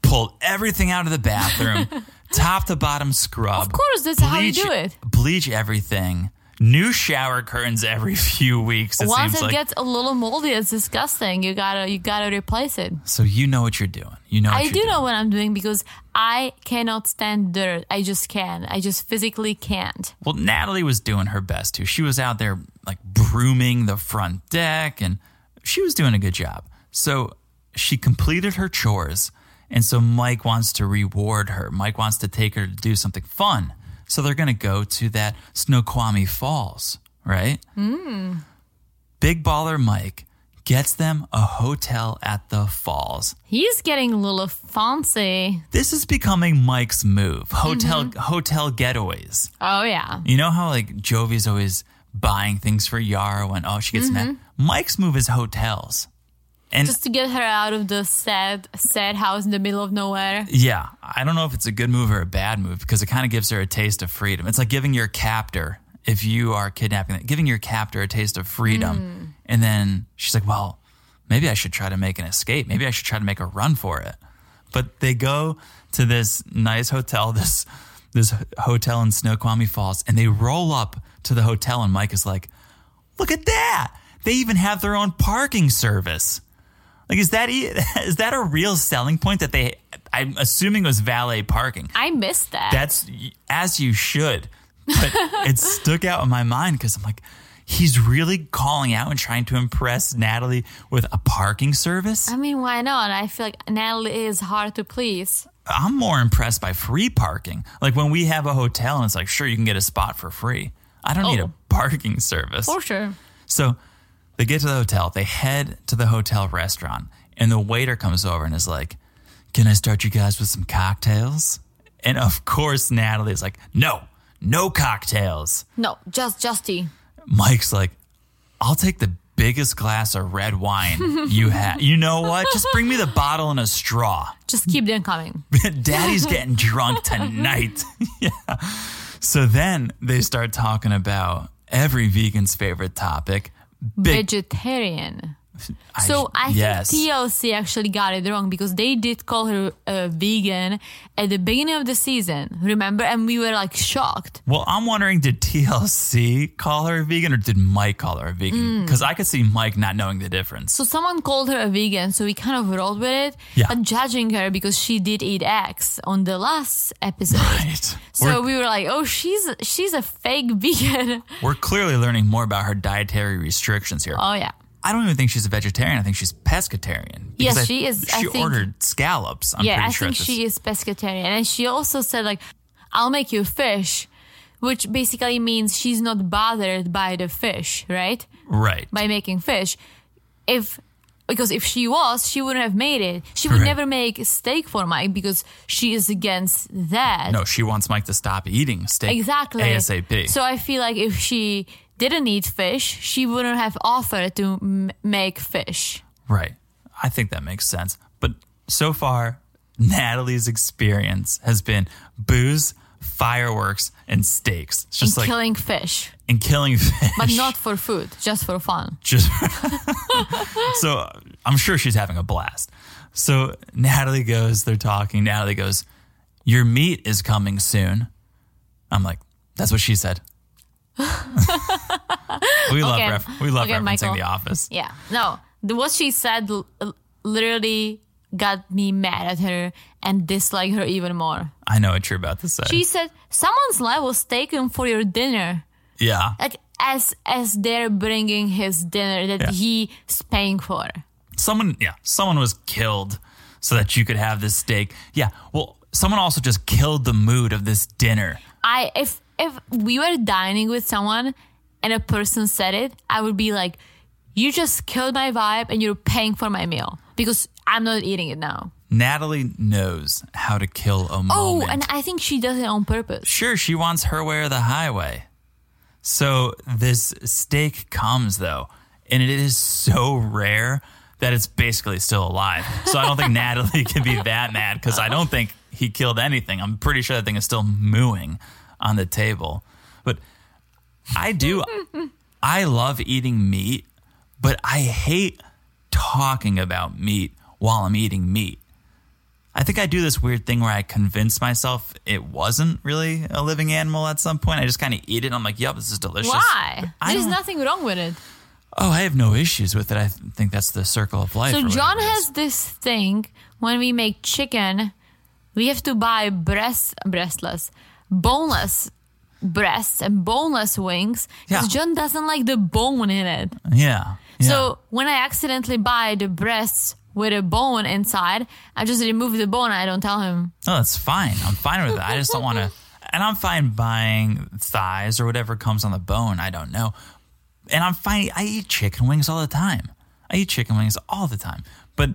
[SPEAKER 1] pull everything out of the bathroom, top to bottom scrub. Of
[SPEAKER 2] course, that's how you do it.
[SPEAKER 1] Bleach everything. New shower curtains every few weeks. It
[SPEAKER 2] Once
[SPEAKER 1] seems
[SPEAKER 2] it
[SPEAKER 1] like.
[SPEAKER 2] gets a little moldy, it's disgusting. You gotta, you gotta replace it.
[SPEAKER 1] so you know what you're doing. You know. What
[SPEAKER 2] I
[SPEAKER 1] you're
[SPEAKER 2] do
[SPEAKER 1] doing.
[SPEAKER 2] know what I'm doing because I cannot stand dirt. I just can. I just physically can't.
[SPEAKER 1] Well, Natalie was doing her best too. She was out there like brooming the front deck and she was doing a good job. So she completed her chores. And so Mike wants to reward her. Mike wants to take her to do something fun. So they're going to go to that Snoqualmie Falls, right? Big baller Mike gets them a hotel at the falls.
[SPEAKER 2] He's getting a little fancy.
[SPEAKER 1] This is becoming Mike's move. Hotel hotel getaways.
[SPEAKER 2] Oh yeah.
[SPEAKER 1] You know how like Jovi's always buying things for Yara when oh she gets mad. Mike's move is hotels. And
[SPEAKER 2] Just to get her out of the sad, sad house in the middle of nowhere.
[SPEAKER 1] yeah, I don't know if it's a good move or a bad move because it kind of gives her a taste of freedom. It's like giving your captor if you are kidnapping giving your captor a taste of freedom. And then she's like, "Well, maybe I should try to make an escape. Maybe I should try to make a run for it." But they go to this nice hotel, this this hotel in Snoqualmie Falls, and they roll up to the hotel and Mike is like, Look at that. They even have their own parking service. Like, is that, e- is that a real selling point that they, I'm assuming it was valet parking.
[SPEAKER 2] I missed that.
[SPEAKER 1] That's as you should. But it stuck out in my mind because I'm like, he's really calling out and trying to impress Natalie with a parking service.
[SPEAKER 2] I mean, why not? I feel like Natalie is hard to please.
[SPEAKER 1] I'm more impressed by free parking. Like when we have a hotel and it's like, sure, you can get a spot for free. I don't need
[SPEAKER 2] Oh.
[SPEAKER 1] a parking service.
[SPEAKER 2] For sure.
[SPEAKER 1] So they get to the hotel, they head to the hotel restaurant, and the waiter comes over and is like, Can I start you guys with some cocktails? And of course, Natalie's like, No, no cocktails.
[SPEAKER 2] No, just Justy.
[SPEAKER 1] Mike's like, I'll take the biggest glass of red wine you have. You know what? Just bring me the bottle and a straw.
[SPEAKER 2] Just keep them coming.
[SPEAKER 1] Daddy's getting drunk tonight. yeah. So then they start talking about every vegan's favorite topic. Big
[SPEAKER 2] Vegetarian. So I
[SPEAKER 1] yes.
[SPEAKER 2] think TLC actually got it wrong because they did call her a vegan at the beginning of the season. Remember, and we were like shocked.
[SPEAKER 1] Well, I'm wondering, did TLC call her a vegan or did Mike call her a vegan?
[SPEAKER 2] Hmm.
[SPEAKER 1] Because I could see Mike not knowing the difference.
[SPEAKER 2] So someone called her a vegan, so we kind of rolled with it.
[SPEAKER 1] Yeah.
[SPEAKER 2] But judging her because she did eat eggs on the last episode.
[SPEAKER 1] Right.
[SPEAKER 2] So we were like, oh, she's she's a fake vegan.
[SPEAKER 1] We're clearly learning more about her dietary restrictions here.
[SPEAKER 2] Oh yeah.
[SPEAKER 1] I don't even think she's a vegetarian. I think she's pescatarian. because
[SPEAKER 2] Yes,
[SPEAKER 1] I-
[SPEAKER 2] she is. I
[SPEAKER 1] She
[SPEAKER 2] think-
[SPEAKER 1] ordered scallops. I'm
[SPEAKER 2] yeah,
[SPEAKER 1] pretty
[SPEAKER 2] I
[SPEAKER 1] sure
[SPEAKER 2] think
[SPEAKER 1] at this-
[SPEAKER 2] she is pescatarian, and she also said like, "I'll make you fish," which basically means she's not bothered by the fish, right?
[SPEAKER 1] right.
[SPEAKER 2] By making fish, if because if she was, she wouldn't have made it. She would
[SPEAKER 1] Correct.
[SPEAKER 2] never make steak for Mike because she is against that.
[SPEAKER 1] No, she wants Mike to stop eating steak
[SPEAKER 2] exactly.
[SPEAKER 1] ASAP.
[SPEAKER 2] So I feel like if she didn't eat fish, she wouldn't have offered to m- make fish.
[SPEAKER 1] Right. I think that makes sense. But so far, Natalie's experience has been booze, fireworks, and steaks. It's just
[SPEAKER 2] and
[SPEAKER 1] like
[SPEAKER 2] killing fish,
[SPEAKER 1] and killing fish.
[SPEAKER 2] but not for food, just for fun.
[SPEAKER 1] just so I'm sure she's having a blast. So Natalie goes, they're talking. Natalie goes, Your meat is coming soon. I'm like, That's what she said. we love
[SPEAKER 2] Okay.
[SPEAKER 1] ref- we love
[SPEAKER 2] Okay,
[SPEAKER 1] referencing
[SPEAKER 2] Michael.
[SPEAKER 1] The Office.
[SPEAKER 2] Yeah. No, the, what she said l- l- literally got me mad at her and dislike her even more.
[SPEAKER 1] I know what you're about to say.
[SPEAKER 2] She said, "Someone's life was taken for your dinner."
[SPEAKER 1] yeah,
[SPEAKER 2] Like as as they're bringing his dinner that
[SPEAKER 1] Yeah.
[SPEAKER 2] he's paying for.
[SPEAKER 1] someone yeah someone was killed so that you could have this steak yeah well someone also just killed the mood of this dinner
[SPEAKER 2] I if if we were dining with someone and a person said it, I would be like, "You just killed my vibe, and you're paying for my meal because I'm not eating it now."
[SPEAKER 1] natalie knows how to kill a
[SPEAKER 2] Oh,
[SPEAKER 1] moment
[SPEAKER 2] and I think she does it on purpose.
[SPEAKER 1] sure she wants her way or the highway so this steak comes though and it is so rare that it's basically still alive so i don't think natalie can be that mad because i don't think he killed anything i'm pretty sure that thing is still mooing on the table but i do I love eating meat, but I hate talking about meat while I'm eating meat. I think I do this weird thing where I convince myself it wasn't really a living animal at some point. I just kind of eat it. I'm like, yep, this is delicious.
[SPEAKER 2] Why?
[SPEAKER 1] I
[SPEAKER 2] There's
[SPEAKER 1] don't-
[SPEAKER 2] nothing wrong with it.
[SPEAKER 1] Oh, I have no issues with it. I th- think that's the circle of life. or
[SPEAKER 2] So
[SPEAKER 1] whatever
[SPEAKER 2] John
[SPEAKER 1] it is.
[SPEAKER 2] has this thing when we make chicken, we have to buy breast, breastless, boneless breasts and boneless wings because
[SPEAKER 1] Yeah.
[SPEAKER 2] John doesn't like the bone in it.
[SPEAKER 1] Yeah. yeah.
[SPEAKER 2] So when I accidentally buy the breasts with a bone inside, I just remove the bone. I don't tell him.
[SPEAKER 1] No, that's fine. I'm fine with it. I just don't want to. And I'm fine buying thighs or whatever comes on the bone. I don't know. And I'm fine. I eat chicken wings all the time. I eat chicken wings all the time. But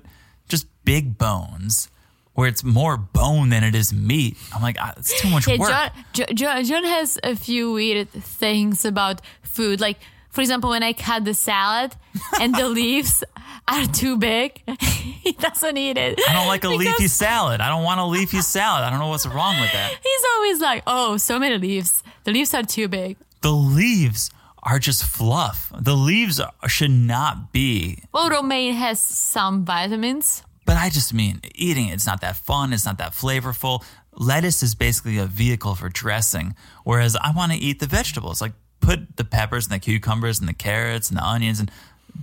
[SPEAKER 1] just big bones where it's more bone than it is meat. I'm like, ah, it's too much
[SPEAKER 2] Yeah,
[SPEAKER 1] work.
[SPEAKER 2] John, Jo- John, John has a few weird things about food. Like, for example, when I cut the salad and the leaves are too big, he doesn't eat it.
[SPEAKER 1] I don't like a leafy
[SPEAKER 2] because
[SPEAKER 1] salad. I don't want a leafy salad. I don't know what's wrong with that.
[SPEAKER 2] He's always like, oh, so many leaves. The leaves are too big.
[SPEAKER 1] The leaves are just fluff. The leaves are, should not be
[SPEAKER 2] Well, romaine has some vitamins.
[SPEAKER 1] But I just mean eating it's not that fun, it's not that flavorful. Lettuce is basically a vehicle for dressing, whereas I want to eat the vegetables. Like put the peppers and the cucumbers and the carrots and the onions and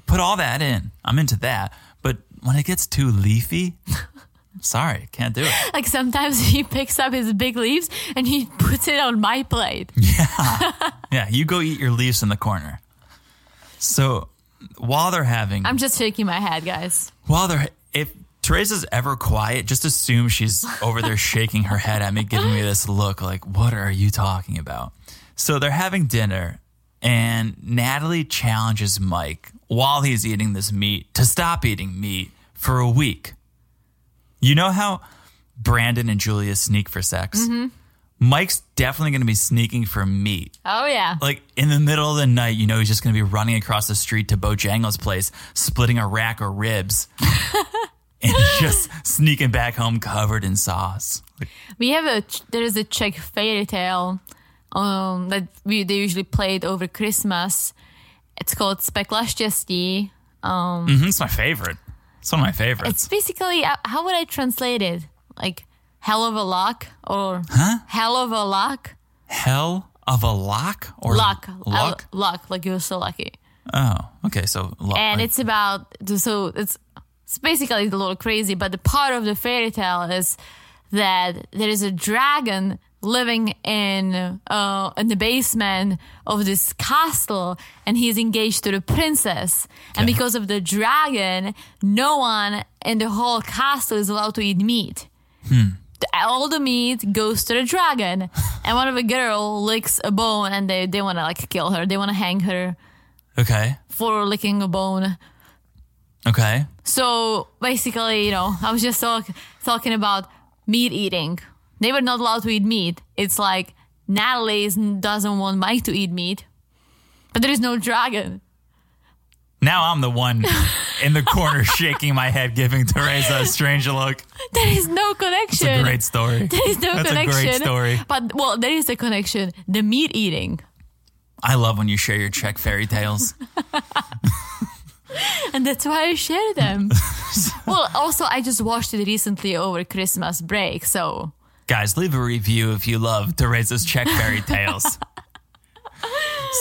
[SPEAKER 1] put all that in. I'm into that. But when it gets too leafy, sorry, can't do it.
[SPEAKER 2] Like sometimes he picks up his big leaves and he puts it on my plate.
[SPEAKER 1] Yeah, you go eat your leaves in the corner. So while they're having
[SPEAKER 2] I'm just shaking my head, guys.
[SPEAKER 1] While they're if Teresa's ever quiet, just assume she's over there shaking her head at me, giving me this look like, "What are you talking about?" So they're having dinner, and Natalie challenges Mike while he's eating this meat to stop eating meat for a week. You know how Brandon and Julia sneak for sex. Mike's definitely going to be sneaking for meat
[SPEAKER 2] Oh, yeah.
[SPEAKER 1] like in the middle of the night, you know, he's just going to be running across the street to Bojangles' place, splitting a rack of ribs, and just sneaking back home covered in sauce. Like,
[SPEAKER 2] We have a there is a Czech fairy tale um, that we they usually play it over Christmas. It's called Spekla štěstí.
[SPEAKER 1] hmm It's my favorite. It's one of my favorites.
[SPEAKER 2] It's basically uh, how would I translate it? Like hell of a lock or hell of a lock?
[SPEAKER 1] Hell of a lock or
[SPEAKER 2] Luck.
[SPEAKER 1] Luck.
[SPEAKER 2] Uh, luck. Like you're so lucky.
[SPEAKER 1] oh, okay. So luck.
[SPEAKER 2] And
[SPEAKER 1] like-
[SPEAKER 2] it's about so it's it's basically a little crazy, but the part of the fairy tale is that there is a dragon living in uh, in the basement of this castle, and he's engaged to the princess. And
[SPEAKER 1] Okay.
[SPEAKER 2] because of the dragon, no one in the whole castle is allowed to eat meat. The- All the meat goes to the dragon, and one of the girl licks a bone, and they, they want to like kill her. They want to hang her
[SPEAKER 1] okay.
[SPEAKER 2] for licking a bone.
[SPEAKER 1] Okay.
[SPEAKER 2] So basically, you know, I was just talk, talking about meat eating. They were not allowed to eat meat. It's like Natalie is- doesn't want Mike to eat meat, but there is no dragon.
[SPEAKER 1] Now I'm the one in the corner shaking my head, giving Teresa a strange look.
[SPEAKER 2] There is no
[SPEAKER 1] It's a
[SPEAKER 2] connection.
[SPEAKER 1] great story.
[SPEAKER 2] there is no
[SPEAKER 1] That's a
[SPEAKER 2] connection.
[SPEAKER 1] great story.
[SPEAKER 2] But well, there is a connection. The meat eating,
[SPEAKER 1] I love when you share your Czech fairy tales.
[SPEAKER 2] and that's why I share them. well, also I just watched it recently over Christmas break, so
[SPEAKER 1] Guys, leave a review if you love Teresa's Czech fairy tales.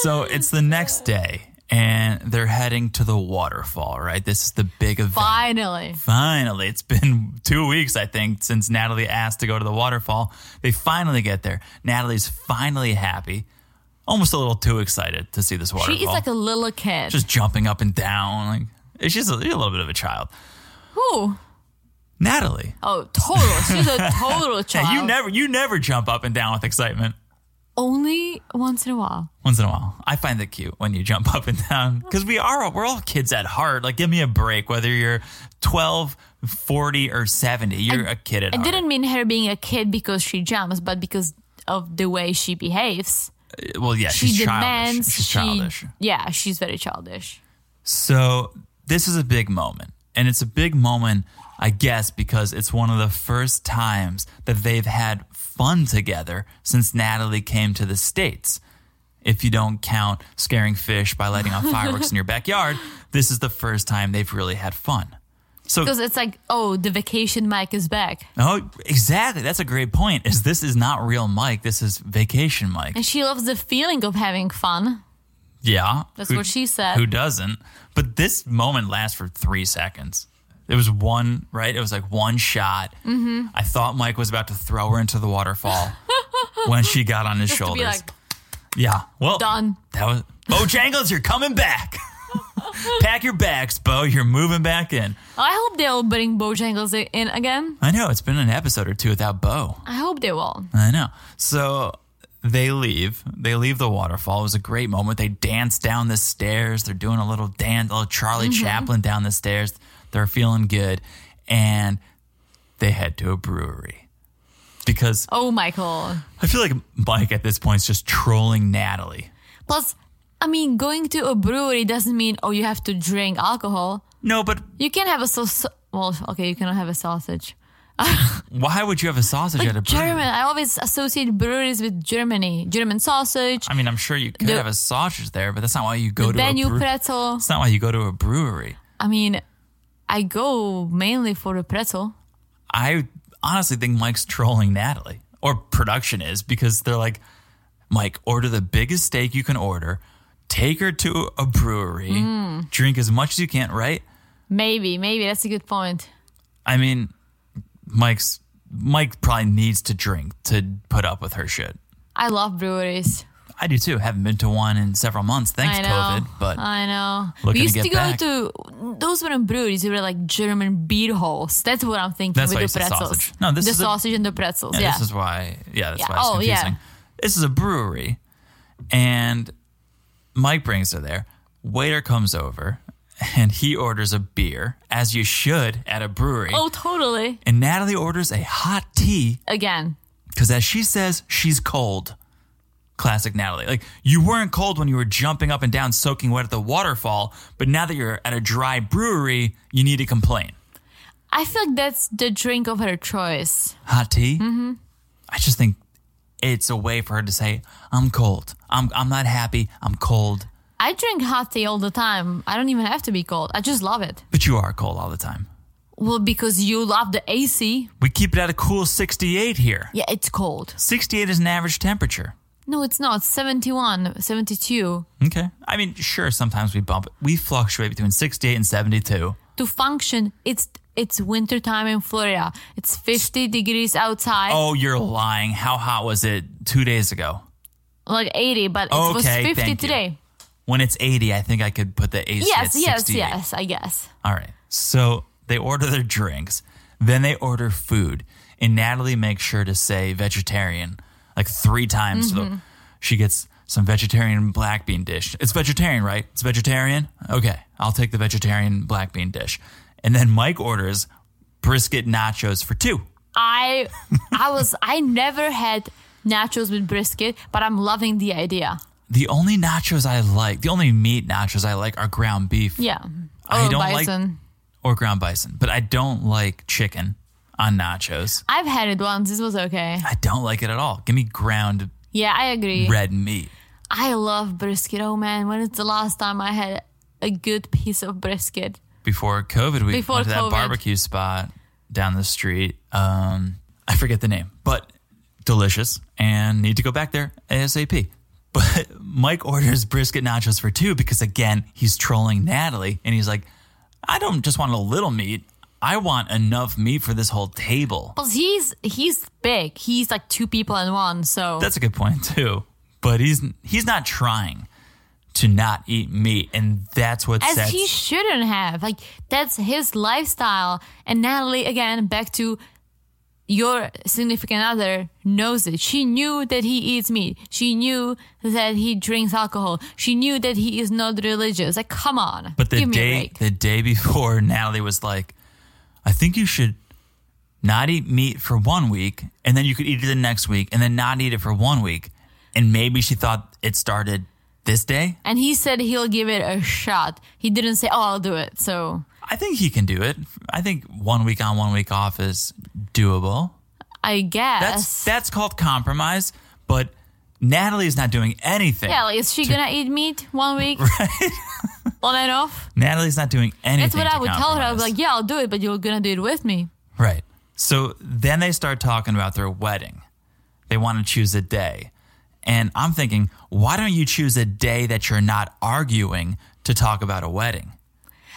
[SPEAKER 1] so it's the next day, and they're heading to the waterfall, right? This is the big event.
[SPEAKER 2] finally.
[SPEAKER 1] Finally, it's been two weeks, I think, since Natalie asked to go to the waterfall. They finally get there. Natalie's finally happy, almost a little too excited to see this waterfall.
[SPEAKER 2] She is like a little kid.
[SPEAKER 1] just jumping up and down. Like she's a, a little bit of a child.
[SPEAKER 2] Who?
[SPEAKER 1] Natalie,
[SPEAKER 2] Oh, total. She's a total child.
[SPEAKER 1] you never you never jump up and down with excitement.
[SPEAKER 2] Only once in a while.
[SPEAKER 1] Once in a while, I find it cute when you jump up and down because we are we're all kids at heart. Like, give me a break. Whether you're 12, 40, or seventy, you're a kid at
[SPEAKER 2] I
[SPEAKER 1] heart.
[SPEAKER 2] didn't mean her being a kid because she jumps, but because of the way she behaves.
[SPEAKER 1] well, yeah,
[SPEAKER 2] She
[SPEAKER 1] she's childish.
[SPEAKER 2] demands.
[SPEAKER 1] She's
[SPEAKER 2] she-
[SPEAKER 1] childish.
[SPEAKER 2] Yeah, she's very childish.
[SPEAKER 1] So this is a big moment. And it's a big moment, I guess, because it's one of the first times that they've had fun together since Natalie came to the States. If you don't count scaring fish by lighting off fireworks in your backyard, this is the first time they've really had fun. So
[SPEAKER 2] Because it's like, oh, the vacation Mike is back.
[SPEAKER 1] Oh, exactly. That's a great point. Is this is not real Mike. This is vacation Mike.
[SPEAKER 2] And she loves the feeling of having fun.
[SPEAKER 1] Yeah.
[SPEAKER 2] That's what she said.
[SPEAKER 1] Who doesn't? But this moment lasts for three seconds. It was one, right? It was like one shot. Mm-hmm. I thought Mike was about to throw her into the waterfall when she got on his
[SPEAKER 2] To
[SPEAKER 1] shoulders.
[SPEAKER 2] be like,
[SPEAKER 1] yeah. Well,
[SPEAKER 2] Done.
[SPEAKER 1] That was Bojangles, you're coming back. Pack your bags, Bo. You're moving back in.
[SPEAKER 2] "Oh, I hope they'll bring Bojangles in again.
[SPEAKER 1] I know it's been an episode or two without Bo.
[SPEAKER 2] I hope they will.
[SPEAKER 1] I know. So they leave. They leave the waterfall. It was a great moment. They dance down the stairs. They're doing a little dance, a little Charlie
[SPEAKER 2] Mm-hmm.
[SPEAKER 1] Chaplin down the stairs. They're feeling good. And they head to a brewery. Because
[SPEAKER 2] Oh, Michael.
[SPEAKER 1] I feel like Mike at this point is just trolling Natalie.
[SPEAKER 2] Plus, I mean, going to a brewery doesn't mean, oh, you have to drink alcohol.
[SPEAKER 1] No, but
[SPEAKER 2] You can have a sausage. Well, okay, you cannot have a sausage.
[SPEAKER 1] why would you have a sausage at a brewery?
[SPEAKER 2] German. I always associate breweries with Germany. German sausage,
[SPEAKER 1] I mean, I'm sure you could
[SPEAKER 2] The-
[SPEAKER 1] have a sausage there, but that's not why you go to
[SPEAKER 2] venue
[SPEAKER 1] a brewery.
[SPEAKER 2] pretzel.
[SPEAKER 1] That's not why you go to a brewery.
[SPEAKER 2] I mean, I go mainly for the pretzel.
[SPEAKER 1] I honestly think Mike's trolling Natalie, or production is, because they're like, Mike, order the biggest steak you can order, take her to a brewery,
[SPEAKER 2] Hmm.
[SPEAKER 1] drink as much as you can, right?
[SPEAKER 2] Maybe, maybe that's a good point.
[SPEAKER 1] I mean, Mike's Mike probably needs to drink to put up with her shit.
[SPEAKER 2] I love breweries.
[SPEAKER 1] I do too. Haven't been to one in several months, thanks
[SPEAKER 2] I know.
[SPEAKER 1] COVID. But
[SPEAKER 2] I know.
[SPEAKER 1] Looking
[SPEAKER 2] we
[SPEAKER 1] to
[SPEAKER 2] used
[SPEAKER 1] get
[SPEAKER 2] to,
[SPEAKER 1] back.
[SPEAKER 2] go to those weren't breweries. They were like German beer halls. That's what I'm thinking
[SPEAKER 1] That's why you
[SPEAKER 2] with the
[SPEAKER 1] said
[SPEAKER 2] pretzels.
[SPEAKER 1] sausage. No, this
[SPEAKER 2] the
[SPEAKER 1] is a-
[SPEAKER 2] sausage and the pretzels.
[SPEAKER 1] yeah,
[SPEAKER 2] Yeah.
[SPEAKER 1] this is why. Yeah, that's
[SPEAKER 2] Yeah.
[SPEAKER 1] why it's
[SPEAKER 2] Oh, yeah.
[SPEAKER 1] confusing. This is a brewery, and Mike brings her there. Waiter comes over, and he orders a beer, as you should at a brewery.
[SPEAKER 2] oh, totally.
[SPEAKER 1] And Natalie orders a hot tea
[SPEAKER 2] Again.
[SPEAKER 1] because, as she says, she's cold. Classic Natalie. Like, you weren't cold when you were jumping up and down, soaking wet at the waterfall, but now that you're at a dry brewery, you need to complain.
[SPEAKER 2] I feel like that's the drink of her choice.
[SPEAKER 1] hot tea. Mm-hmm. I just think it's a way for her to say, "I'm cold. I'm I'm not happy. I'm cold."
[SPEAKER 2] I drink hot tea all the time. I don't even have to be cold. I just love it.
[SPEAKER 1] But you are cold all the time.
[SPEAKER 2] Well, because you love the AC.
[SPEAKER 1] We keep it at a cool 68 here.
[SPEAKER 2] Yeah, it's cold.
[SPEAKER 1] 68 is an average temperature.
[SPEAKER 2] No, it's not. 71, 72.
[SPEAKER 1] Okay. I mean, sure, sometimes we bump. We fluctuate between 68 and 72.
[SPEAKER 2] To function, it's it's wintertime in Florida. It's 50 degrees outside,
[SPEAKER 1] Oh, you're lying. How hot was it two days ago?
[SPEAKER 2] like 80, but it was
[SPEAKER 1] Okay,
[SPEAKER 2] 50
[SPEAKER 1] thank you.
[SPEAKER 2] today.
[SPEAKER 1] When it's 80, I think I could put the AC
[SPEAKER 2] Yes,
[SPEAKER 1] at
[SPEAKER 2] yes,
[SPEAKER 1] 68.
[SPEAKER 2] yes, I guess.
[SPEAKER 1] All right. So they order their drinks, then they order food, and Natalie makes sure to say vegetarian like three times.
[SPEAKER 2] Mm-hmm.
[SPEAKER 1] So she gets some vegetarian black bean dish. It's vegetarian, right? It's vegetarian. Okay, I'll take the vegetarian black bean dish. And then Mike orders brisket nachos for two.
[SPEAKER 2] I I was I never had nachos with brisket, but I'm loving the idea.
[SPEAKER 1] The only nachos I like, the only meat nachos I like, are ground beef
[SPEAKER 2] Yeah.
[SPEAKER 1] I
[SPEAKER 2] Oh,
[SPEAKER 1] don't like-
[SPEAKER 2] bison.
[SPEAKER 1] or ground bison. But I don't like chicken on nachos.
[SPEAKER 2] I've had it once. This was okay.
[SPEAKER 1] I don't like it at all. Give me ground
[SPEAKER 2] Yeah, I agree.
[SPEAKER 1] red meat.
[SPEAKER 2] I love brisket. Oh man, when it's the last time I had a good piece of brisket?
[SPEAKER 1] before COVID, we
[SPEAKER 2] Before
[SPEAKER 1] went to that
[SPEAKER 2] COVID.
[SPEAKER 1] barbecue spot down the street. Um, I forget the name, but delicious and need to go back there ASAP. But Mike orders brisket nachos for two because, again, he's trolling Natalie and he's like, I don't just want a little meat. I want enough meat for this whole table.
[SPEAKER 2] But he's he's big. He's like two people in one. So
[SPEAKER 1] That's a good point too. But he's he's not trying to not eat meat, and that's what
[SPEAKER 2] as
[SPEAKER 1] sets
[SPEAKER 2] he shouldn't have. Like that's his lifestyle. And Natalie again back to your significant other knows it. She knew that he eats meat. She knew that he drinks alcohol. She knew that he is not religious. Like come on.
[SPEAKER 1] But the
[SPEAKER 2] give me a
[SPEAKER 1] day
[SPEAKER 2] break.
[SPEAKER 1] the day before, Natalie was like, "I think you should not eat meat for one week, and then you could eat it the next week, and then not eat it for one week." And maybe she thought it started this day.
[SPEAKER 2] and he said he'll give it a shot. He didn't say, "Oh, I'll do it." So
[SPEAKER 1] I think he can do it. I think one week on, one week off is doable.
[SPEAKER 2] I guess.
[SPEAKER 1] That's that's called compromise. But Natalie is not doing anything.
[SPEAKER 2] yeah, like, is she gonna eat meat one week? On and off.
[SPEAKER 1] Natalie's not doing anything.
[SPEAKER 2] That's what
[SPEAKER 1] to
[SPEAKER 2] I would tell her. I was
[SPEAKER 1] compromise.
[SPEAKER 2] like, "Yeah, I'll do it, but you're gonna do it with me."
[SPEAKER 1] Right. So then they start talking about their wedding. They want to choose a day. And I'm thinking, why don't you choose a day that you're not arguing to talk about a wedding?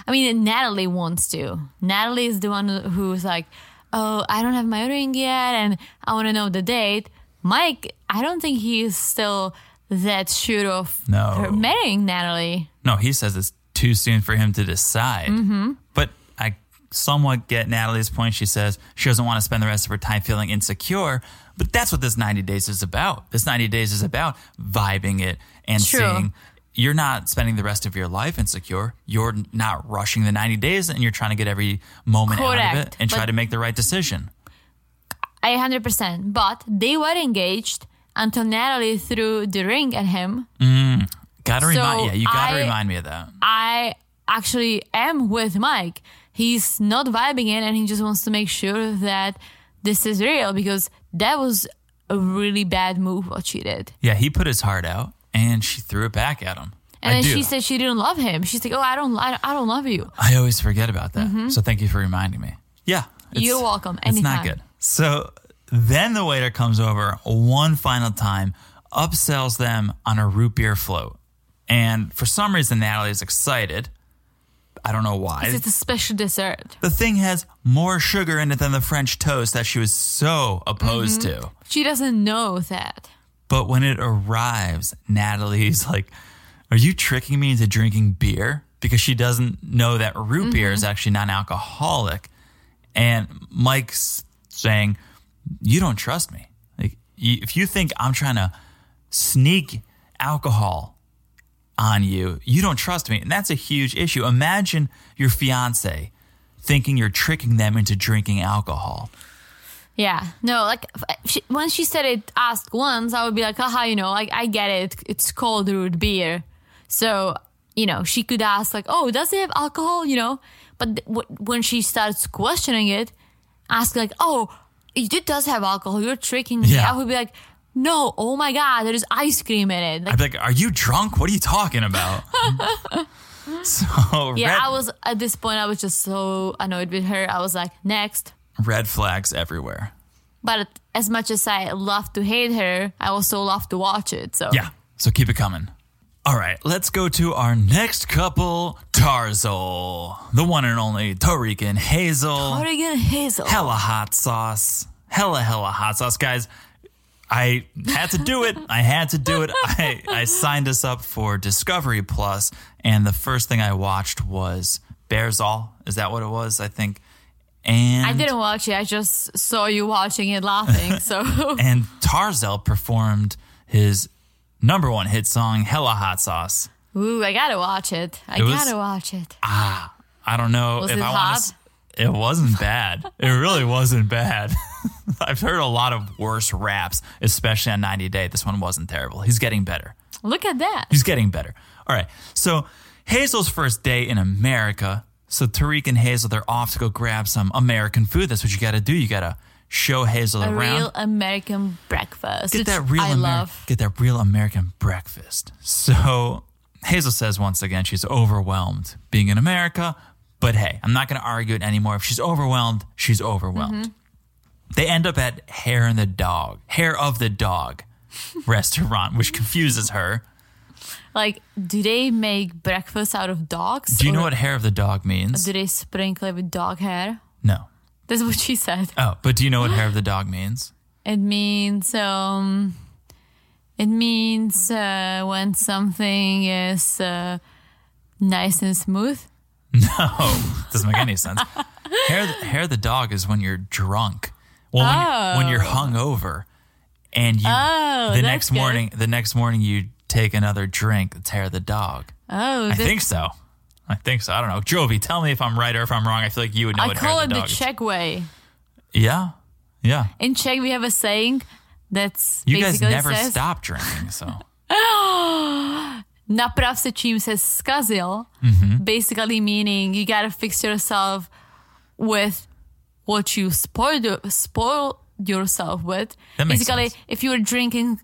[SPEAKER 2] I mean, Natalie wants to. Natalie is the one who's like, "Oh, I don't have my ring yet, and I want to know the date." Mike, I don't think he is still that sure of
[SPEAKER 1] No.
[SPEAKER 2] her marrying Natalie.
[SPEAKER 1] No, he says it's too soon for him to decide.
[SPEAKER 2] Mm-hmm.
[SPEAKER 1] But I somewhat get Natalie's point. She says she doesn't want to spend the rest of her time feeling insecure. But that's what this 90 days is about. This 90 days is about vibing it and
[SPEAKER 2] True.
[SPEAKER 1] seeing you're not spending the rest of your life insecure. You're not rushing the 90 days and you're trying to get every moment out of
[SPEAKER 2] Correct,
[SPEAKER 1] it and try
[SPEAKER 2] but-
[SPEAKER 1] to make the right decision.
[SPEAKER 2] I 100%. But they were engaged until Natalie threw the ring at him.
[SPEAKER 1] Gotta
[SPEAKER 2] So
[SPEAKER 1] remind yeah, you gotta
[SPEAKER 2] I-
[SPEAKER 1] remind me of that.
[SPEAKER 2] I actually am with Mike. He's not vibing it and he just wants to make sure that this is real because that was a really bad move what she did.
[SPEAKER 1] Yeah, he put his heart out and she threw it back at him.
[SPEAKER 2] And
[SPEAKER 1] I
[SPEAKER 2] then
[SPEAKER 1] do.
[SPEAKER 2] she said she didn't love him. She's like, "Oh, I don't I, I don't love you."
[SPEAKER 1] I always forget about that. So thank you for reminding me. Yeah. it's-
[SPEAKER 2] Mm-hmm. You're welcome.
[SPEAKER 1] It's not
[SPEAKER 2] Anytime.
[SPEAKER 1] good. So then the waiter comes over one final time, upsells them on a root beer float. And for some reason, Natalie is excited. I don't know why.
[SPEAKER 2] It's a special dessert.
[SPEAKER 1] the thing has more sugar in it than the French toast that she was so opposed to.
[SPEAKER 2] She doesn't know that.
[SPEAKER 1] But when it arrives, Natalie's like, Are you tricking me into drinking beer? Because she doesn't know that root beer is actually non alcoholic. And Mike's saying, You don't trust me. Like, y- if you think I'm trying to sneak alcohol on you, you don't trust me. And that's a huge issue. Imagine your fiance thinking you're tricking them into drinking alcohol.
[SPEAKER 2] Yeah, no, like f- she, when she said it, asked once, I would be like, aha, you know, like I get it. It's cold root beer, so you know she could ask like, oh, does it have alcohol? You know, but th- w- when she starts questioning it, ask like, oh, it does have alcohol. You're tricking me.
[SPEAKER 1] Yeah.
[SPEAKER 2] I would be like, no, oh my God, there's ice cream in it. Like,
[SPEAKER 1] I'd be like, "Are you drunk? What are you talking about?" so
[SPEAKER 2] yeah,
[SPEAKER 1] red,
[SPEAKER 2] I was at this point, I was just so annoyed with her. I was like, next.
[SPEAKER 1] red flags everywhere.
[SPEAKER 2] But as much as I love to hate her, I also love to watch it. So
[SPEAKER 1] Yeah, so keep it coming. All right, let's go to our next couple, Tarzol, the one and only Tariq and Hazel.
[SPEAKER 2] Oregon Hazel.
[SPEAKER 1] hella hot sauce. Hella, hella hot sauce. Guys, I had to do it. I had to do it. I, I signed us up for Discovery Plus, and the first thing I watched was Bears All. Is that what it was? I think. And
[SPEAKER 2] I didn't watch it. I just saw you watching it laughing. So
[SPEAKER 1] and Tarzell performed his number one hit song, Hella Hot Sauce.
[SPEAKER 2] ooh, I gotta watch it. I
[SPEAKER 1] It was-
[SPEAKER 2] gotta watch it.
[SPEAKER 1] I don't know
[SPEAKER 2] Was
[SPEAKER 1] if
[SPEAKER 2] it
[SPEAKER 1] I want
[SPEAKER 2] hot?
[SPEAKER 1] to. It wasn't bad. It really wasn't bad. I've heard a lot of worse raps, especially on 90 Day. This one wasn't terrible. He's getting better.
[SPEAKER 2] Look at that.
[SPEAKER 1] He's getting better. All right. So Hazel's first day in America. So Tariq and Hazel, they're off to go grab some American food. That's what you got to do. You got to show Hazel
[SPEAKER 2] A
[SPEAKER 1] around.
[SPEAKER 2] real American breakfast.
[SPEAKER 1] get
[SPEAKER 2] which
[SPEAKER 1] that real
[SPEAKER 2] I
[SPEAKER 1] Ameri-
[SPEAKER 2] love.
[SPEAKER 1] Get that real American breakfast. So Hazel says once again she's overwhelmed being in America, but hey, I'm not going to argue it anymore. If she's overwhelmed, she's overwhelmed.
[SPEAKER 2] Mm-hmm.
[SPEAKER 1] They end up at Hair and the Dog, Hair of the Dog restaurant, which confuses her.
[SPEAKER 2] Like, do they make breakfast out of dogs?
[SPEAKER 1] Do you know
[SPEAKER 2] Or
[SPEAKER 1] what hair of the dog means?
[SPEAKER 2] Do they sprinkle it with dog hair?
[SPEAKER 1] No.
[SPEAKER 2] That's what she said.
[SPEAKER 1] Oh, but do you know what hair of the dog means?
[SPEAKER 2] It means um, it means uh, when something is uh, nice and smooth.
[SPEAKER 1] Oh, doesn't make any sense. Hair, hair of the dog is when you're drunk. Well, when, you're, when you're hungover, and you
[SPEAKER 2] Oh,
[SPEAKER 1] the
[SPEAKER 2] that's
[SPEAKER 1] next
[SPEAKER 2] good.
[SPEAKER 1] morning, the next morning you take another drink. It's hair of the dog.
[SPEAKER 2] Oh,
[SPEAKER 1] I
[SPEAKER 2] that-
[SPEAKER 1] think so. I think so. I don't know. Jovi, tell me if I'm right or if I'm wrong. I feel like you would know
[SPEAKER 2] I
[SPEAKER 1] what hair
[SPEAKER 2] call
[SPEAKER 1] of
[SPEAKER 2] it
[SPEAKER 1] the
[SPEAKER 2] the
[SPEAKER 1] dog is.
[SPEAKER 2] Czech way.
[SPEAKER 1] Yeah, yeah.
[SPEAKER 2] In Czech, we have a saying that's
[SPEAKER 1] You guys
[SPEAKER 2] basically
[SPEAKER 1] never
[SPEAKER 2] says,
[SPEAKER 1] stop drinking, so
[SPEAKER 2] "Naprav se čím se skazil,"
[SPEAKER 1] Mm-hmm.
[SPEAKER 2] basically meaning you gotta fix yourself with what you spoiled spoiled yourself with.
[SPEAKER 1] That makes
[SPEAKER 2] basically,
[SPEAKER 1] sense.
[SPEAKER 2] if you were drinking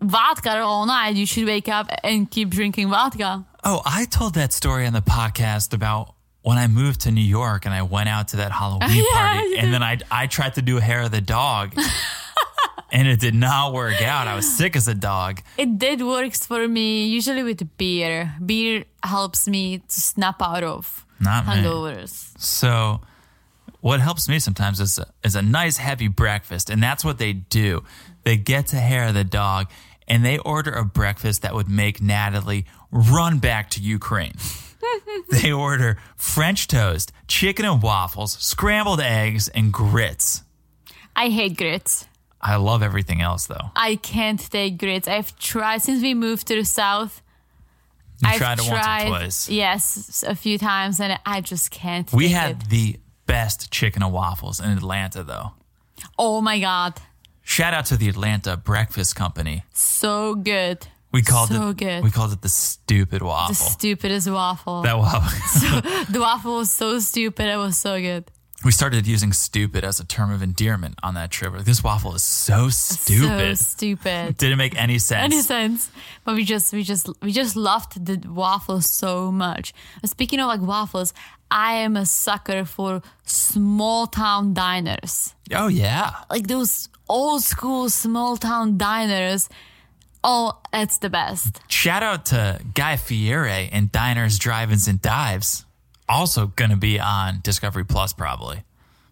[SPEAKER 2] vodka all night, you should wake up and keep drinking vodka.
[SPEAKER 1] Oh, I told that story on the podcast about when I moved to New York and I went out to that Halloween
[SPEAKER 2] Yeah,
[SPEAKER 1] party,
[SPEAKER 2] you
[SPEAKER 1] and then I I tried to do hair of the dog, and it did not work out. I was sick as a dog.
[SPEAKER 2] It did works for me usually with beer. Beer helps me to snap out of
[SPEAKER 1] Not me.
[SPEAKER 2] hangovers.
[SPEAKER 1] So, what helps me sometimes is a, is a nice heavy breakfast, and that's what they do. They get to hair of the dog, and they order a breakfast that would make Natalie run back to Ukraine. they order French toast, chicken and waffles, scrambled eggs, and grits.
[SPEAKER 2] I hate grits.
[SPEAKER 1] I love everything else though.
[SPEAKER 2] I can't take grits. I've tried since we moved to the south.
[SPEAKER 1] You
[SPEAKER 2] I've
[SPEAKER 1] tried it once or twice.
[SPEAKER 2] Yes, a few times, and I just can't.
[SPEAKER 1] We
[SPEAKER 2] take
[SPEAKER 1] had
[SPEAKER 2] It.
[SPEAKER 1] the best chicken and waffles in Atlanta though.
[SPEAKER 2] Oh my god,
[SPEAKER 1] Shout out to the Atlanta Breakfast Company.
[SPEAKER 2] so good.
[SPEAKER 1] We called
[SPEAKER 2] so
[SPEAKER 1] it
[SPEAKER 2] good.
[SPEAKER 1] we called it the stupid
[SPEAKER 2] the
[SPEAKER 1] waffle.
[SPEAKER 2] stupidest waffle.
[SPEAKER 1] that waffle.
[SPEAKER 2] the waffle was so stupid. It was so good.
[SPEAKER 1] we started using stupid as a term of endearment on that trip. Like, this waffle is so stupid.
[SPEAKER 2] So stupid.
[SPEAKER 1] Didn't make any sense.
[SPEAKER 2] any sense. But we just we just we just loved the waffles so much. Speaking of like waffles, I am a sucker for small town diners.
[SPEAKER 1] oh yeah.
[SPEAKER 2] Like those old school small town diners. Oh, that's the best.
[SPEAKER 1] Shout out to Guy Fieri and Diners, Drive-ins and Dives. Also going to be on Discovery Plus probably.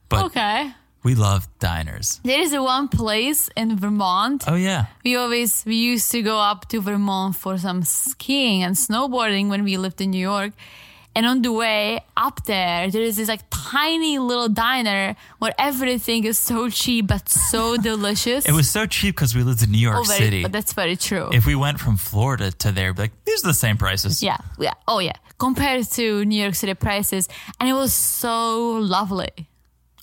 [SPEAKER 1] But
[SPEAKER 2] Okay.
[SPEAKER 1] we love diners.
[SPEAKER 2] There is a one place in Vermont.
[SPEAKER 1] Oh yeah.
[SPEAKER 2] We always we used to go up to Vermont for some skiing and snowboarding when we lived in New York. And on the way up there, there is this like tiny little diner where everything is so cheap but so delicious.
[SPEAKER 1] It was so cheap because we lived in New York
[SPEAKER 2] oh, very,
[SPEAKER 1] City.
[SPEAKER 2] But that's very true.
[SPEAKER 1] if we went from Florida to there, like these are the same prices.
[SPEAKER 2] yeah, yeah. Oh yeah. Compared to New York City prices, and it was so lovely.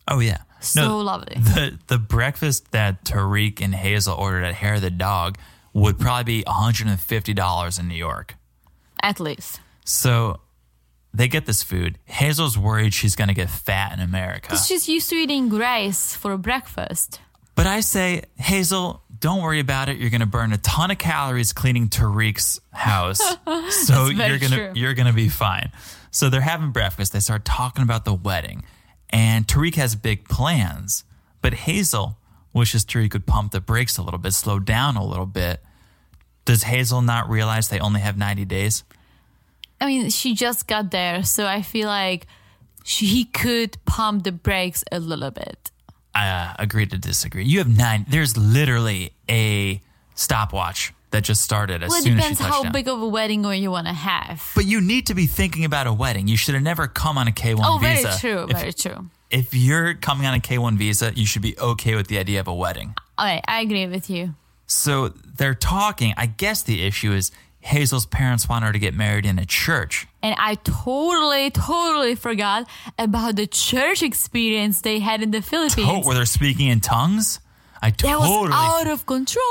[SPEAKER 1] Oh yeah.
[SPEAKER 2] So lovely.
[SPEAKER 1] The the breakfast that Tariq and Hazel ordered at Hair of the Dog would probably be $150 in New York.
[SPEAKER 2] At least.
[SPEAKER 1] So they get this food. Hazel's worried she's going to get fat in America.
[SPEAKER 2] She's used to eating rice for breakfast.
[SPEAKER 1] But I say, Hazel, don't worry about it. You're going to burn a ton of calories cleaning Tariq's house. so
[SPEAKER 2] very
[SPEAKER 1] you're going
[SPEAKER 2] true.
[SPEAKER 1] to you're going to be fine. So they're having breakfast. They start talking about the wedding. And Tariq has big plans, but Hazel wishes Tariq would pump the brakes a little bit, slow down a little bit. Does Hazel not realize they only have 90 days?
[SPEAKER 2] I mean, she just got there, so I feel like she, he could pump the brakes a little bit.
[SPEAKER 1] uh, agree to disagree. You have nine. There's literally a stopwatch that just started as
[SPEAKER 2] Well, it
[SPEAKER 1] soon as she
[SPEAKER 2] depends
[SPEAKER 1] touched
[SPEAKER 2] how
[SPEAKER 1] down.
[SPEAKER 2] big of a wedding or you want to have.
[SPEAKER 1] but you need to be thinking about a wedding. You should have never come on a K one
[SPEAKER 2] Oh, very
[SPEAKER 1] visa.
[SPEAKER 2] true,
[SPEAKER 1] If,
[SPEAKER 2] very true.
[SPEAKER 1] if you're coming on a K one visa, you should be okay with the idea of a wedding.
[SPEAKER 2] All right, I agree with you.
[SPEAKER 1] So they're talking. I guess the issue is Hazel's parents want her to get married in a church.
[SPEAKER 2] And I totally, totally forgot about the church experience they had in the Philippines.
[SPEAKER 1] Oh, where they're speaking in tongues. I
[SPEAKER 2] that was
[SPEAKER 1] totally
[SPEAKER 2] out of control.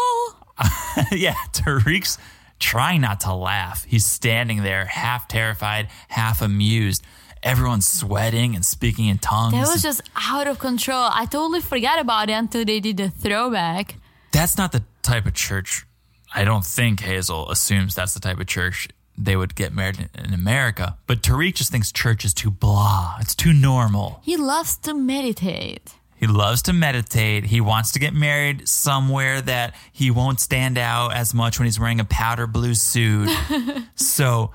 [SPEAKER 1] yeah, Tariq's trying not to laugh. He's standing there, half terrified, half amused. Everyone's sweating and speaking in tongues.
[SPEAKER 2] That was just out of control. I totally forgot about it until they did the throwback.
[SPEAKER 1] that's not the type of church. I don't think Hazel assumes that's the type of church they would get married in in America. But Tariq just thinks church is too blah. It's too normal.
[SPEAKER 2] He loves to meditate.
[SPEAKER 1] He loves to meditate. He wants to get married somewhere that he won't stand out as much when he's wearing a powder blue suit. so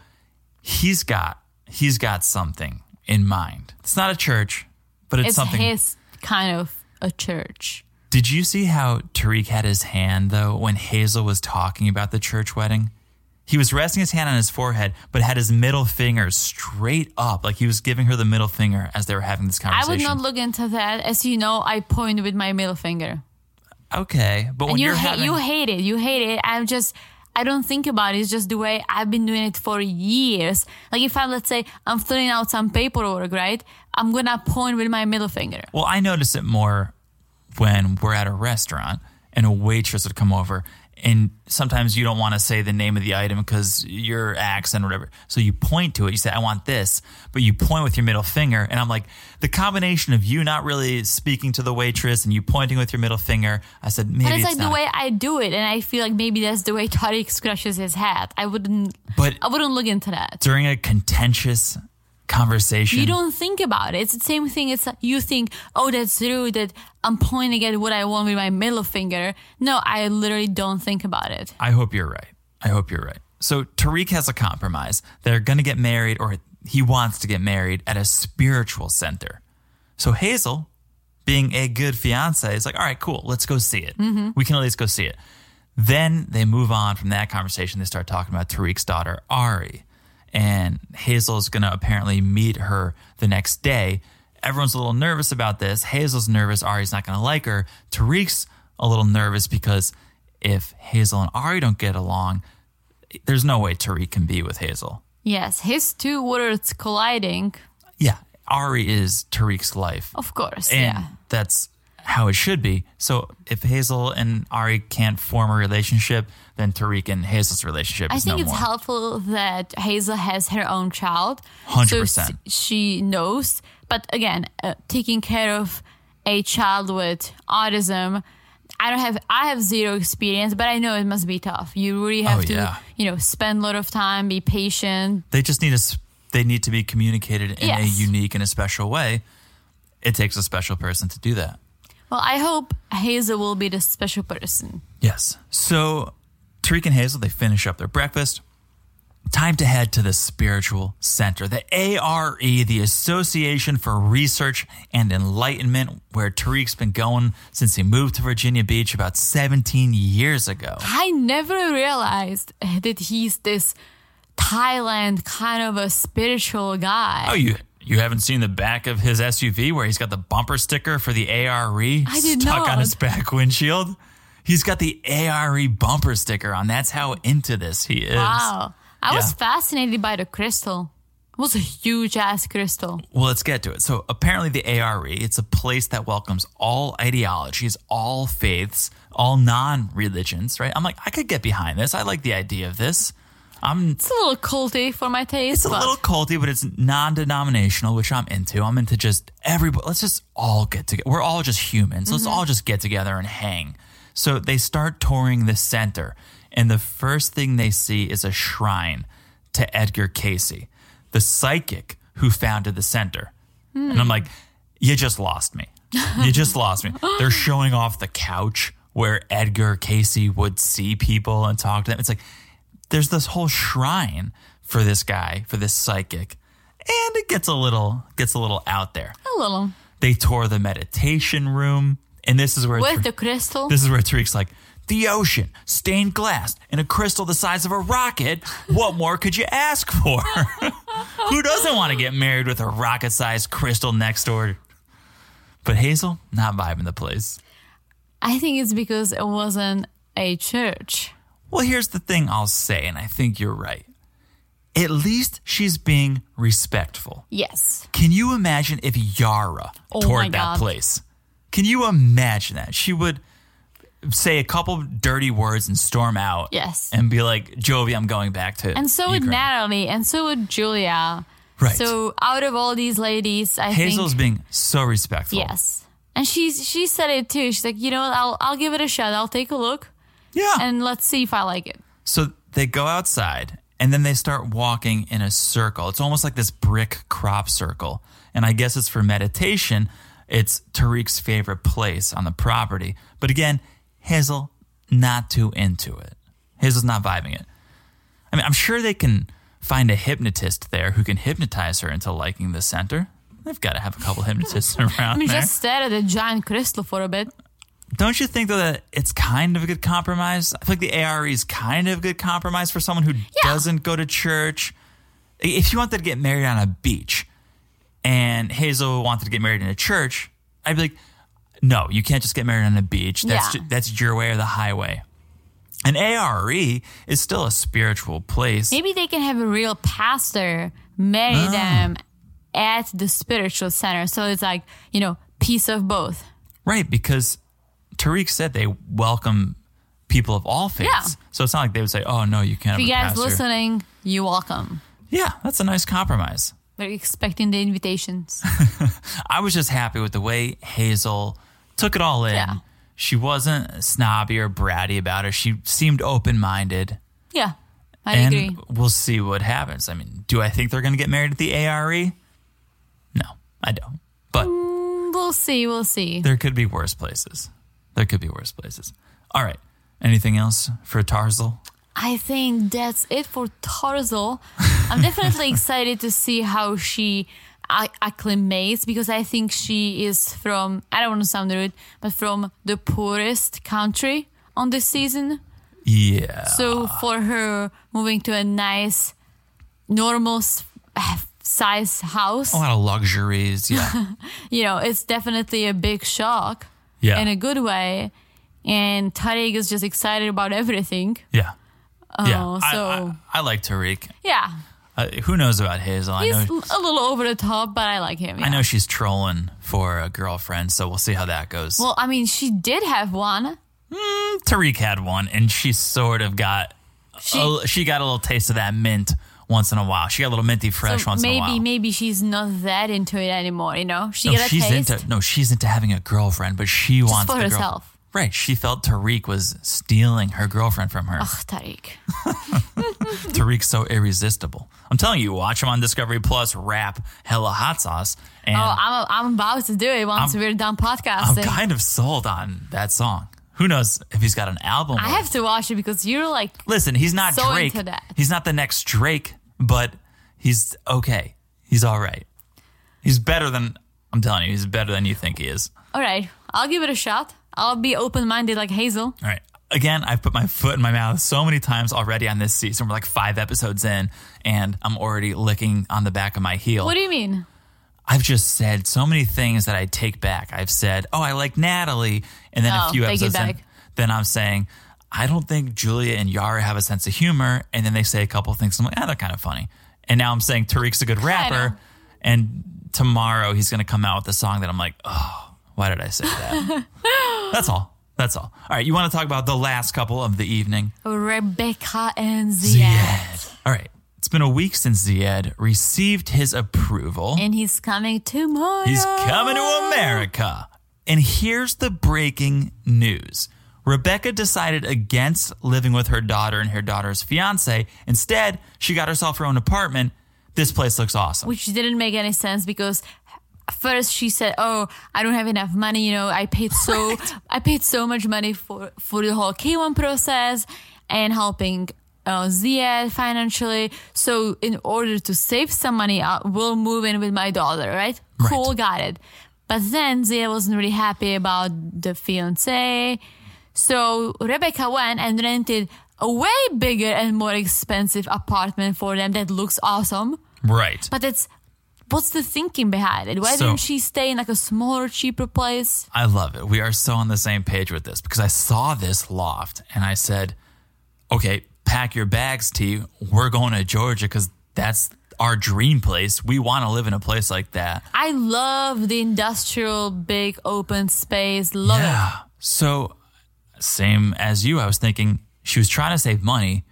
[SPEAKER 1] he's got he's got something in mind. It's not a church, but it's,
[SPEAKER 2] It's
[SPEAKER 1] something.
[SPEAKER 2] his kind of a church.
[SPEAKER 1] Did you see how Tariq had his hand though when Hazel was talking about the church wedding? He was resting his hand on his forehead, but had his middle finger straight up, like he was giving her the middle finger as they were having this
[SPEAKER 2] I
[SPEAKER 1] conversation.
[SPEAKER 2] would not look into that. As you know, I point with my middle finger.
[SPEAKER 1] okay, but when
[SPEAKER 2] And you
[SPEAKER 1] are
[SPEAKER 2] hate
[SPEAKER 1] having,
[SPEAKER 2] you hate it. You hate it. I'm just I don't think about it. It's just the way I've been doing it for years. Like if I let's say I'm filling out some paperwork, right? I'm gonna point with my middle finger.
[SPEAKER 1] Well, I notice it more when we're at a restaurant and a waitress would come over, and sometimes you don't want to say the name of the item because your accent or whatever. So you point to it, you say, I want this, but you point with your middle finger. And I'm like, the combination of you not really speaking to the waitress and you pointing with your middle finger, I said, maybe
[SPEAKER 2] But it's
[SPEAKER 1] it's,
[SPEAKER 2] like the
[SPEAKER 1] not.
[SPEAKER 2] way I do it, and I feel like maybe that's the way Tariq scratches his hat. I wouldn't,
[SPEAKER 1] but
[SPEAKER 2] I wouldn't look into that.
[SPEAKER 1] during a contentious conversation,
[SPEAKER 2] You don't think about it. It's the same thing. It's you think, oh, that's rude that I'm pointing at what I want with my middle finger. No, I literally don't think about it.
[SPEAKER 1] I hope you're right. I hope you're right. So Tariq has a compromise. They're going to get married, or he wants to get married at a spiritual center. So Hazel, being a good fiance, is like, all right, cool. Let's go see it. We can at least go see it. Then they move on from that conversation. They start talking about Tariq's daughter, Ari. And Hazel is going to apparently meet her the next day. Everyone's a little nervous about this. Hazel's nervous. Ari's not going to like her. Tariq's a little nervous because if Hazel and Ari don't get along, there's no way Tariq can be with Hazel.
[SPEAKER 2] Yes, his two words colliding.
[SPEAKER 1] Yeah, Ari is Tariq's life.
[SPEAKER 2] Of course,
[SPEAKER 1] And
[SPEAKER 2] yeah.
[SPEAKER 1] that's how it should be. So if Hazel and Ari can't form a relationship, then Tariq and Hazel's relationship
[SPEAKER 2] I
[SPEAKER 1] is
[SPEAKER 2] think
[SPEAKER 1] no
[SPEAKER 2] it's
[SPEAKER 1] more.
[SPEAKER 2] helpful that Hazel has her own child.
[SPEAKER 1] 100%.
[SPEAKER 2] So s- she knows. But again, uh, taking care of a child with autism, I don't have I have zero experience, but I know it must be tough. You really have to,
[SPEAKER 1] Oh, yeah.
[SPEAKER 2] you know, spend a lot of time, be patient.
[SPEAKER 1] they just need to s- they need to be communicated in a
[SPEAKER 2] Yes.
[SPEAKER 1] unique and a special way. It takes a special person to do that.
[SPEAKER 2] Well, I hope Hazel will be the special person.
[SPEAKER 1] Yes. So Tariq and Hazel, they finish up their breakfast. Time to head to the spiritual center, the ARE, the Association for Research and Enlightenment, where Tariq's been going since he moved to Virginia Beach about 17 years ago.
[SPEAKER 2] I never realized that he's this Thailand kind of a spiritual guy.
[SPEAKER 1] Oh, you you haven't seen the back of his SUV where he's got the bumper sticker for the ARE
[SPEAKER 2] did
[SPEAKER 1] stuck on
[SPEAKER 2] not.
[SPEAKER 1] his back windshield? He's got the ARE bumper sticker on. That's how into this he is.
[SPEAKER 2] Wow. I was
[SPEAKER 1] Oh, Yeah.
[SPEAKER 2] fascinated by the crystal. It was a huge ass crystal.
[SPEAKER 1] Well, let's get to it. So apparently the ARE, it's a place that welcomes all ideologies, all faiths, all non-religions, right? I'm like, I could get behind this. I like the idea of this.
[SPEAKER 2] It's a little culty for my
[SPEAKER 1] It's
[SPEAKER 2] taste.
[SPEAKER 1] a
[SPEAKER 2] but
[SPEAKER 1] little culty, but it's non-denominational, which I'm into. I'm into Mm-hmm. just everybody. Let's just all get together. We're all just humans. Let's all just get together and hang. So they start touring the center, and the first thing they see is a shrine to Edgar Casey, the psychic who founded the center. And I'm like, you just lost me. You just lost me. They're showing off the couch where Edgar Casey would see people and talk to them. It's like there's this whole shrine for this guy, for this psychic. And it gets a little gets a little out there.
[SPEAKER 2] A little.
[SPEAKER 1] They tore the meditation room, and this is where
[SPEAKER 2] With
[SPEAKER 1] Tari-
[SPEAKER 2] the crystal.
[SPEAKER 1] this is where Tariq's like, the ocean, stained glass, and a crystal the size of a rocket. What more could you ask for? Who doesn't want to get married with a rocket sized crystal next door? But Hazel, not vibing the place.
[SPEAKER 2] I think it's because it wasn't a church.
[SPEAKER 1] Well, here's the thing I'll say, and I think you're right. At least she's being respectful.
[SPEAKER 2] Yes.
[SPEAKER 1] Can you imagine if Yara
[SPEAKER 2] Oh my
[SPEAKER 1] toured that
[SPEAKER 2] God.
[SPEAKER 1] place? Can you imagine that? She would say a couple dirty words and storm out.
[SPEAKER 2] Yes.
[SPEAKER 1] And be like, Jovi, I'm going back to
[SPEAKER 2] And so would
[SPEAKER 1] Ukraine."
[SPEAKER 2] Natalie, and so would Julia.
[SPEAKER 1] Right.
[SPEAKER 2] So out of all these ladies, I
[SPEAKER 1] Hazel's
[SPEAKER 2] think
[SPEAKER 1] being so respectful.
[SPEAKER 2] yes, and she's she said it too. She's like, you know, what? I'll I'll give it a shot. I'll take a look,
[SPEAKER 1] Yeah.
[SPEAKER 2] and let's see if I like it.
[SPEAKER 1] so they go outside and then they start walking in a circle. It's almost like this brick crop circle. And I guess it's for meditation. It's Tariq's favorite place on the property. But again, Hazel not too into it. Hazel's not vibing it. I mean, I'm sure they can find a hypnotist there who can hypnotize her into liking the center. They've got to have a couple hypnotists around.
[SPEAKER 2] I mean,
[SPEAKER 1] there.
[SPEAKER 2] just stare at the giant crystal for a bit.
[SPEAKER 1] Don't you think though that it's kind of a good compromise? I feel like the ARE is kind of a good compromise for someone who doesn't go to church. I- If you wanted to get married on a beach and Hazel wanted to get married in a church, I'd be like, no, you can't just get married on a beach. That's
[SPEAKER 2] Yeah.
[SPEAKER 1] ju- that's your way or the highway. An ARE E is still a spiritual place.
[SPEAKER 2] Maybe they can have a real pastor marry
[SPEAKER 1] Ah.
[SPEAKER 2] them at the spiritual center. So it's like you know, piece of both.
[SPEAKER 1] Right, because Tariq said they welcome people of all faiths.
[SPEAKER 2] Yeah.
[SPEAKER 1] So it's not like they would say, oh, no, you can't.
[SPEAKER 2] If you
[SPEAKER 1] have a
[SPEAKER 2] guys
[SPEAKER 1] pastor.
[SPEAKER 2] listening, you welcome.
[SPEAKER 1] Yeah, that's a nice compromise.
[SPEAKER 2] We're expecting the invitations.
[SPEAKER 1] I was just happy with the way Hazel took it all in.
[SPEAKER 2] Yeah.
[SPEAKER 1] She wasn't snobby or bratty about it. She seemed open minded.
[SPEAKER 2] yeah, I
[SPEAKER 1] And
[SPEAKER 2] agree.
[SPEAKER 1] we'll see what happens. I mean, do I think they're going to get married at the ARE? No, I don't. But
[SPEAKER 2] We'll see. We'll see.
[SPEAKER 1] there could be worse places. There could be worse places. All right. Anything else for Tarzal?
[SPEAKER 2] I think that's it for Tarzal. I'm definitely excited to see how she ac- acclimates because I think she is from, I don't want to sound rude, but from the poorest country on this season.
[SPEAKER 1] Yeah.
[SPEAKER 2] So for her moving to a nice, normal s- size house,
[SPEAKER 1] a lot of luxuries. Yeah.
[SPEAKER 2] you know, it's definitely a big shock
[SPEAKER 1] Yeah.
[SPEAKER 2] in a good way. And Tariq is just excited about everything.
[SPEAKER 1] yeah. yeah.
[SPEAKER 2] Oh,
[SPEAKER 1] I-
[SPEAKER 2] so-
[SPEAKER 1] I, I, like Tariq.
[SPEAKER 2] Yeah.
[SPEAKER 1] Uh, who knows about Hazel? I know
[SPEAKER 2] He's a little over the top, but I like him. yeah.
[SPEAKER 1] I know she's trolling for a girlfriend, so we'll see how that goes.
[SPEAKER 2] Well, I mean, she did have one.
[SPEAKER 1] Tariq had one, and she sort of got
[SPEAKER 2] She,
[SPEAKER 1] a- she got a little taste of that mint once in a while. She got a little minty fresh
[SPEAKER 2] so
[SPEAKER 1] once in a
[SPEAKER 2] maybe
[SPEAKER 1] while.
[SPEAKER 2] maybe she's not that into it anymore. You know, she
[SPEAKER 1] no,
[SPEAKER 2] got a
[SPEAKER 1] she's
[SPEAKER 2] taste.
[SPEAKER 1] into no, she's into having a girlfriend, but she wants
[SPEAKER 2] for
[SPEAKER 1] the girl-
[SPEAKER 2] herself.
[SPEAKER 1] Right, she felt Tariq was stealing her girlfriend from her.
[SPEAKER 2] Ugh, Tariq.
[SPEAKER 1] Tariq's so irresistible. I'm telling you, watch him on Discovery Plus. Rap hella hot sauce, and
[SPEAKER 2] Oh, I'm I'm about to do it once we're done
[SPEAKER 1] I'm
[SPEAKER 2] podcasting.
[SPEAKER 1] kind of sold on that song. Who knows if he's got an album?
[SPEAKER 2] I
[SPEAKER 1] or-
[SPEAKER 2] have to watch it because you're like,
[SPEAKER 1] Listen, he's not
[SPEAKER 2] So
[SPEAKER 1] Drake.
[SPEAKER 2] into that.
[SPEAKER 1] He's not the next Drake, but he's okay. He's all right. He's better than I'm telling you. He's better than you think he is.
[SPEAKER 2] all right, I'll give it a shot. I'll be open minded like Hazel.
[SPEAKER 1] All right. Again, I've put my foot in my mouth so many times already on this season. We're like five episodes in, and I'm already licking on the back of my heel.
[SPEAKER 2] What do you mean?
[SPEAKER 1] I've just said so many things that I take back. I've said, "Oh, I like Natalie," and then a
[SPEAKER 2] Oh,
[SPEAKER 1] few
[SPEAKER 2] take it
[SPEAKER 1] episodes in,
[SPEAKER 2] back.
[SPEAKER 1] then I'm saying, "I don't think Julia and Yara have a sense of humor," and then they say a couple of things. I'm like, "Ah, they're kind of funny," and now I'm saying Tariq's a good rapper, and tomorrow he's going to come out with a song that I'm like, "Oh, why did I say that?" That's all. That's all. All right, you want to talk about the last couple of the evening?
[SPEAKER 2] Rebecca and Ziad.
[SPEAKER 1] Ziad. All right. It's been a week since Ziad received his approval.
[SPEAKER 2] And he's coming tomorrow.
[SPEAKER 1] He's coming to America. And here's the breaking news Rebecca decided against living with her daughter and her daughter's fiance. Instead, she got herself her own apartment. This place looks awesome.
[SPEAKER 2] which didn't make any sense because first she said oh i don't have enough money you know i paid so i paid so much money for for the whole k1 process and helping uh, Ziad financially so in order to save some money i will move in with my daughter right,
[SPEAKER 1] Right.
[SPEAKER 2] cool got it but then Ziad wasn't really happy about the fiance so Rebecca went and rented a way bigger and more expensive apartment for them that looks awesome
[SPEAKER 1] right.
[SPEAKER 2] but it's what's the thinking behind it? Why
[SPEAKER 1] So-
[SPEAKER 2] didn't she stay in like a smaller, cheaper place?
[SPEAKER 1] I love it. We are so on the same page with this because I saw this loft and I said, okay, pack your bags, T. We're going to Georgia because that's our dream place. We want to live in a place like that.
[SPEAKER 2] I love the industrial, big, open space. Love it.
[SPEAKER 1] So, same as you, I was thinking she was trying to save money.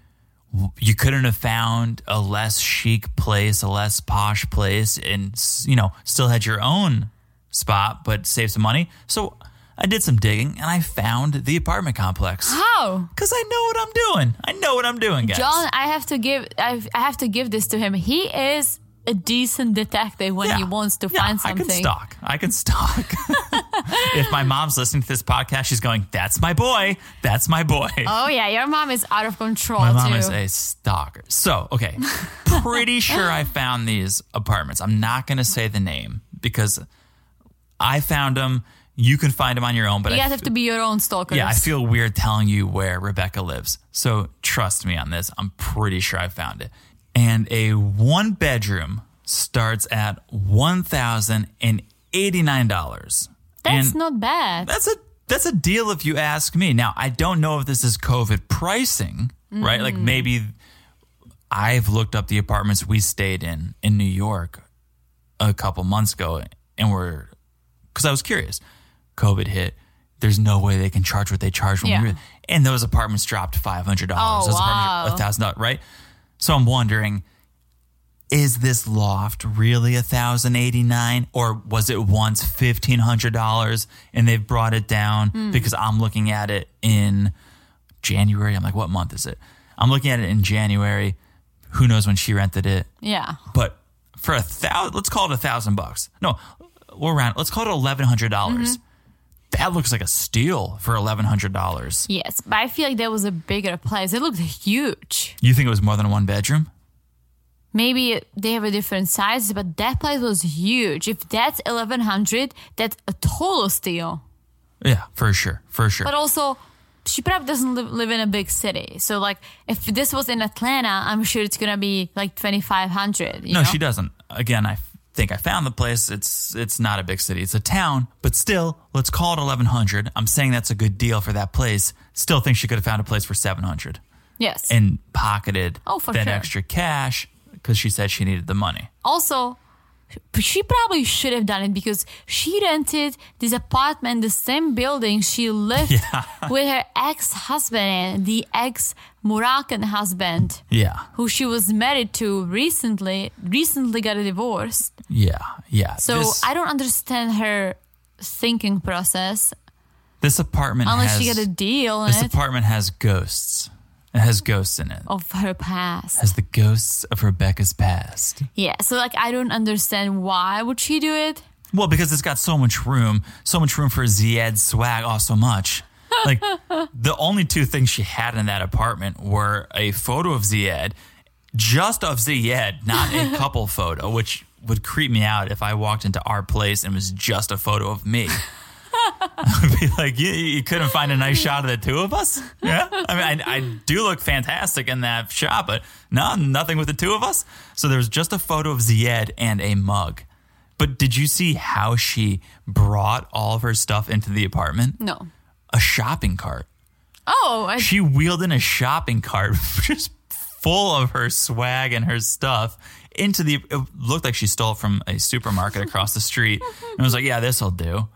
[SPEAKER 1] W- You couldn't have found a less chic place, a less posh place, and s- you know, still had your own spot, but save some money. So, I did some digging and I found the apartment complex.
[SPEAKER 2] How?
[SPEAKER 1] Cause I know what I'm doing. I know what I'm doing, guys.
[SPEAKER 2] John, I have to give I I have to give this to him. He is a decent detective when he
[SPEAKER 1] Yeah.
[SPEAKER 2] wants to
[SPEAKER 1] Yeah,
[SPEAKER 2] find
[SPEAKER 1] I can
[SPEAKER 2] something.
[SPEAKER 1] stalk. I can stalk. if my mom's listening to this podcast, she's going, "That's my boy. That's my boy."
[SPEAKER 2] Oh yeah, your mom is out of control
[SPEAKER 1] my mom
[SPEAKER 2] too.
[SPEAKER 1] is a stalker. So, okay, pretty sure I found these apartments. I'm not going to say the name because I found them. You can find them on your own, but
[SPEAKER 2] you
[SPEAKER 1] I
[SPEAKER 2] guys have to be your own stalkers.
[SPEAKER 1] yeah, I feel weird telling you where Rebecca lives. So trust me on this. I'm pretty sure I found it. And a one bedroom starts at one thousand and eighty nine dollars.
[SPEAKER 2] That's
[SPEAKER 1] and
[SPEAKER 2] not bad.
[SPEAKER 1] that's a that's a deal if you ask me. Now I don't know if this is COVID pricing, right? Like maybe I've looked up the apartments we stayed in in New York a couple months ago, and we're because I was curious. COVID hit. There's no way they can charge what they charge when we
[SPEAKER 2] Yeah.
[SPEAKER 1] were, and those apartments dropped five hundred dollars.
[SPEAKER 2] Oh,
[SPEAKER 1] those
[SPEAKER 2] wow.
[SPEAKER 1] apartments thousand dollars, right? So I'm wondering, is this loft really a thousand eighty nine, or was it once fifteen hundred dollars and they've brought it down?
[SPEAKER 2] Hmm.
[SPEAKER 1] Because I'm looking at it in January. I'm like, what month is it? I'm looking at it in January. Who knows when she rented it?
[SPEAKER 2] yeah.
[SPEAKER 1] But for a thousand, let's call it a thousand bucks. No, we're around. Let's call it eleven hundred dollars.
[SPEAKER 2] Mm-hmm.
[SPEAKER 1] That looks like a steal for eleven hundred dollars.
[SPEAKER 2] Yes. But I feel like there was a bigger place. It looked huge.
[SPEAKER 1] You think it was more than one bedroom?
[SPEAKER 2] maybe they have a different size, but that place was huge. If that's 1100, that's a total steal.
[SPEAKER 1] Yeah, for sure, for sure.
[SPEAKER 2] But also, she probably doesn't live, live in a big city. So, like, if this was in Atlanta, I'm sure it's going to be like 2500. You
[SPEAKER 1] no,
[SPEAKER 2] know?
[SPEAKER 1] she doesn't. Again, I f- think I found the place. It's it's not a big city. It's a town, but still, let's call it eleven hundred. I'm saying that's a good deal for that place. Still think she could have found a place for seven hundred
[SPEAKER 2] Yes.
[SPEAKER 1] and pocketed
[SPEAKER 2] Oh, for
[SPEAKER 1] that
[SPEAKER 2] sure.
[SPEAKER 1] extra cash because she said she needed the money.
[SPEAKER 2] also, she probably should have done it because she rented this apartment, the same building she lived with her ex husband in, the ex Moroccan husband.
[SPEAKER 1] Yeah,
[SPEAKER 2] who she was married to recently recently got a divorce
[SPEAKER 1] yeah, yeah.
[SPEAKER 2] so
[SPEAKER 1] This-
[SPEAKER 2] i don't understand her thinking process
[SPEAKER 1] This apartment
[SPEAKER 2] unless
[SPEAKER 1] has,
[SPEAKER 2] she got a deal in
[SPEAKER 1] This
[SPEAKER 2] it
[SPEAKER 1] apartment has ghosts. It has ghosts in it.
[SPEAKER 2] of her past
[SPEAKER 1] Has the ghosts of Rebecca's past.
[SPEAKER 2] yeah so like i don't understand why would she do it
[SPEAKER 1] Well, because it's got so much room, so much room for Ziad swag. Oh, so much. Like the only two things she had in that apartment were a photo of Ziad, just of Ziad, not a couple photo, which would creep me out if I walked into our place and it was just a photo of me. I would be like, you, you couldn't find a nice shot of the two of us? Yeah. I mean, I, I do look fantastic in that shot, but no, nothing with the two of us. So there was just a photo of Ziad and a mug. But did you see how she brought all of her stuff into the apartment?
[SPEAKER 2] no
[SPEAKER 1] A shopping cart.
[SPEAKER 2] oh I,
[SPEAKER 1] She wheeled in a shopping cart just full of her swag and her stuff into the it looked like she stole it from a supermarket across the street and was like, "Yeah, this will do."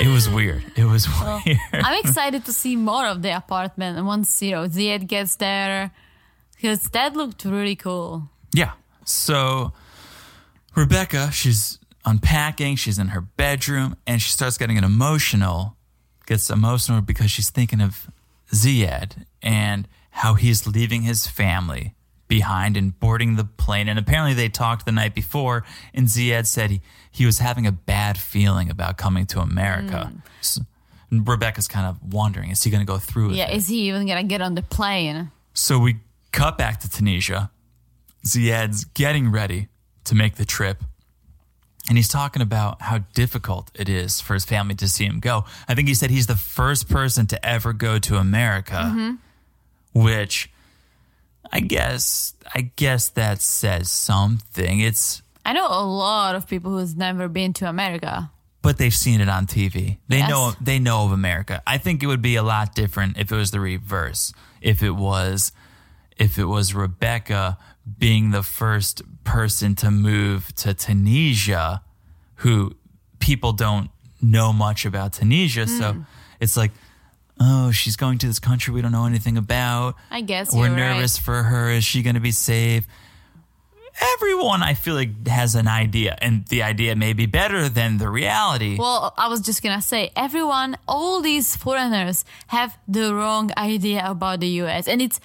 [SPEAKER 1] it was weird. It was weird.
[SPEAKER 2] i'm excited to see more of the apartment once you know ziad gets there because that looked really cool
[SPEAKER 1] Yeah. So Rebecca, she's unpacking, she's in her bedroom, and she starts getting an emotional gets emotional because she's thinking of Ziad and how he's leaving his family behind and boarding the plane. And apparently, they talked the night before, and Ziad said he, he was having a bad feeling about coming to America. So- and Rebecca's kind of wondering, is he going to go through with
[SPEAKER 2] Yeah,
[SPEAKER 1] it?
[SPEAKER 2] is he even gonna get on the plane?
[SPEAKER 1] So we cut back to Tunisia. Ziad's getting ready to make the trip. And he's talking about how difficult it is for his family to see him go. I think he said he's the first person to ever go to America, which I guess I guess that says something. It's
[SPEAKER 2] I know a lot of people who's never been to America.
[SPEAKER 1] but they've seen it on TV. They
[SPEAKER 2] Yes.
[SPEAKER 1] know they know of America. I think it would be a lot different if it was the reverse. If it was if it was Rebecca being the first person to move to Tunisia who people don't know much about Tunisia.
[SPEAKER 2] Hmm.
[SPEAKER 1] So it's like oh, she's going to this country we don't know anything about.
[SPEAKER 2] I guess
[SPEAKER 1] We're
[SPEAKER 2] you're right.
[SPEAKER 1] nervous for her. Is she going to be safe? Everyone, I feel like, has an idea, and the idea may be better than the reality.
[SPEAKER 2] Well, I was just gonna say, everyone, all these foreigners have the wrong idea about the U.S., and it's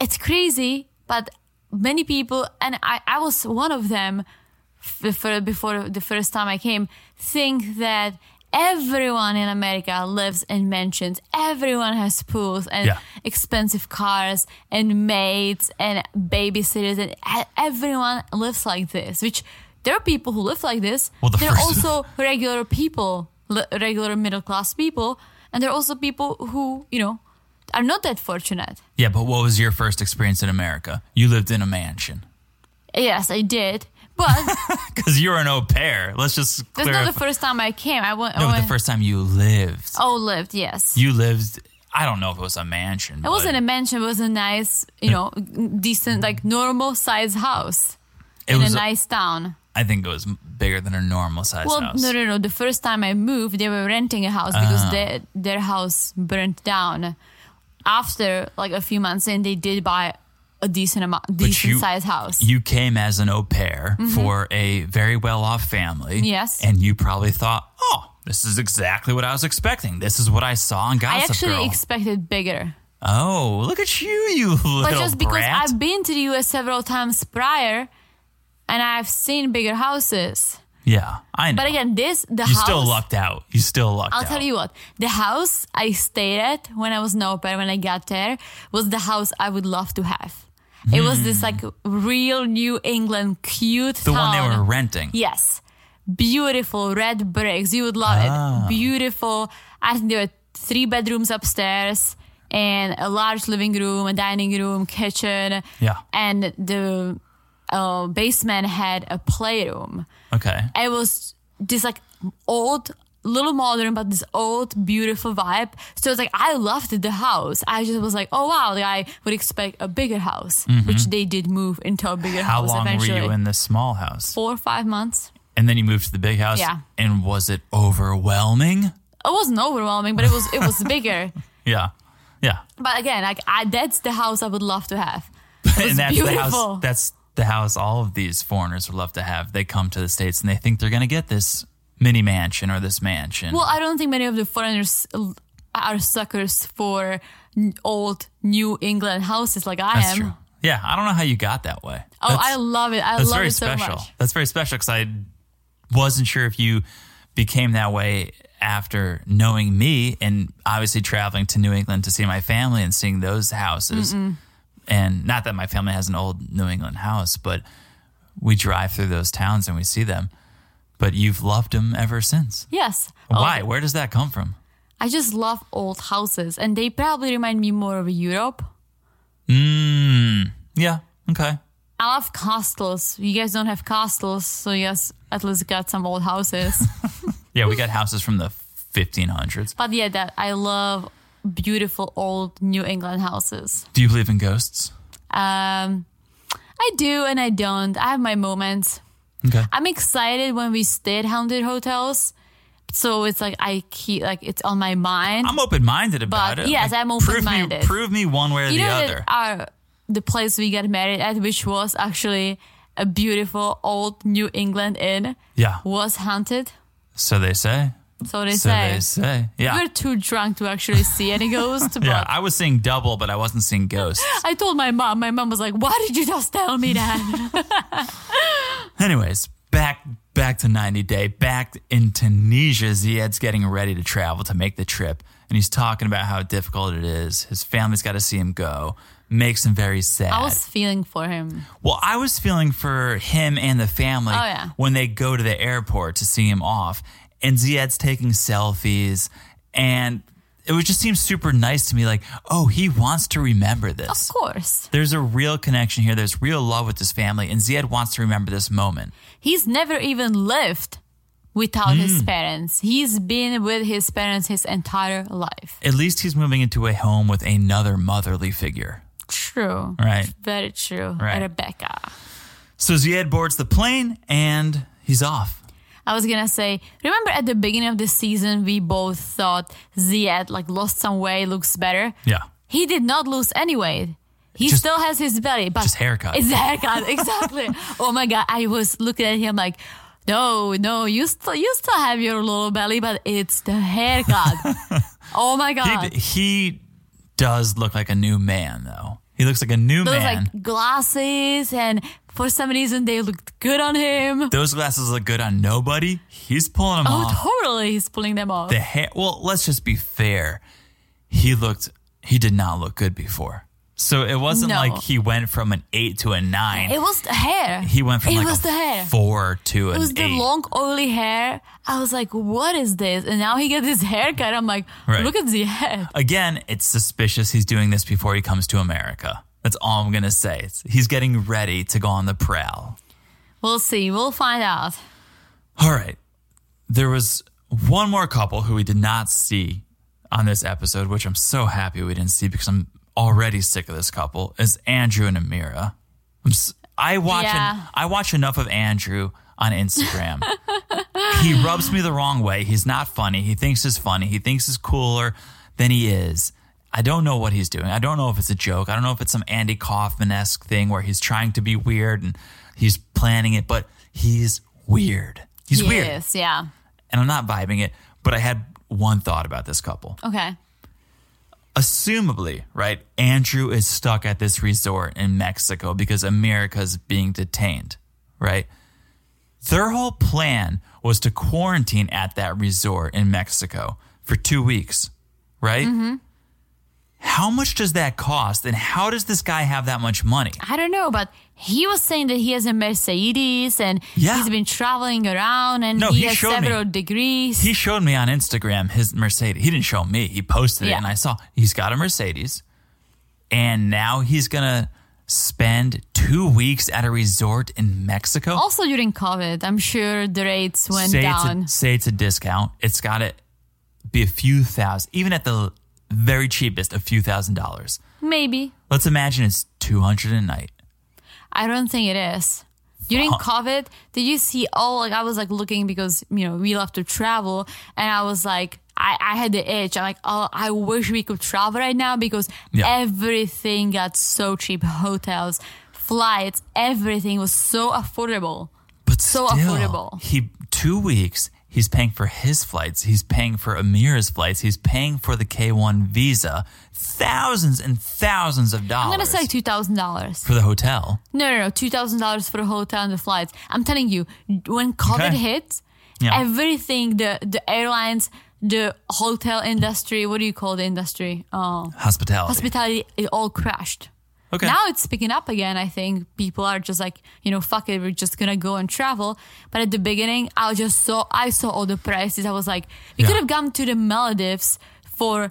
[SPEAKER 2] it's crazy. But many people, and I, I was one of them, before, before the first time I came, think that everyone in America lives in mansions. Everyone has pools and
[SPEAKER 1] Yeah.
[SPEAKER 2] expensive cars and maids and babysitters, and e- everyone lives like this. Which there are people who live like this.
[SPEAKER 1] Well, the
[SPEAKER 2] there are
[SPEAKER 1] first-
[SPEAKER 2] also regular people, l- regular middle class people, and there are also people who you know are not that fortunate.
[SPEAKER 1] yeah, but what was your first experience in America? You lived in a mansion
[SPEAKER 2] Yes, I did, but
[SPEAKER 1] because you're an au pair. Let's just
[SPEAKER 2] that's not
[SPEAKER 1] clarify.
[SPEAKER 2] the first time I came. I went.
[SPEAKER 1] no, but
[SPEAKER 2] I
[SPEAKER 1] the
[SPEAKER 2] went-
[SPEAKER 1] first time you lived,
[SPEAKER 2] Oh, lived, yes.
[SPEAKER 1] you lived. I don't know if it was a mansion.
[SPEAKER 2] It wasn't a mansion. It was a nice, you know, decent, like normal size house
[SPEAKER 1] It
[SPEAKER 2] in
[SPEAKER 1] was.
[SPEAKER 2] a nice town.
[SPEAKER 1] I think it was bigger than a normal size
[SPEAKER 2] Well,
[SPEAKER 1] house. Ah.
[SPEAKER 2] no, no, no. The first time I moved, they were renting a house because their their house burnt down. After like a few months in, they did buy a decent amount, decent
[SPEAKER 1] you-
[SPEAKER 2] size house. Mm-hmm.
[SPEAKER 1] You came as an au pair for a very well off family.
[SPEAKER 2] Yes.
[SPEAKER 1] And you probably thought, oh, this is exactly what I was expecting. This is what I saw on
[SPEAKER 2] I
[SPEAKER 1] Gossip
[SPEAKER 2] actually
[SPEAKER 1] Girl.
[SPEAKER 2] expected bigger,
[SPEAKER 1] oh, look at you, you little
[SPEAKER 2] but just because
[SPEAKER 1] brat.
[SPEAKER 2] I've been to the U.S. several times prior, and I've seen bigger houses.
[SPEAKER 1] yeah, I know.
[SPEAKER 2] But again, this the
[SPEAKER 1] you
[SPEAKER 2] house.
[SPEAKER 1] still lucked out. You still lucked
[SPEAKER 2] I'll
[SPEAKER 1] out.
[SPEAKER 2] tell you what. The house I stayed at when I was an au pair, when I got there, was the house I would love to have. It was this like real New England cute
[SPEAKER 1] Hmm. The
[SPEAKER 2] town.
[SPEAKER 1] one they were renting.
[SPEAKER 2] Yes. Beautiful red bricks. You would love
[SPEAKER 1] Ah.
[SPEAKER 2] it. Beautiful. I think there were three bedrooms upstairs and a large living room, a dining room, kitchen.
[SPEAKER 1] Yeah.
[SPEAKER 2] And the uh, basement had a playroom.
[SPEAKER 1] Okay.
[SPEAKER 2] It was this like old, little modern, but this old, beautiful vibe. So it's like I loved the house. I just was like, oh wow, like, I would expect a bigger house, which they did move into a bigger
[SPEAKER 1] Mm-hmm. How
[SPEAKER 2] house
[SPEAKER 1] long
[SPEAKER 2] eventually.
[SPEAKER 1] were you in this small house?
[SPEAKER 2] Four or five months.
[SPEAKER 1] And then you moved to the big house.
[SPEAKER 2] Yeah.
[SPEAKER 1] And was it overwhelming?
[SPEAKER 2] It wasn't overwhelming, but it was it was bigger.
[SPEAKER 1] Yeah. Yeah.
[SPEAKER 2] But again, like I, that's the house I would love to have. was
[SPEAKER 1] and that's the
[SPEAKER 2] beautiful.
[SPEAKER 1] house that's the house all of these foreigners would love to have they come to the states and they think they're going to get this mini mansion or this mansion
[SPEAKER 2] Well, I don't think many of the foreigners l- are suckers for n- old New England houses like I
[SPEAKER 1] that's
[SPEAKER 2] am.
[SPEAKER 1] true yeah i don't know how you got that way
[SPEAKER 2] Oh,
[SPEAKER 1] that's,
[SPEAKER 2] I love it. I
[SPEAKER 1] that's
[SPEAKER 2] love
[SPEAKER 1] very
[SPEAKER 2] it so
[SPEAKER 1] special
[SPEAKER 2] much.
[SPEAKER 1] that's very special because i wasn't sure if you became that way after knowing me and obviously traveling to new england to see my family and seeing those houses and not that my family has an old new england house but we drive through those towns and we see them but you've loved them ever since
[SPEAKER 2] Yes.
[SPEAKER 1] Why?
[SPEAKER 2] Oh,
[SPEAKER 1] Where does that come from?
[SPEAKER 2] I just love old houses, and they probably remind me more of Europe.
[SPEAKER 1] Yeah. Okay.
[SPEAKER 2] I love castles. You guys don't have castles, so you guys at least got some old houses.
[SPEAKER 1] Yeah,
[SPEAKER 2] Hmm.
[SPEAKER 1] we got houses from the 1500s.
[SPEAKER 2] but yeah, that I love beautiful old New England houses.
[SPEAKER 1] Do you believe in ghosts?
[SPEAKER 2] Um, I do and I don't. I have my moments.
[SPEAKER 1] Okay.
[SPEAKER 2] I'm excited when we stay at haunted hotels, so it's like I keep like it's on my mind.
[SPEAKER 1] I'm open minded about it.
[SPEAKER 2] yes, I'm
[SPEAKER 1] prove me-
[SPEAKER 2] open-minded.
[SPEAKER 1] Prove me, one way or
[SPEAKER 2] you
[SPEAKER 1] the
[SPEAKER 2] know
[SPEAKER 1] other.
[SPEAKER 2] that our the place we got married at, which was actually a beautiful old New England inn,
[SPEAKER 1] yeah.
[SPEAKER 2] was haunted.
[SPEAKER 1] So they say.
[SPEAKER 2] So they
[SPEAKER 1] So
[SPEAKER 2] say.
[SPEAKER 1] they say. Yeah.
[SPEAKER 2] We're too drunk to actually see any ghost.
[SPEAKER 1] yeah.
[SPEAKER 2] but
[SPEAKER 1] I was seeing double, but I wasn't seeing ghosts.
[SPEAKER 2] I told my mom. My mom was like, "Why did you just tell me that?"
[SPEAKER 1] Anyways, back back to 90 Day, back in Tunisia, Ziad's getting ready to travel to make the trip. And he's talking about how difficult it is. His family's got to see him go. Makes him very sad.
[SPEAKER 2] I was feeling for him.
[SPEAKER 1] well, I was feeling for him and the family
[SPEAKER 2] Oh, yeah.
[SPEAKER 1] when they go to the airport to see him off. And Ziad's taking selfies. And it was just seems super nice to me. Like, oh, he wants to remember this.
[SPEAKER 2] Of course,
[SPEAKER 1] There's a real connection here. There's real love with this family. And Ziad wants to remember this moment.
[SPEAKER 2] he's never even lived without his
[SPEAKER 1] Hmm.
[SPEAKER 2] parents. He's been with his parents his entire life.
[SPEAKER 1] at least he's moving into a home with another motherly figure.
[SPEAKER 2] True.
[SPEAKER 1] Right.
[SPEAKER 2] Very true.
[SPEAKER 1] Right.
[SPEAKER 2] Rebecca.
[SPEAKER 1] So Ziad boards the plane and he's off.
[SPEAKER 2] I was gonna say, remember at the beginning of the season, we both thought Ziad like lost some weight, looks better.
[SPEAKER 1] Yeah.
[SPEAKER 2] He did not lose any weight. He
[SPEAKER 1] Just-
[SPEAKER 2] still has his belly, but
[SPEAKER 1] just haircut.
[SPEAKER 2] It's the haircut, exactly. oh my god, I was looking at him like, no, no, you still you still have your little belly, but it's the haircut. oh my god,
[SPEAKER 1] He, he does look like a new man, though. He looks like a new
[SPEAKER 2] those
[SPEAKER 1] man.
[SPEAKER 2] like glasses, and for some reason they looked good on him.
[SPEAKER 1] Those glasses look good on nobody. He's pulling them off.
[SPEAKER 2] Oh, totally, he's pulling them off.
[SPEAKER 1] The hair. Well, let's just be fair. He looked. He did not look good before. So it wasn't
[SPEAKER 2] No.
[SPEAKER 1] like he went from an eight to a nine.
[SPEAKER 2] It was the hair.
[SPEAKER 1] he went from
[SPEAKER 2] it
[SPEAKER 1] like
[SPEAKER 2] was
[SPEAKER 1] a
[SPEAKER 2] the hair.
[SPEAKER 1] four to an
[SPEAKER 2] it was the
[SPEAKER 1] eight.
[SPEAKER 2] long oily hair. I was like, what is this? And now he gets his haircut. I'm like,
[SPEAKER 1] Right.
[SPEAKER 2] look at the head.
[SPEAKER 1] Again, it's suspicious he's doing this before he comes to America. That's all I'm going to say. It's, he's getting ready to go on the prowl.
[SPEAKER 2] We'll see. We'll find out.
[SPEAKER 1] All right. There was one more couple who we did not see on this episode, which I'm so happy we didn't see because I'm already sick of this couple, is Andrew and Amira. I'm s- I watch en-
[SPEAKER 2] Yeah.
[SPEAKER 1] I watch enough of Andrew on Instagram. he rubs me the wrong way. He's not funny. He thinks he's funny. He thinks he's cooler than he is. I don't know what he's doing. I don't know if it's a joke. I don't know if it's some Andy Kaufman esque thing where he's trying to be weird and he's planning it, but he's weird. He's weird.
[SPEAKER 2] Yes, yeah.
[SPEAKER 1] And I'm not vibing it, but I had one thought about this couple.
[SPEAKER 2] Okay.
[SPEAKER 1] Assumably, right? Andrew is stuck at this resort in Mexico because America's being detained, right? Their whole plan was to quarantine at that resort in Mexico for two weeks, right? How much does that cost? And how does this guy have that much money?
[SPEAKER 2] I don't know, but he was saying that he has a Mercedes and
[SPEAKER 1] Yeah.
[SPEAKER 2] he's been traveling around and
[SPEAKER 1] No,
[SPEAKER 2] he,
[SPEAKER 1] he
[SPEAKER 2] has
[SPEAKER 1] showed me.
[SPEAKER 2] several degrees.
[SPEAKER 1] He showed me on Instagram his Mercedes. He didn't show me. He posted it
[SPEAKER 2] Yeah.
[SPEAKER 1] and I saw he's got a Mercedes. And now he's going to spend 2 weeks at a resort in Mexico.
[SPEAKER 2] also during COVID, I'm sure the rates went
[SPEAKER 1] say
[SPEAKER 2] down.
[SPEAKER 1] It's a, say it's a discount. It's got to be a few thousand, even at the very cheapest, a few thousand dollars.
[SPEAKER 2] Maybe.
[SPEAKER 1] Let's imagine it's 200 a night.
[SPEAKER 2] I don't think it is. During COVID, did you see all like I was like looking because you know we love to travel and I was like I, I had the itch. I'm like, oh I wish we could travel right now because
[SPEAKER 1] Yeah.
[SPEAKER 2] everything got so cheap. Hotels, flights, everything was so affordable.
[SPEAKER 1] But
[SPEAKER 2] So
[SPEAKER 1] still,
[SPEAKER 2] affordable.
[SPEAKER 1] He 2 weeks He's paying for his flights. He's paying for Amira's flights. He's paying for the K1 visa. Thousands and thousands of dollars.
[SPEAKER 2] I'm gonna say two thousand dollars.
[SPEAKER 1] for the hotel.
[SPEAKER 2] No, no, no, two thousand dollars for a hotel and the flights. I'm telling you, when COVID
[SPEAKER 1] Okay.
[SPEAKER 2] hit,
[SPEAKER 1] Yeah.
[SPEAKER 2] everything the the airlines, the hotel industry, what do you call the industry? Oh.
[SPEAKER 1] Hospitality.
[SPEAKER 2] hospitality it all crashed
[SPEAKER 1] okay.
[SPEAKER 2] now it's picking up again i think people are just like you know fuck it we're just gonna go and travel but at the beginning i just saw i saw all the prices i was like we
[SPEAKER 1] Yeah.
[SPEAKER 2] could have gone to the maldives for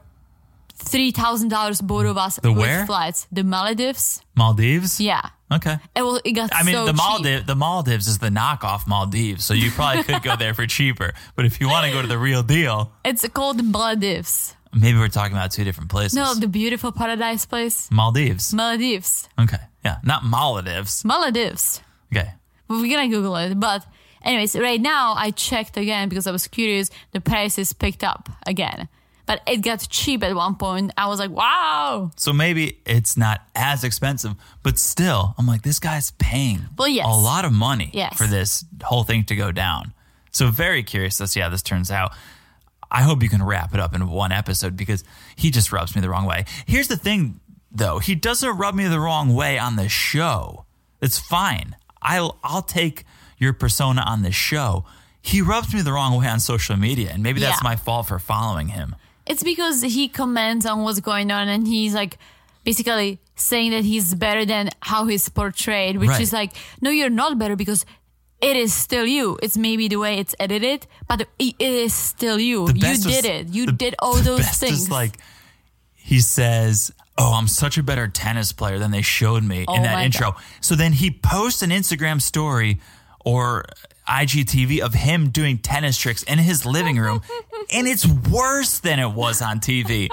[SPEAKER 2] $3000 both of us
[SPEAKER 1] The
[SPEAKER 2] with
[SPEAKER 1] where?
[SPEAKER 2] flights the maldives
[SPEAKER 1] Maldives?
[SPEAKER 2] yeah
[SPEAKER 1] Okay.
[SPEAKER 2] it, was, it got
[SPEAKER 1] I mean,
[SPEAKER 2] so
[SPEAKER 1] the
[SPEAKER 2] cheap.
[SPEAKER 1] Maldives, the Maldives is the knockoff Maldives, so you probably could go there for cheaper. But if you want to go to the real deal,
[SPEAKER 2] it's called maldives
[SPEAKER 1] maybe we're talking about two different places.
[SPEAKER 2] no the beautiful paradise place
[SPEAKER 1] Maldives.
[SPEAKER 2] maldives
[SPEAKER 1] Okay. Yeah, not Maldives.
[SPEAKER 2] maldives
[SPEAKER 1] Okay.
[SPEAKER 2] But we're gonna Google it. But anyways, right now I checked again because I was curious. The prices picked up again, but it got cheap at one point. I was like, wow.
[SPEAKER 1] So maybe it's not as expensive, but still, I'm like, this guy's paying
[SPEAKER 2] Well, yes.
[SPEAKER 1] a lot of money
[SPEAKER 2] Yes.
[SPEAKER 1] for this whole thing to go down. So very curious to see how this turns out. I hope you can wrap it up in one episode because he just rubs me the wrong way. Here's the thing, though. He doesn't rub me the wrong way on the show. It's fine. I'll, I'll take your persona on the show. He rubs me the wrong way on social media, and maybe that's
[SPEAKER 2] Yeah.
[SPEAKER 1] my fault for following him.
[SPEAKER 2] It's because he comments on what's going on and he's like basically saying that he's better than how he's portrayed, which
[SPEAKER 1] Right.
[SPEAKER 2] is like, no, you're not better because it is still you. It's maybe the way it's edited, but it it is still you.
[SPEAKER 1] The
[SPEAKER 2] You
[SPEAKER 1] best was-
[SPEAKER 2] did it. You
[SPEAKER 1] the-
[SPEAKER 2] did all
[SPEAKER 1] the
[SPEAKER 2] those
[SPEAKER 1] best
[SPEAKER 2] things.
[SPEAKER 1] Is like he says, "Oh, I'm such a better tennis player than they showed me in
[SPEAKER 2] Oh
[SPEAKER 1] that
[SPEAKER 2] my
[SPEAKER 1] intro." So then he posts an Instagram story or IGTV of him doing tennis tricks in his living room, and it's worse than it was on TV.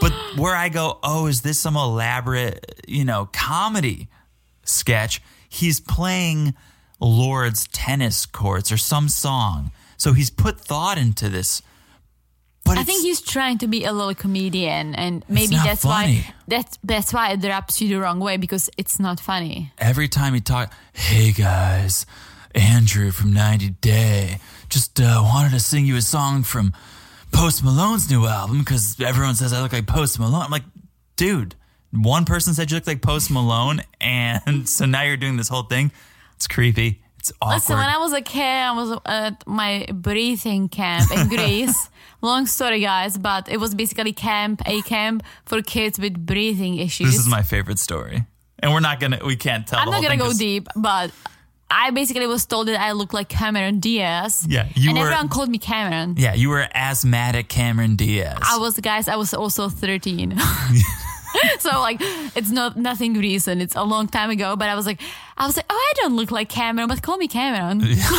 [SPEAKER 1] But where I go, "Oh, is this some elaborate, you know, comedy?" sketch, he's playing Lord's tennis courts or some song. So he's put thought into this. But
[SPEAKER 2] I
[SPEAKER 1] it's-
[SPEAKER 2] think he's trying to be a little comedian, and maybe
[SPEAKER 1] not
[SPEAKER 2] that's
[SPEAKER 1] funny.
[SPEAKER 2] why that's that's why it rubs you the wrong way because it's not funny.
[SPEAKER 1] every time he talks, hey guys, Andrew from 90 Day, just uh, wanted to sing you a song from Post Malone's new album because everyone says I look like Post Malone. I'm like, dude, one person said you look like Post Malone, and so now you're doing this whole thing. It's creepy. It's awkward.
[SPEAKER 2] Listen, when I was a kid, I was at my breathing camp in Greece. Long story, guys, but it was basically camp, a camp for kids with breathing issues.
[SPEAKER 1] This is my favorite story. And we're not gonna we can't tell.
[SPEAKER 2] I'm
[SPEAKER 1] the
[SPEAKER 2] not
[SPEAKER 1] whole
[SPEAKER 2] gonna
[SPEAKER 1] thing
[SPEAKER 2] go
[SPEAKER 1] 'cause-
[SPEAKER 2] deep, but I basically was told that I look like Cameron Diaz.
[SPEAKER 1] Yeah, you
[SPEAKER 2] and
[SPEAKER 1] were-
[SPEAKER 2] everyone called me Cameron.
[SPEAKER 1] Yeah, you were asthmatic Cameron Diaz.
[SPEAKER 2] I was, guys, I was also 13. so like, it's not nothing recent. It's a long time ago. But I was like, I was like, oh, I don't look like Cameron, but call me Cameron.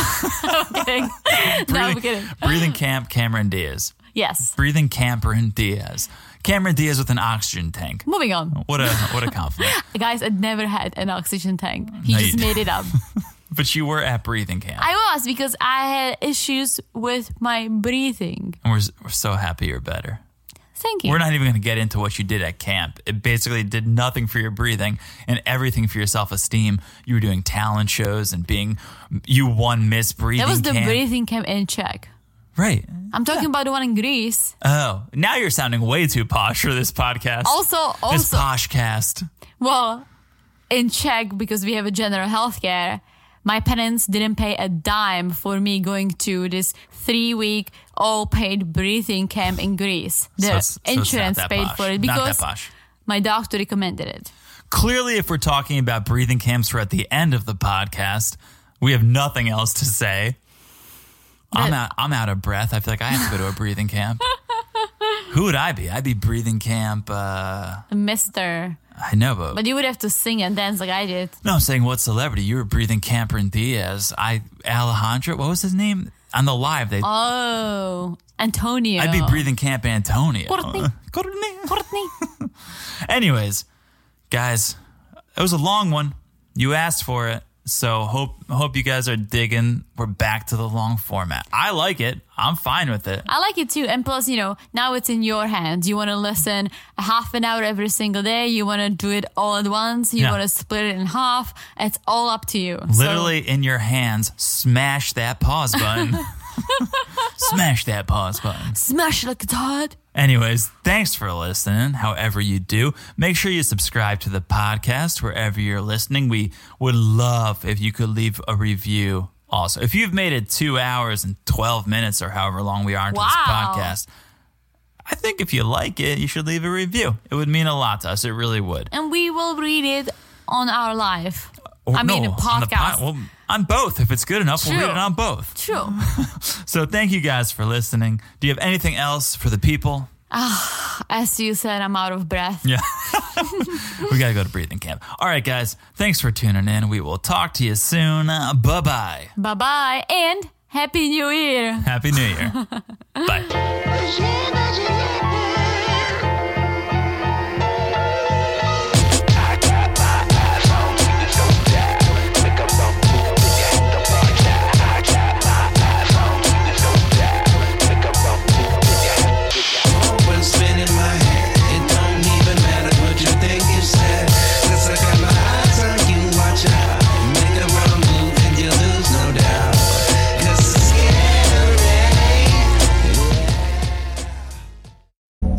[SPEAKER 2] I'm kidding. no, I'm kidding.
[SPEAKER 1] breathing camp Cameron Diaz.
[SPEAKER 2] Yes.
[SPEAKER 1] Breathing Cameron Diaz. Cameron Diaz with an oxygen tank.
[SPEAKER 2] Moving on,
[SPEAKER 1] What a what a compliment.
[SPEAKER 2] guys. I never had an oxygen tank. He
[SPEAKER 1] No,
[SPEAKER 2] just
[SPEAKER 1] you-
[SPEAKER 2] made it up.
[SPEAKER 1] but you were at breathing camp.
[SPEAKER 2] I was because I had issues with my breathing.
[SPEAKER 1] and we're, s- we're so happy you're better.
[SPEAKER 2] Thank you.
[SPEAKER 1] We're not even going to get into what you did at camp. It basically did nothing for your breathing and everything for your self esteem. You were doing talent shows and being, you won Miss Breathing
[SPEAKER 2] that was the
[SPEAKER 1] Camp.
[SPEAKER 2] breathing camp in Czech.
[SPEAKER 1] Right.
[SPEAKER 2] I'm talking about the one in Greece.
[SPEAKER 1] Oh, now you're sounding way too posh for this podcast.
[SPEAKER 2] Also,
[SPEAKER 1] this
[SPEAKER 2] also,
[SPEAKER 1] poshcast.
[SPEAKER 2] Well, in Czech, because we have a general health care, my parents didn't pay a dime for me going to this three week all paid breathing camp in Greece.
[SPEAKER 1] So
[SPEAKER 2] The
[SPEAKER 1] it's- so it's not
[SPEAKER 2] insurance
[SPEAKER 1] that
[SPEAKER 2] paid
[SPEAKER 1] posh.
[SPEAKER 2] for
[SPEAKER 1] Not that
[SPEAKER 2] it because
[SPEAKER 1] posh.
[SPEAKER 2] my doctor recommended it.
[SPEAKER 1] Clearly, if we're talking about breathing camps, we're at the end of the podcast. We have nothing else to say. I'm
[SPEAKER 2] But-
[SPEAKER 1] out. I'm out of breath. I feel like I have to go to a breathing camp. Who would I be? I'd be breathing camp. Uh,
[SPEAKER 2] Mister.
[SPEAKER 1] I know, but,
[SPEAKER 2] But you would have to sing and dance like I did.
[SPEAKER 1] no. I'm saying what celebrity? You were breathing camper and Diaz. I Alejandro. What was his name on the live? They.
[SPEAKER 2] Oh, Antonio.
[SPEAKER 1] I'd be breathing camp Antonio.
[SPEAKER 2] Courtney.
[SPEAKER 1] Courtney.
[SPEAKER 2] Courtney.
[SPEAKER 1] Anyways, guys, it was a long one. You asked for it, so hope hope you guys are digging. We're back to the long format. I like it. I'm fine with it.
[SPEAKER 2] I like it too. And plus, you know, now it's in your hands. You want to listen a half an hour every single day. You want to do it all at once. You
[SPEAKER 1] Yeah.
[SPEAKER 2] want to split it in half. It's all up to you.
[SPEAKER 1] Literally in your hands. Smash that pause button. Smash that pause button.
[SPEAKER 2] So, smash like a dog.
[SPEAKER 1] Anyways, thanks for listening. However, you do, make sure you subscribe to the podcast wherever you're listening. We would love if you could leave a review. Also, if you've made it two hours and 12 minutes or however long we are into
[SPEAKER 2] Wow.
[SPEAKER 1] this podcast, I think if you like it, you should leave a review. It would mean a lot to us. It really would.
[SPEAKER 2] And we will read it on our live. I mean,
[SPEAKER 1] no,
[SPEAKER 2] a
[SPEAKER 1] on the
[SPEAKER 2] podcast.
[SPEAKER 1] pod- well, on both. If it's good enough, we'll
[SPEAKER 2] True.
[SPEAKER 1] read it on both.
[SPEAKER 2] True.
[SPEAKER 1] So thank you guys for listening. Do you have anything else for the people?
[SPEAKER 2] As you said, I'm out of breath.
[SPEAKER 1] Yeah. we got to go to breathing camp. All right, guys. Thanks for tuning in. We will talk to you soon. Uh, bye bye.
[SPEAKER 2] Bye bye. And Happy New Year.
[SPEAKER 1] Happy New Year. bye.
[SPEAKER 3] Cause it's scary